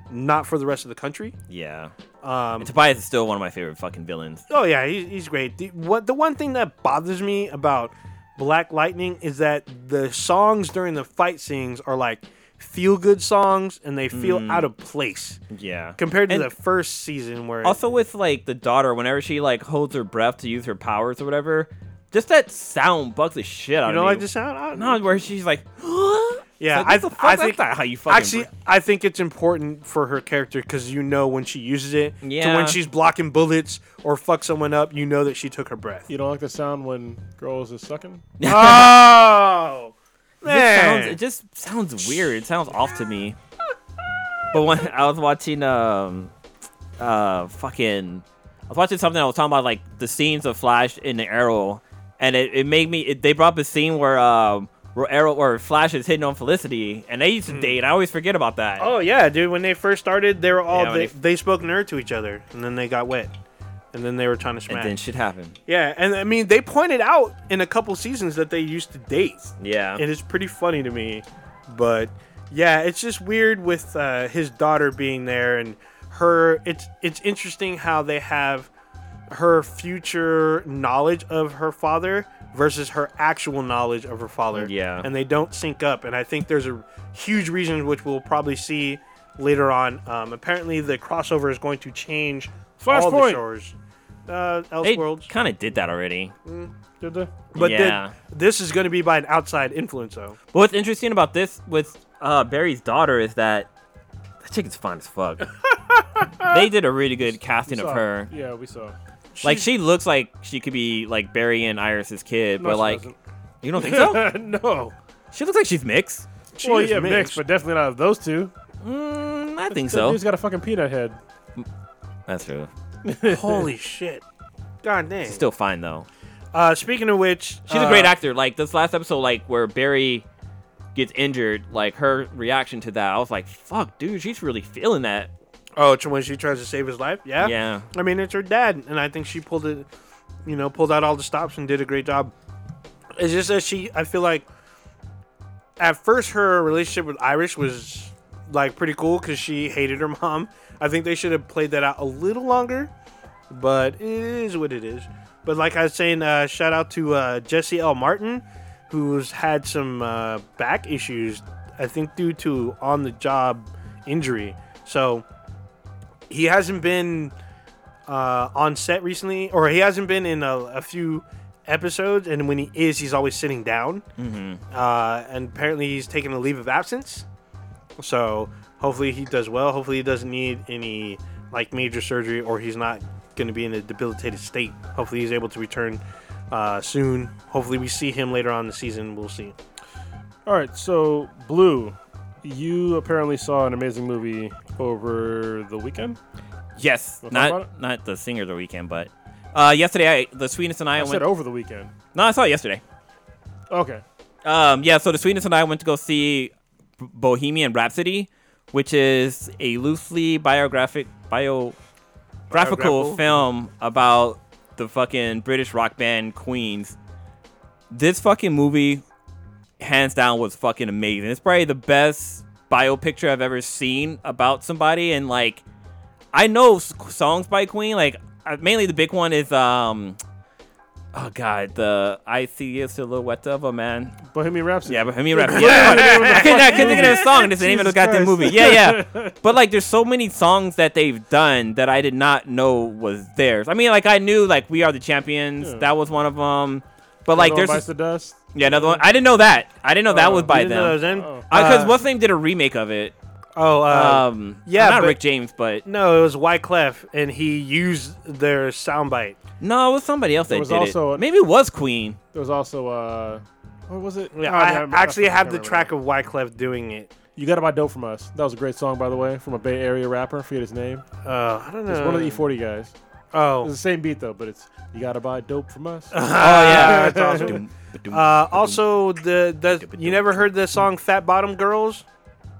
Speaker 5: not for the rest of the country
Speaker 2: Yeah. Um, Tobias is still one of my favorite fucking villains.
Speaker 5: oh yeah he's, he's great the, what the one thing that bothers me about black lightning is that the songs during the fight scenes are like feel good songs and they feel out of place
Speaker 2: Mm. Yeah.
Speaker 5: compared to
Speaker 2: And-
Speaker 5: the first season where
Speaker 2: Also with like the daughter, whenever she like holds her breath to use her powers or whatever, just that sound bugs the shit out
Speaker 5: you
Speaker 2: of
Speaker 5: don't
Speaker 2: me.
Speaker 5: like the sound I don't know.
Speaker 2: No, where she's like,
Speaker 5: Yeah,
Speaker 2: It's like, what
Speaker 5: I,
Speaker 2: the fuck?
Speaker 5: I
Speaker 2: That's
Speaker 5: think
Speaker 2: not how you fucking
Speaker 5: actually. I think it's important for her character because you know when she uses it. To
Speaker 2: Yeah.
Speaker 5: when she's blocking bullets or fuck someone up, you know that she took her breath.
Speaker 3: You don't like the sound when girls is sucking?
Speaker 5: oh
Speaker 2: It
Speaker 5: man,
Speaker 2: sounds, it just sounds weird. It sounds off to me. But when I was watching, um, uh, fucking, I was watching something. I was talking about like the scenes of Flash in the Arrow, and it, it made me. It, they brought up a scene where um, where Arrow or Flash is hitting on Felicity, and they used to date. I always forget about that.
Speaker 5: Hmm. oh yeah, dude. When they first started, they were all
Speaker 2: Yeah, when
Speaker 5: they,
Speaker 2: they-
Speaker 5: they spoke nerd to each other, and then they got wet, and then they were trying to
Speaker 2: and
Speaker 5: smash.
Speaker 2: then shit happened.
Speaker 5: yeah, and I mean they pointed out in a couple seasons that they used to date.
Speaker 2: Yeah.
Speaker 5: and it's pretty funny to me. But yeah, it's just weird with uh, his daughter being there and her. It's it's interesting how they have her future knowledge of her father versus her actual knowledge of her father.
Speaker 2: Yeah.
Speaker 5: And they don't sync up. And I think there's a huge reason which we'll probably see later on. Um, apparently, the crossover is going to change all the
Speaker 3: Flashpoint.
Speaker 5: shows. Uh,
Speaker 2: They
Speaker 5: Elseworlds.
Speaker 2: kind of did that already.
Speaker 3: Did they?
Speaker 5: but
Speaker 2: yeah.
Speaker 5: then this is going to be by an outside influence, though.
Speaker 2: But what's interesting about this with uh, Barry's daughter is that that chicken's fine as fuck. they did a really good casting of
Speaker 3: Saw.
Speaker 2: her.
Speaker 3: Yeah, we saw.
Speaker 2: Like she looks like she could be like Barry and Iris's kid,
Speaker 3: No,
Speaker 2: but
Speaker 3: she
Speaker 2: like you don't think so?
Speaker 3: doesn't. no.
Speaker 2: she looks like she's mixed.
Speaker 5: She
Speaker 3: well,
Speaker 5: is
Speaker 3: yeah, mixed.
Speaker 5: mixed.
Speaker 3: but definitely not of those two.
Speaker 2: Mm, I think
Speaker 3: That
Speaker 2: so.
Speaker 3: dude's got a fucking peanut head.
Speaker 2: That's true.
Speaker 5: Holy shit. God damn.
Speaker 2: Still fine though.
Speaker 5: Uh, speaking of which,
Speaker 2: She's
Speaker 3: Uh,
Speaker 2: a great actor. Like this last episode, like where Barry gets injured, like her reaction to that, I was like, "Fuck, dude, she's really feeling that."
Speaker 5: Oh, it's when she tries to save his life. Yeah.
Speaker 2: Yeah.
Speaker 5: I mean, it's her dad, and I think she pulled it, you know, pulled out all the stops and did a great job. It's just that she, I feel like, at first her relationship with Irish was like pretty cool because she hated her mom. I think they should have played that out a little longer, but it is what it is. But like I was saying, uh, shout out to uh, Jesse L. Martin, who's had some uh, back issues, I think due to on the job injury. So he hasn't been uh, on set recently, or he hasn't been in a, a few episodes. And when he is, he's always sitting down.
Speaker 2: Mm-hmm.
Speaker 5: Uh, and apparently, he's taking a leave of absence. So hopefully, he does well. Hopefully, he doesn't need any like major surgery, or he's not going to be in a debilitated state. Hopefully, he's able to return uh, soon. Hopefully, we see him later on in the season. We'll see.
Speaker 3: All right, so Blue, you apparently saw an amazing movie over the weekend.
Speaker 2: Yes,
Speaker 3: Wanna talk
Speaker 2: not
Speaker 3: about
Speaker 2: not the singer of the weekend, but uh, yesterday, I, the sweetness and I,
Speaker 3: I
Speaker 2: went.
Speaker 3: said oh. over the weekend.
Speaker 2: No, I saw it yesterday.
Speaker 3: Okay.
Speaker 2: Um, yeah, so the sweetness and I went to go see B- Bohemian Rhapsody, which is a loosely biographic biographical
Speaker 5: Biographical?
Speaker 2: film about the fucking British rock band Queens. This fucking movie, hands down, was fucking amazing. It's probably the best bio picture I've ever seen about somebody, and like, I know s- songs by Queen. Like, uh, mainly the big one is um. Oh god, the I see a silhouette of a man.
Speaker 3: Bohemian Rhapsody.
Speaker 2: Yeah, but I mean, rap. Yeah, I couldn't, I couldn't think of the song. and It's the name of the
Speaker 3: Jesus
Speaker 2: goddamn
Speaker 3: Christ.
Speaker 2: movie. Yeah, yeah. But like, there's so many songs that they've done that I did not know was theirs. I mean, like, I knew like "We Are the Champions."
Speaker 3: Yeah.
Speaker 2: That was one of them. But like,
Speaker 3: Another One
Speaker 2: there's
Speaker 3: bites the dust.
Speaker 2: yeah another one. I didn't know that. I didn't know that
Speaker 3: Oh,
Speaker 2: was
Speaker 3: you
Speaker 2: by
Speaker 5: Uh, You didn't know that was
Speaker 2: them.
Speaker 5: in?
Speaker 3: Uh-oh.
Speaker 2: Because
Speaker 5: Uh,
Speaker 2: what's name did a remake of it?
Speaker 5: oh, uh,
Speaker 2: Um,
Speaker 5: yeah,
Speaker 2: not
Speaker 5: but-
Speaker 2: Rick James, but
Speaker 5: no, it was Wyclef, and he used their soundbite.
Speaker 2: no, it was somebody else that
Speaker 3: was
Speaker 2: did
Speaker 3: also
Speaker 2: it.
Speaker 3: an-
Speaker 2: Maybe it was Queen.
Speaker 3: There was also uh, what was it?
Speaker 5: Yeah,
Speaker 3: Ah,
Speaker 5: I
Speaker 3: damn, fucking
Speaker 5: actually have
Speaker 3: can't
Speaker 5: the
Speaker 3: remember.
Speaker 5: track of Wyclef doing it.
Speaker 3: You gotta buy dope from us. That was a great song, by the way, from a Bay Area rapper. I forget his name.
Speaker 5: Uh, I don't know.
Speaker 3: It's one of the E40 guys. It's
Speaker 5: Oh,
Speaker 3: the same beat though, but it's you gotta buy dope from us.
Speaker 2: Oh yeah,
Speaker 5: that's awesome. Uh, also, the, the you never heard the song "Fat Bottom Girls"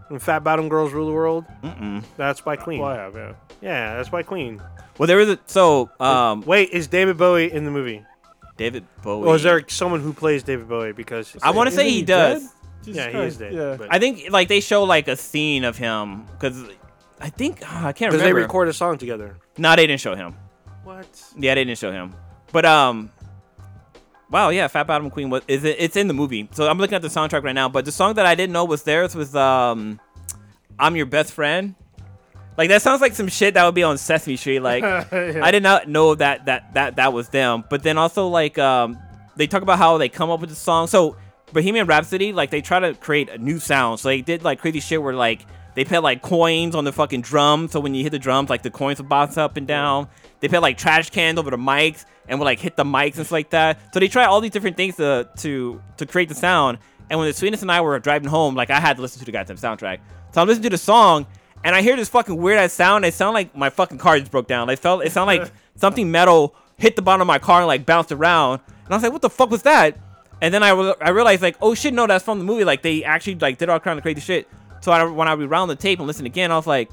Speaker 5: when "Fat Bottom Girls Rule the World." Mm-mm. That's by Queen.
Speaker 3: well, I have, yeah.
Speaker 5: Yeah, that's by Queen.
Speaker 2: Well, there was a so um
Speaker 5: Wait, is David Bowie in the movie?
Speaker 2: David Bowie.
Speaker 5: Or Oh, is there someone who plays David Bowie? Because
Speaker 2: I want to
Speaker 3: Isn't
Speaker 2: say he does.
Speaker 3: dead? Jesus
Speaker 5: yeah, he
Speaker 3: Christ,
Speaker 5: is dead.
Speaker 3: Yeah.
Speaker 5: but-
Speaker 2: I think like they show like a scene of him because I think ah, I can't
Speaker 5: because
Speaker 2: remember.
Speaker 5: they record a song together.
Speaker 2: No, they didn't show him.
Speaker 5: What?
Speaker 2: Yeah, they didn't show him. But um, wow, yeah, Fat Bottom Queen was is it, It's in the movie. So I'm looking at the soundtrack right now. But the song that I didn't know was theirs was um, "I'm Your Best Friend." Like that sounds like some shit that would be on Sesame Street. Like I did not know that that that that was them. But then also like um, they talk about how they come up with the song. So Bohemian Rhapsody, like they try to create a new sound. So they did like crazy shit where like they put like coins on the fucking drum. So when you hit the drums, like the coins would bounce up and down. They put like trash cans over the mics and would like hit the mics and stuff like that. So they try all these different things to to to create the sound. And when the sweetness and I were driving home, like I had to listen to the goddamn soundtrack. So I'm listening to the song and I hear this fucking weird ass sound. It sounded like my fucking car just broke down. Like felt it sounded like something metal hit the bottom of my car and like bounced around. And I was like, what the fuck was that? And then I re- I realized like, oh shit, no, that's from the movie. Like they actually like did all kind of crazy shit. So I, when I rewound the tape and listened again, I was like,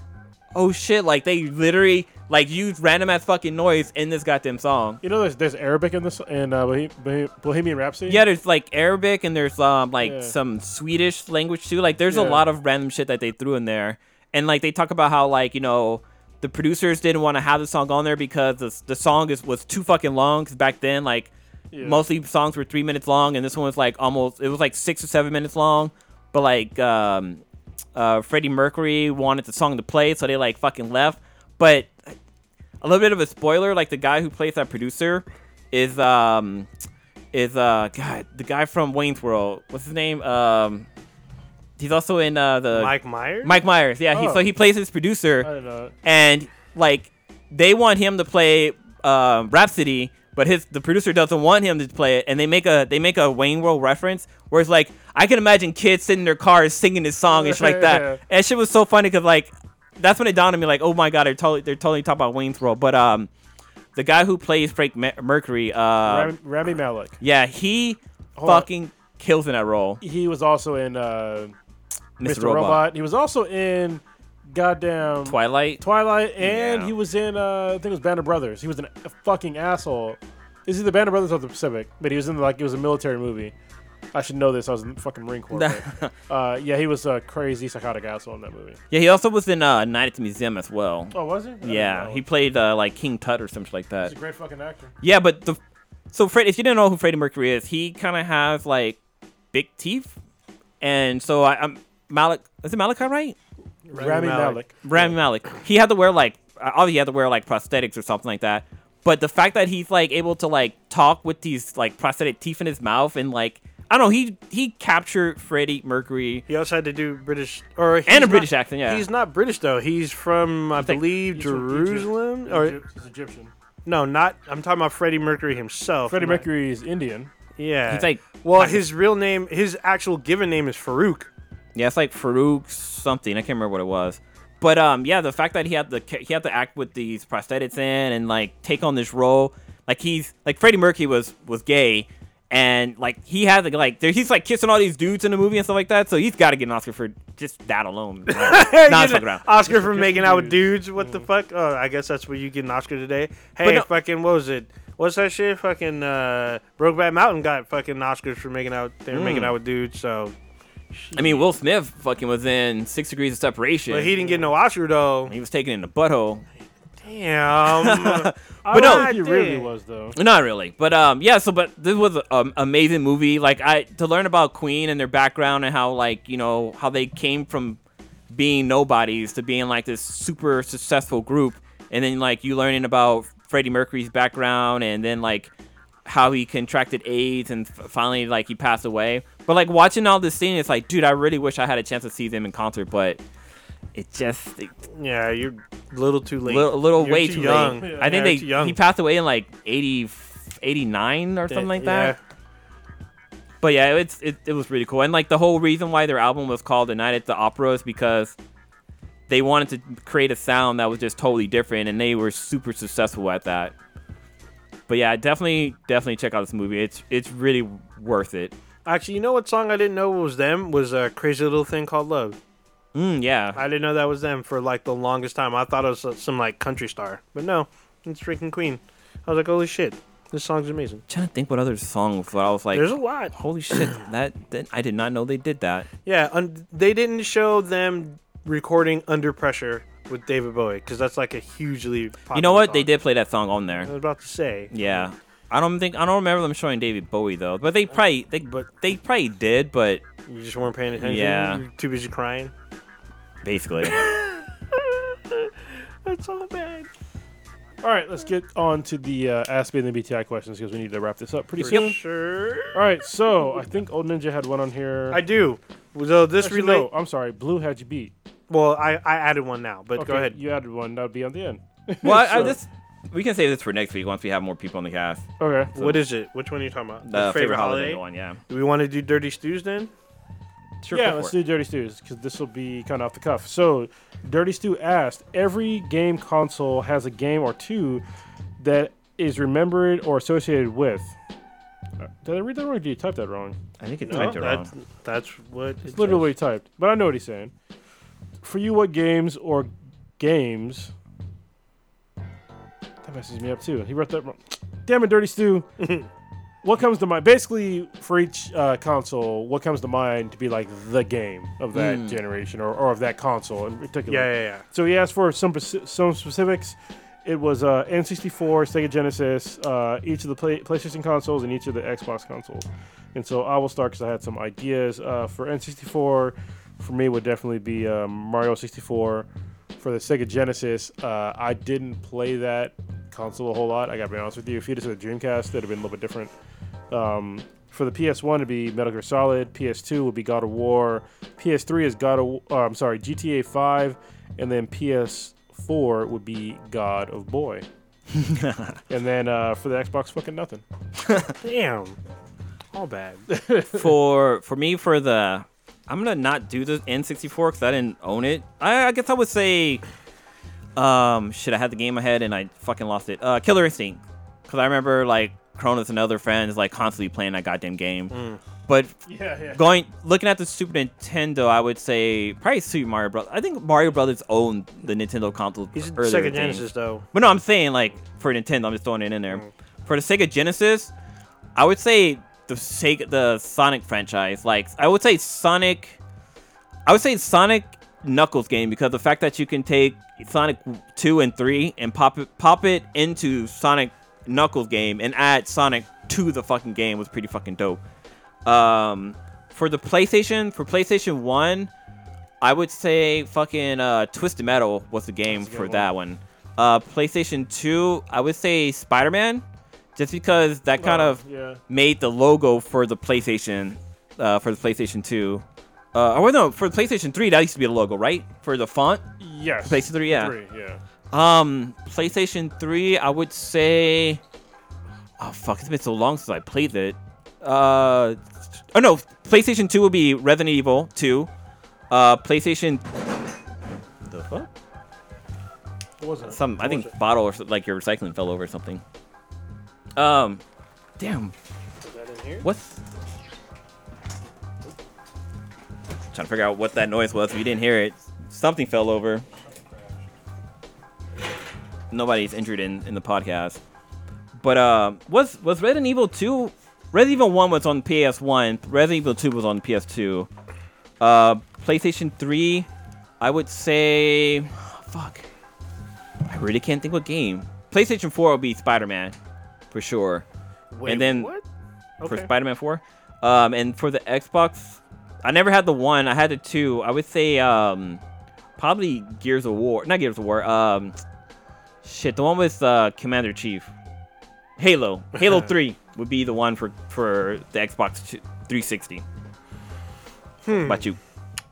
Speaker 2: oh shit, like they literally like used random ass fucking noise in this goddamn song.
Speaker 3: You know, there's there's Arabic in this in uh, Bohe- Bohe- Bohemian Rhapsody.
Speaker 2: Yeah, there's like Arabic and there's um like
Speaker 3: Yeah.
Speaker 2: some Swedish language too. Like there's a
Speaker 3: Yeah.
Speaker 2: lot of random shit that they threw in there. And like they talk about how like, you know, the producers didn't want to have the song on there because the, the song is was too fucking long. Because back then, like mostly songs were three minutes long, and this one was like almost it was like six or seven minutes long. But like um, uh, Freddie Mercury wanted the song to play, so they like fucking left. But a little bit of a spoiler, like the guy who plays that producer is um is uh God the guy from Wayne's World. What's his name? Um, he's also in uh the
Speaker 5: Mike Myers.
Speaker 2: Mike Myers, yeah. He,
Speaker 3: Oh.
Speaker 2: so he plays his
Speaker 3: I
Speaker 2: producer,
Speaker 3: don't know.
Speaker 2: and like they want him to play um, Rhapsody, but his the producer doesn't want him to play it, and they make a they make a Wayne World reference where it's like I can imagine kids sitting in their cars singing this song and shit like that,
Speaker 3: Yeah.
Speaker 2: and shit was so funny because like that's when it dawned on me like oh my god they're totally they're totally talking about Wayne's World, but um the guy who plays Frank Mer- Mercury, uh,
Speaker 3: Rami, Rami Malek.
Speaker 2: yeah, he
Speaker 3: Hold on.
Speaker 2: fucking kills in that role,
Speaker 3: He was also in uh,
Speaker 2: Mr.
Speaker 3: Mr.
Speaker 2: Robot.
Speaker 3: Robot. He was also in goddamn
Speaker 2: Twilight.
Speaker 3: Twilight, and
Speaker 2: Yeah.
Speaker 3: he was in uh, I think it was Band of Brothers. He was an, a fucking asshole. Is he the Band of Brothers of the Pacific? But he was in like it was a military movie. I should know this. I was in the fucking Marine Corps. but, uh, yeah, he was a crazy psychotic asshole in that movie.
Speaker 2: Yeah, he also was in uh, Night at the Museum as well.
Speaker 3: Oh, was he? I didn't
Speaker 2: Yeah,
Speaker 3: know.
Speaker 2: he played uh, like King Tut or something like that.
Speaker 3: He's a great fucking actor.
Speaker 2: Yeah, but the so Fred, if you didn't know who Freddie Mercury is, he kind of has like big teeth, and so I, I'm Malik. Is it Malachi right?
Speaker 3: Rami, Malek.
Speaker 2: Rami Malik. He had to wear like uh, obviously he had to wear like prosthetics or something like that. But the fact that he's like able to like talk with these like prosthetic teeth in his mouth and like I don't know, he he captured Freddie Mercury.
Speaker 5: He also had to do British or he's
Speaker 2: a
Speaker 5: not-
Speaker 2: British accent, yeah.
Speaker 5: he's not British though. He's from I
Speaker 2: think-
Speaker 5: believe
Speaker 3: He's from
Speaker 5: Jerusalem
Speaker 3: Egypt.
Speaker 5: or
Speaker 3: Egypt. He's Egyptian.
Speaker 5: no, not. I'm talking about Freddie Mercury himself.
Speaker 3: Freddie
Speaker 5: I'm not-
Speaker 3: Mercury is Indian.
Speaker 5: Yeah,
Speaker 2: He's like-
Speaker 5: well, his real name, his actual given name is Farouk.
Speaker 2: Yeah, it's like Farouk something. I can't remember what it was. But um, yeah, the fact that he had the he had to act with these prosthetics in and like take on this role, like he's like Freddie Mercury was was gay, and like he had to like there, he's like kissing all these dudes in the movie and stuff like that. So he's got to get an Oscar for just that alone. Like,
Speaker 5: You
Speaker 2: nah,
Speaker 5: know,
Speaker 2: it's fucking around.
Speaker 5: Oscar for making out with dudes. What
Speaker 3: Mm.
Speaker 5: the fuck? Oh, I guess that's where you get an Oscar today. Hey,
Speaker 2: no-
Speaker 5: fucking what was it? What's that shit? Fucking uh, Brokeback Mountain got fucking Oscars for making out. They were
Speaker 2: Mm.
Speaker 5: making out with dudes. So,
Speaker 2: I mean, Will Smith fucking was in Six Degrees of Separation.
Speaker 5: but he didn't get no Oscar though.
Speaker 2: he was taken in the butthole.
Speaker 5: Damn.
Speaker 3: I
Speaker 2: no,
Speaker 3: don't think he really
Speaker 5: damn.
Speaker 3: was though.
Speaker 2: Not really, but um, yeah. So, but this was an amazing movie. Like I to learn about Queen and their background and how like you know how they came from being nobodies to being like this super successful group, and then like you learning about Freddie Mercury's background and then like how he contracted AIDS and f- finally like he passed away. But like watching all this scene, it's like, dude, I really wish I had a chance to see them in concert, but it just it,
Speaker 5: yeah, you're a little too late.
Speaker 2: little, little
Speaker 5: You're
Speaker 2: way
Speaker 5: too
Speaker 2: too,
Speaker 5: young.
Speaker 2: late.
Speaker 5: Yeah,
Speaker 2: I think
Speaker 5: you're
Speaker 2: they
Speaker 5: too young.
Speaker 2: he passed away in like 80, 89 or something like that.
Speaker 5: Yeah.
Speaker 2: But yeah, it's it, it was really cool. And like the whole reason why their album was called "A Night at the Opera" is because they wanted to create a sound that was just totally different, and they were super successful at that. But yeah, definitely, definitely check out this movie. It's it's really worth it.
Speaker 5: Actually, you know what song I didn't know was them was a crazy little thing called love.
Speaker 2: Mm, yeah,
Speaker 5: I didn't know that was them for like the longest time. I thought it was uh, some like country star, but no, it's freaking Queen. I was like, holy shit, this song's amazing.
Speaker 2: trying to think what other songs. But I was like,
Speaker 5: There's a lot.
Speaker 2: holy shit, that, that I did not know they did that.
Speaker 5: Yeah, un- they didn't show them recording under pressure with David Bowie because that's like a hugely. Popular
Speaker 2: You know what?
Speaker 5: song.
Speaker 2: They did play that song on there.
Speaker 5: I was about to say.
Speaker 2: Yeah. I don't think I don't remember them showing David Bowie though, but they probably they but they probably did, but
Speaker 5: You just weren't paying attention.
Speaker 2: Yeah.
Speaker 5: You're too busy crying.
Speaker 2: basically.
Speaker 5: That's all bad.
Speaker 3: All right, let's get on to the uh, Ask Me the BTI questions because we need to wrap this up pretty
Speaker 5: For
Speaker 3: soon.
Speaker 5: sure.
Speaker 3: All right, so I think Old Ninja had one on here.
Speaker 5: I do. So this
Speaker 3: Actually,
Speaker 5: relate.
Speaker 3: no, I'm sorry, Blue had you beat.
Speaker 5: Well, I, I added one now, but
Speaker 3: Okay,
Speaker 5: go ahead.
Speaker 3: You added one. That'd be on the end.
Speaker 2: well, I, I just we can save this for next week once we have more people on the cast.
Speaker 3: Okay.
Speaker 5: What is it? Which one are you talking about?
Speaker 2: The favorite, holiday, one, yeah.
Speaker 5: Do we want to do Dirty Stews then?
Speaker 2: Sure,
Speaker 3: yeah,
Speaker 2: go
Speaker 3: let's
Speaker 2: for it.
Speaker 3: do Dirty Stews because this will be kind of off the cuff. So, Dirty Stew asked Every game console has a game or two that is remembered or associated with. Uh, Did I read that wrong or did you type that wrong?
Speaker 2: I think it
Speaker 5: No,
Speaker 2: typed it
Speaker 5: Oh, that's,
Speaker 2: wrong.
Speaker 5: that's what.
Speaker 3: It's literally typed, but I know what he's saying. For you, what games or games? That messes me up too. He wrote that wrong. Damn it, Dirty Stew. what comes to mind? Basically, for each uh, console, what comes to mind to be like the game of that generation or, or of that console in particular?
Speaker 5: Hmm. Yeah, yeah, yeah.
Speaker 3: So he asked for some speci- some specifics. It was uh, N64, Sega Genesis, uh, each of the play- PlayStation consoles, and each of the Xbox consoles. And so I will start because I had some ideas. Uh, for N64, for me would definitely be um, Mario 64. For the Sega Genesis, uh, I didn't play that console a whole lot. I gotta be honest with you. If you'd have said the Dreamcast, that'd have been a little bit different. Um, for the PS1 to be Metal Gear Solid, PS2 would be God of War, PS3 is God of uh, I'm sorry, GTA 5, and then PS4 would be God of Boy. and then uh, for the Xbox, fucking nothing.
Speaker 5: Damn. All bad.
Speaker 2: for for me for the I'm gonna not do the N64 because I didn't own it. I, I guess I would say, um, shit, I had the game ahead and I fucking lost it. Uh, Killer Instinct, because I remember like Cronus and other friends like constantly playing that goddamn game. But
Speaker 3: Yeah, yeah.
Speaker 2: going looking at the Super Nintendo, I would say probably Super Mario Bros. I think Mario Brothers owned the Nintendo console.
Speaker 5: He's
Speaker 2: earlier
Speaker 5: Sega
Speaker 2: than-
Speaker 5: Genesis Mm. though.
Speaker 2: But no, I'm saying like for Nintendo, I'm just throwing it in there. For the Sega Genesis, I would say the Sega, the Sonic franchise. Like I would say Sonic, I would say Sonic Knuckles game because the fact that you can take Sonic two and three and pop it pop it into Sonic Knuckles game and add Sonic to the fucking game was pretty fucking dope. Um, for the PlayStation, for PlayStation One, I would say fucking uh, Twisted Metal was the game for that one. Uh, PlayStation Two, I would say Spider Man, just because that kind of
Speaker 3: yeah.
Speaker 2: made the logo for the PlayStation, uh, for the PlayStation Two. Uh, or no, for the PlayStation Three, that used to be the logo, right? For the font.
Speaker 3: Yes.
Speaker 2: PlayStation 3, yeah.
Speaker 3: Three, yeah.
Speaker 2: Um, PlayStation 3, I would say. Oh, fuck. It's been so long since I played it. Uh, oh, no. PlayStation 2 would be Resident Evil 2. Uh, PlayStation. The fuck?
Speaker 3: What was it?
Speaker 2: Some, I think, bottle or so- like your recycling fell over or something. Um, damn. What's. Trying to figure out what that noise was. If you didn't hear it, something fell over nobody's injured in, in the podcast. But uh, was was Resident Evil two? Resident Evil one was on PS one. Resident Evil two was on PS two. Uh, PlayStation three, I would say, fuck, I really can't think what game. PlayStation four would be Spider Man, for sure.
Speaker 5: Wait,
Speaker 2: and then
Speaker 5: what?
Speaker 2: for
Speaker 5: Okay.
Speaker 2: Spider Man four, um, and for the Xbox, I never had the one. I had the two. I would say um, probably Gears of War, not Gears of War. Um, Shit, the one with uh, Commander Chief. Halo. Halo 3 would be the one for, for the Xbox 360. What about you?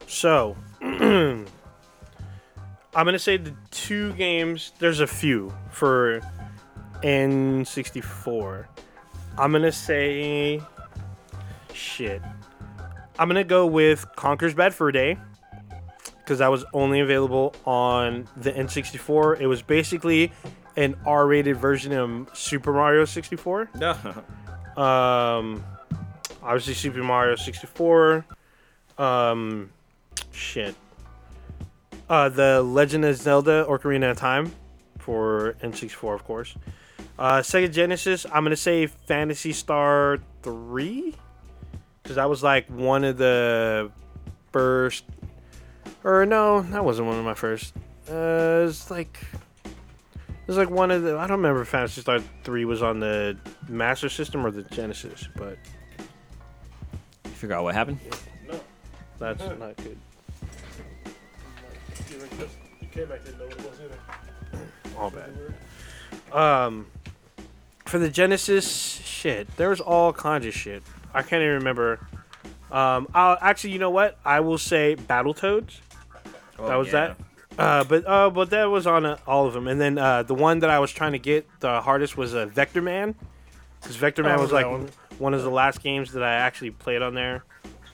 Speaker 5: So, I'm gonna say the two games. There's a few for N64. I'm gonna say shit. I'm gonna go with Conker's Bad Fur Day because that was only available on the N64. It was basically an R-rated version of Super Mario 64. Um, obviously Super Mario 64. Um, shit. Uh, the Legend of Zelda: Ocarina of Time for N64, of course. Uh, Sega Genesis. I'm gonna say Fantasy Star Three, because that was like one of the first, or no, that wasn't one of my first. Uh, it's like. It was like one of the I don't remember if Fantasy Star 3 was on the Master System or the Genesis, but
Speaker 2: Figure out what happened?
Speaker 5: that's not good. All bad. Um, for the Genesis shit, there was all kinds of shit. I can't even remember. Um, I'll actually, you know what? I will say Battletoads. that was that. Uh, but uh, but that was on uh, all of them. And then uh, the one that I was trying to get the hardest was uh, Vector Man, because Vector Man
Speaker 3: Oh,
Speaker 5: was
Speaker 3: that
Speaker 5: like
Speaker 3: one.
Speaker 5: one of the last games that I actually played on there.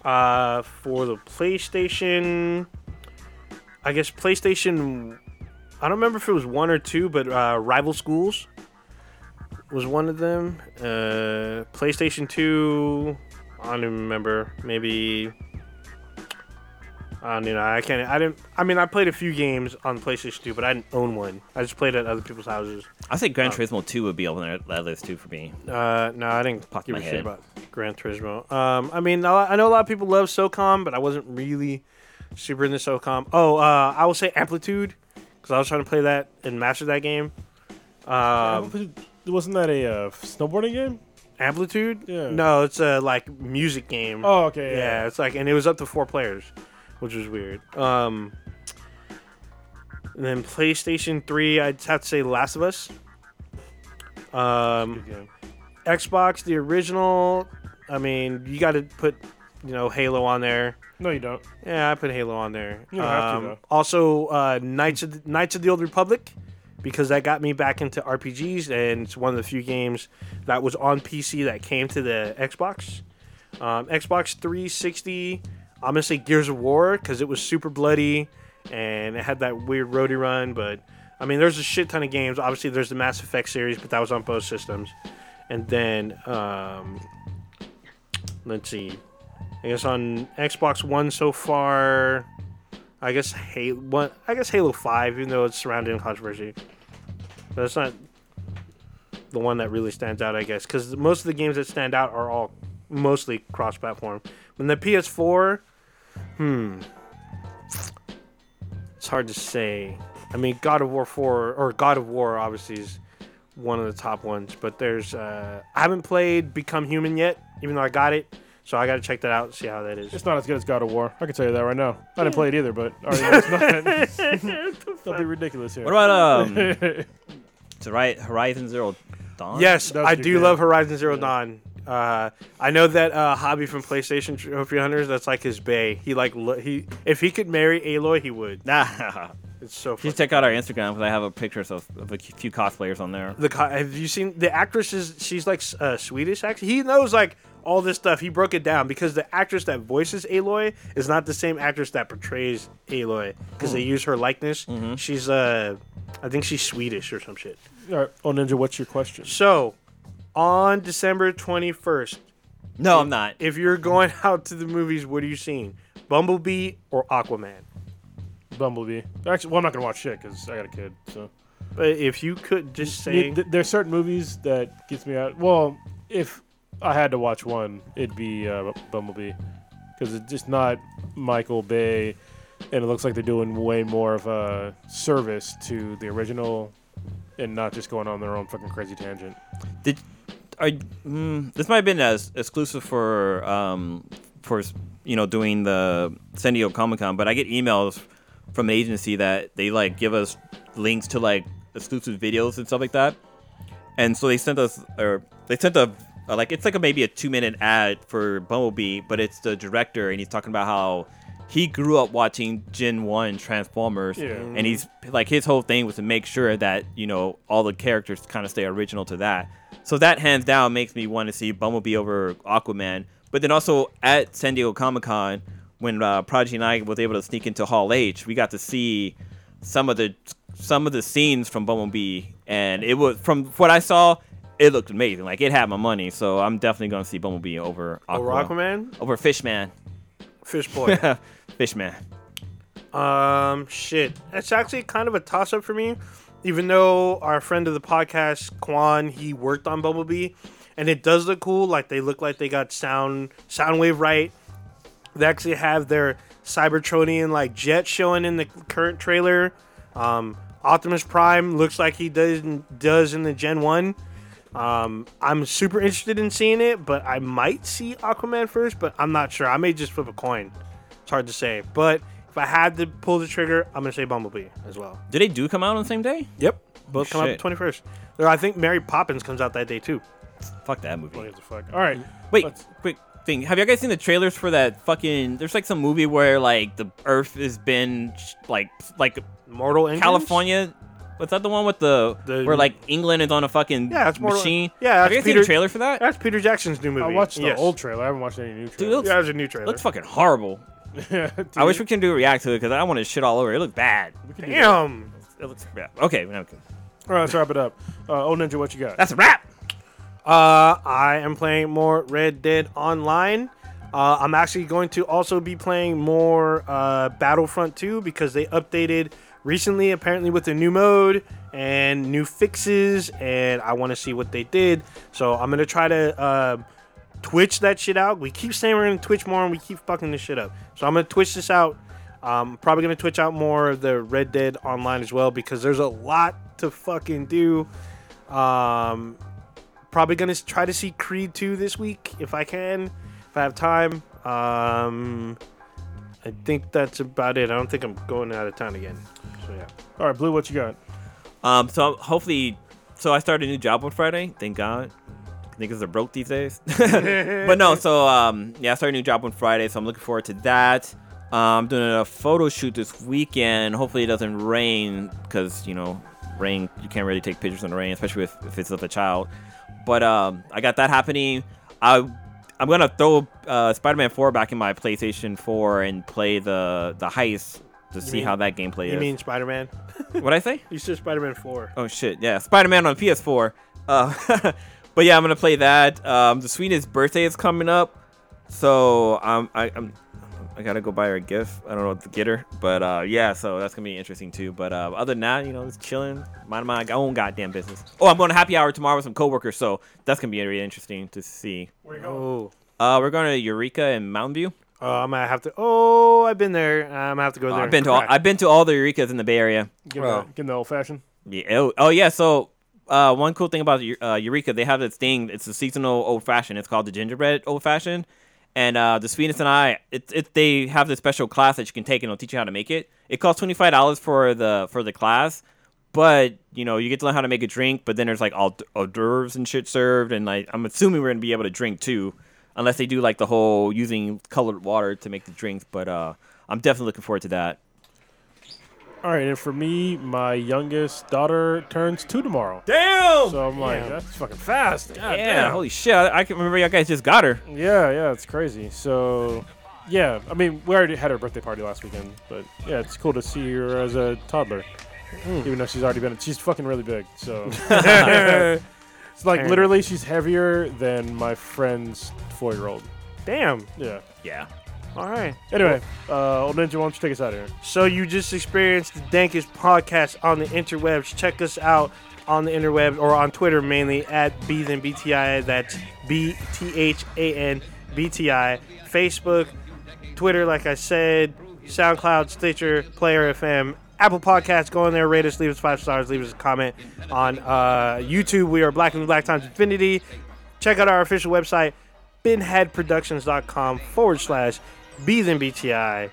Speaker 5: Uh, for the PlayStation, I guess PlayStation. I don't remember if it was one or two, but uh, Rival Schools was one of them. Uh, PlayStation Two. I don't even remember. Maybe I don't know. I can't. I didn't. I mean, I played a few games on PlayStation 2, but I didn't own one. I just played at other people's houses.
Speaker 2: I think Gran Turismo 2 would be on there- that list too for me.
Speaker 5: Uh, no, I didn't
Speaker 2: Popped
Speaker 5: give
Speaker 2: my
Speaker 5: a shit
Speaker 2: head.
Speaker 5: about Gran Turismo. Um, I mean, I I know a lot of people love SOCOM, but I wasn't really super into SOCOM. Oh, uh, I will say Amplitude because I was trying to play that and master that game. Um,
Speaker 3: Wasn't that a uh, snowboarding game?
Speaker 5: Amplitude?
Speaker 3: Yeah.
Speaker 5: No, it's a like music game.
Speaker 3: Oh, okay.
Speaker 5: yeah.
Speaker 3: Yeah.
Speaker 5: it's like, and it was up to four players, which was weird. Um, and then PlayStation Three, I'd have to say Last of Us. Um,
Speaker 3: Good game.
Speaker 5: Xbox, the original. I mean, you got to put, you know, Halo on there.
Speaker 3: No, you don't.
Speaker 5: Yeah, I put Halo on there. Um,
Speaker 3: You don't have to, though.
Speaker 5: Also, uh, Knights of the, Knights of the Old Republic, because that got me back into RPGs, and it's one of the few games that was on PC that came to the Xbox. Um, Xbox 360. I'm gonna say Gears of War because it was super bloody and it had that weird roadie run. But I mean, there's a shit ton of games. Obviously, there's the Mass Effect series, but that was on both systems. And then, um, let's see. I guess on Xbox One so far, I guess Halo. One, I guess Halo Five, even though it's surrounded in controversy, but it's not the one that really stands out. I guess because most of the games that stand out are all mostly cross-platform. When the PS4, hmm, it's hard to say. I mean, God of War Four or God of War obviously is one of the top ones, but there's uh, I haven't played Become Human yet, even though I got it. So I got to check that out and see how that is.
Speaker 3: It's not as good as God of War. I can tell you that right now. I didn't play it either, but I already know it's not. Don't be ridiculous here.
Speaker 2: What about um, Hori- Horizon Zero Dawn?
Speaker 5: Yes,
Speaker 3: That's
Speaker 5: I
Speaker 3: your
Speaker 5: do
Speaker 3: game.
Speaker 5: love Horizon Zero Dawn. Uh, I know that uh, hobby from PlayStation Trophy Hunters. That's like his bay. He like lo- he if he could marry Aloy, he would.
Speaker 2: Nah.
Speaker 5: It's so
Speaker 2: Just
Speaker 5: funny.
Speaker 2: check out our Instagram because I have a picture of, of a few cosplayers on there.
Speaker 5: The co- have you seen the actress? Is she's like s- uh, Swedish? Actually, he knows like all this stuff. He broke it down because the actress that voices Aloy is not the same actress that portrays Aloy because they use her likeness. She's uh, I think she's Swedish or some shit.
Speaker 3: All right. Oh, Ninja, what's your question?
Speaker 5: So, on December twenty first,
Speaker 2: No, I'm not.
Speaker 5: if you're going out to the movies, what are you seeing? Bumblebee or Aquaman?
Speaker 3: Bumblebee. Actually, well, I'm not gonna watch shit because I got a kid. So
Speaker 5: But Uh, if you could just say,
Speaker 3: Th- th- there are certain movies that gets me out. Well, if I had to watch one, it'd be uh, Bumblebee because it's just not Michael Bay, and it looks like they're doing way more of a service to the original, and not just going on their own fucking crazy tangent.
Speaker 2: Did are mm, this might have been as exclusive for um for you know doing the San Diego Comic Con, but I get emails from an agency that they like give us links to like exclusive videos and stuff like that, and so they sent us or they sent a a, like it's like a maybe a two minute ad for Bumblebee, but it's the director and he's talking about how. He grew up watching Gen One Transformers,
Speaker 3: Yeah.
Speaker 2: and he's like his whole thing was to make sure that you know all the characters kind of stay original to that. So that hands down makes me want to see Bumblebee over Aquaman. But then also at San Diego Comic Con, when uh, Prodigy and I was able to sneak into Hall H, we got to see some of the some of the scenes from Bumblebee, and it was from what I saw, it looked amazing. Like it had my money, so I'm definitely gonna see Bumblebee over Aquaman.
Speaker 5: or Aquaman,
Speaker 2: Over Fishman.
Speaker 5: Fish Boy.
Speaker 2: Fishman.
Speaker 5: um, shit, that's actually kind of a toss up for me. Even though our friend of the podcast, Kwan, he worked on Bumblebee, and it does look cool. Like they look like they got sound Soundwave right. They actually have their Cybertronian like jet showing in the current trailer. Um, Optimus Prime looks like he does does in the Gen One. Um, I'm super interested in seeing it, but I might see Aquaman first, but I'm not sure. I may just flip a coin. It's hard to say. But if I had to pull the trigger, I'm gonna say Bumblebee as well.
Speaker 2: Did they do come out on the same day?
Speaker 5: Yep, both come out
Speaker 2: Shit.
Speaker 5: the 21st. Or I think Mary Poppins comes out that day too.
Speaker 2: Fuck that movie.
Speaker 3: What gives a fuck? All right.
Speaker 2: Wait,
Speaker 3: Let's-
Speaker 2: quick thing. Have you guys seen the trailers for that fucking? There's like some movie where like the Earth has been sh- like like
Speaker 5: Mortal Engines?
Speaker 2: California. Was that the one with the,
Speaker 5: The-
Speaker 2: where like England is on a fucking
Speaker 5: Yeah, it's more like-
Speaker 2: machine? have
Speaker 5: yeah, that's
Speaker 2: you guys seen
Speaker 5: Peter-
Speaker 2: the trailer for that?
Speaker 5: That's Peter Jackson's new movie.
Speaker 3: I watched the
Speaker 5: Yes.
Speaker 3: old trailer. I haven't watched any new trailer.
Speaker 2: looks-
Speaker 5: Yeah, there's a new trailer.
Speaker 2: Looks fucking horrible. I wish we could do a react to it because I want to shit all over. it. It looked bad.
Speaker 5: Damn.
Speaker 2: It looks bad. Okay, no, okay.
Speaker 3: All right, let's wrap it up. Uh, old Ninja, what you got?
Speaker 2: that's a wrap.
Speaker 5: Uh, I am playing more Red Dead Online. Uh, I'm actually going to also be playing more uh, Battlefront 2 because they updated recently, apparently, with a new mode and new fixes, and I want to see what they did. So I'm going to try to uh, Twitch that shit out. We keep saying we're going to Twitch more, and we keep fucking this shit up. So I'm going to Twitch this out. Um, probably going to Twitch out more of the Red Dead Online as well because there's a lot to fucking do. Um, probably gonna s- try to see Creed 2 this week if I can, if I have time. Um, I think that's about it. I don't think I'm going out of town again. So yeah.
Speaker 3: All right, Blue, what you got?
Speaker 2: Um, so hopefully, so I started a new job on Friday. Thank God. Niggas are broke these days. but no, so um, yeah, I started a new job on Friday, so I'm looking forward to that. Uh, I'm doing a photo shoot this weekend. Hopefully, it doesn't rain because you know, rain you can't really take pictures in the rain, especially if, if it's of a child. But um, I got that happening. I I'm gonna throw uh, Spider-Man 4 back in my PlayStation 4 and play the the heist to see
Speaker 5: mean-
Speaker 2: how that gameplay is.
Speaker 5: You mean Spider Man?
Speaker 2: what I say?
Speaker 5: You said Spider Man 4.
Speaker 2: Oh shit, yeah, Spider Man on PS4. Uh, but yeah, I'm gonna play that. Um, the sweetest birthday is coming up, so um, I, I'm I gotta go buy her a gift. I don't know what to get her, but uh, yeah, so that's gonna be interesting too. But uh, other than that, you know, just chilling, mind my own goddamn business. Oh, I'm going to happy hour tomorrow with some coworkers, so that's gonna be really interesting to see.
Speaker 5: Oh.
Speaker 2: Uh, we're going to Eureka in Mountain View.
Speaker 5: Oh, I'm gonna have to. Oh, I've been there. I'm gonna have to go there.
Speaker 2: Oh, I've been to all,
Speaker 5: Crap.
Speaker 2: I've been to all the Eurekas in the Bay Area.
Speaker 3: Give him
Speaker 2: Oh.
Speaker 3: the, give him the old fashioned.
Speaker 2: Yeah. Oh, oh, yeah. So uh, one cool thing about Eu- uh, Eureka, they have this thing. It's a seasonal old fashioned. It's called the gingerbread old fashioned. And uh, the sweetness and I, it, it, they have this special class that you can take, and it'll teach you how to make it. It costs twenty five dollars for the for the class, but you know you get to learn how to make a drink. But then there's like all hors d'oeuvres and shit served, and like I'm assuming we're gonna be able to drink too, unless they do like the whole using colored water to make the drinks. But uh, I'm definitely looking forward to that.
Speaker 3: All right, and for me, my youngest daughter turns two tomorrow.
Speaker 2: Damn.
Speaker 3: So I'm like, that's fucking fast. God
Speaker 2: yeah.
Speaker 3: damn.
Speaker 2: Holy shit! I, I can remember y'all guys just got her.
Speaker 3: Yeah, yeah, it's crazy. So, yeah, I mean, we already had her birthday party last weekend, but yeah, it's cool to see her as a toddler, even though she's already been. She's fucking really big, so it's like literally she's heavier than my friend's four-year-old.
Speaker 5: Damn.
Speaker 3: Yeah.
Speaker 2: Yeah.
Speaker 5: All right.
Speaker 3: Anyway, uh, old ninja, why don't you take us out of here?
Speaker 5: So you just experienced the dankest podcast on the interwebs. Check us out on the interweb or on Twitter mainly at B then BTI. That's B T H A N B T I. Facebook, Twitter, like I said, SoundCloud, Stitcher, Player FM, Apple Podcasts. Go in there, rate us, leave us five stars, leave us a comment. On uh, YouTube, we are Black and Black Times Infinity. Check out our official website, binheadproductions.com forward slash B then BTI.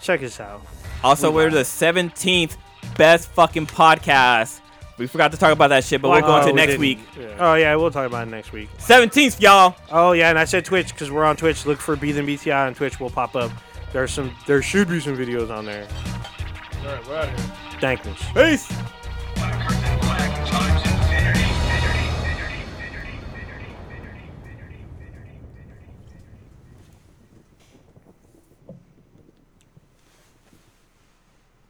Speaker 5: Check us out.
Speaker 2: Also, we're the 17th best fucking podcast. We forgot to talk about that shit, but we're going
Speaker 5: Oh,
Speaker 2: to
Speaker 5: we
Speaker 2: next
Speaker 5: didn't.
Speaker 2: week.
Speaker 5: Oh yeah, we'll talk about it next week.
Speaker 2: 17th, y'all.
Speaker 5: Oh yeah, and I said Twitch because we're on Twitch. Look for B then BTI on Twitch. We'll pop up. There's some. There should be some videos on there.
Speaker 3: All right, we're out of here.
Speaker 5: Thank you.
Speaker 2: Peace.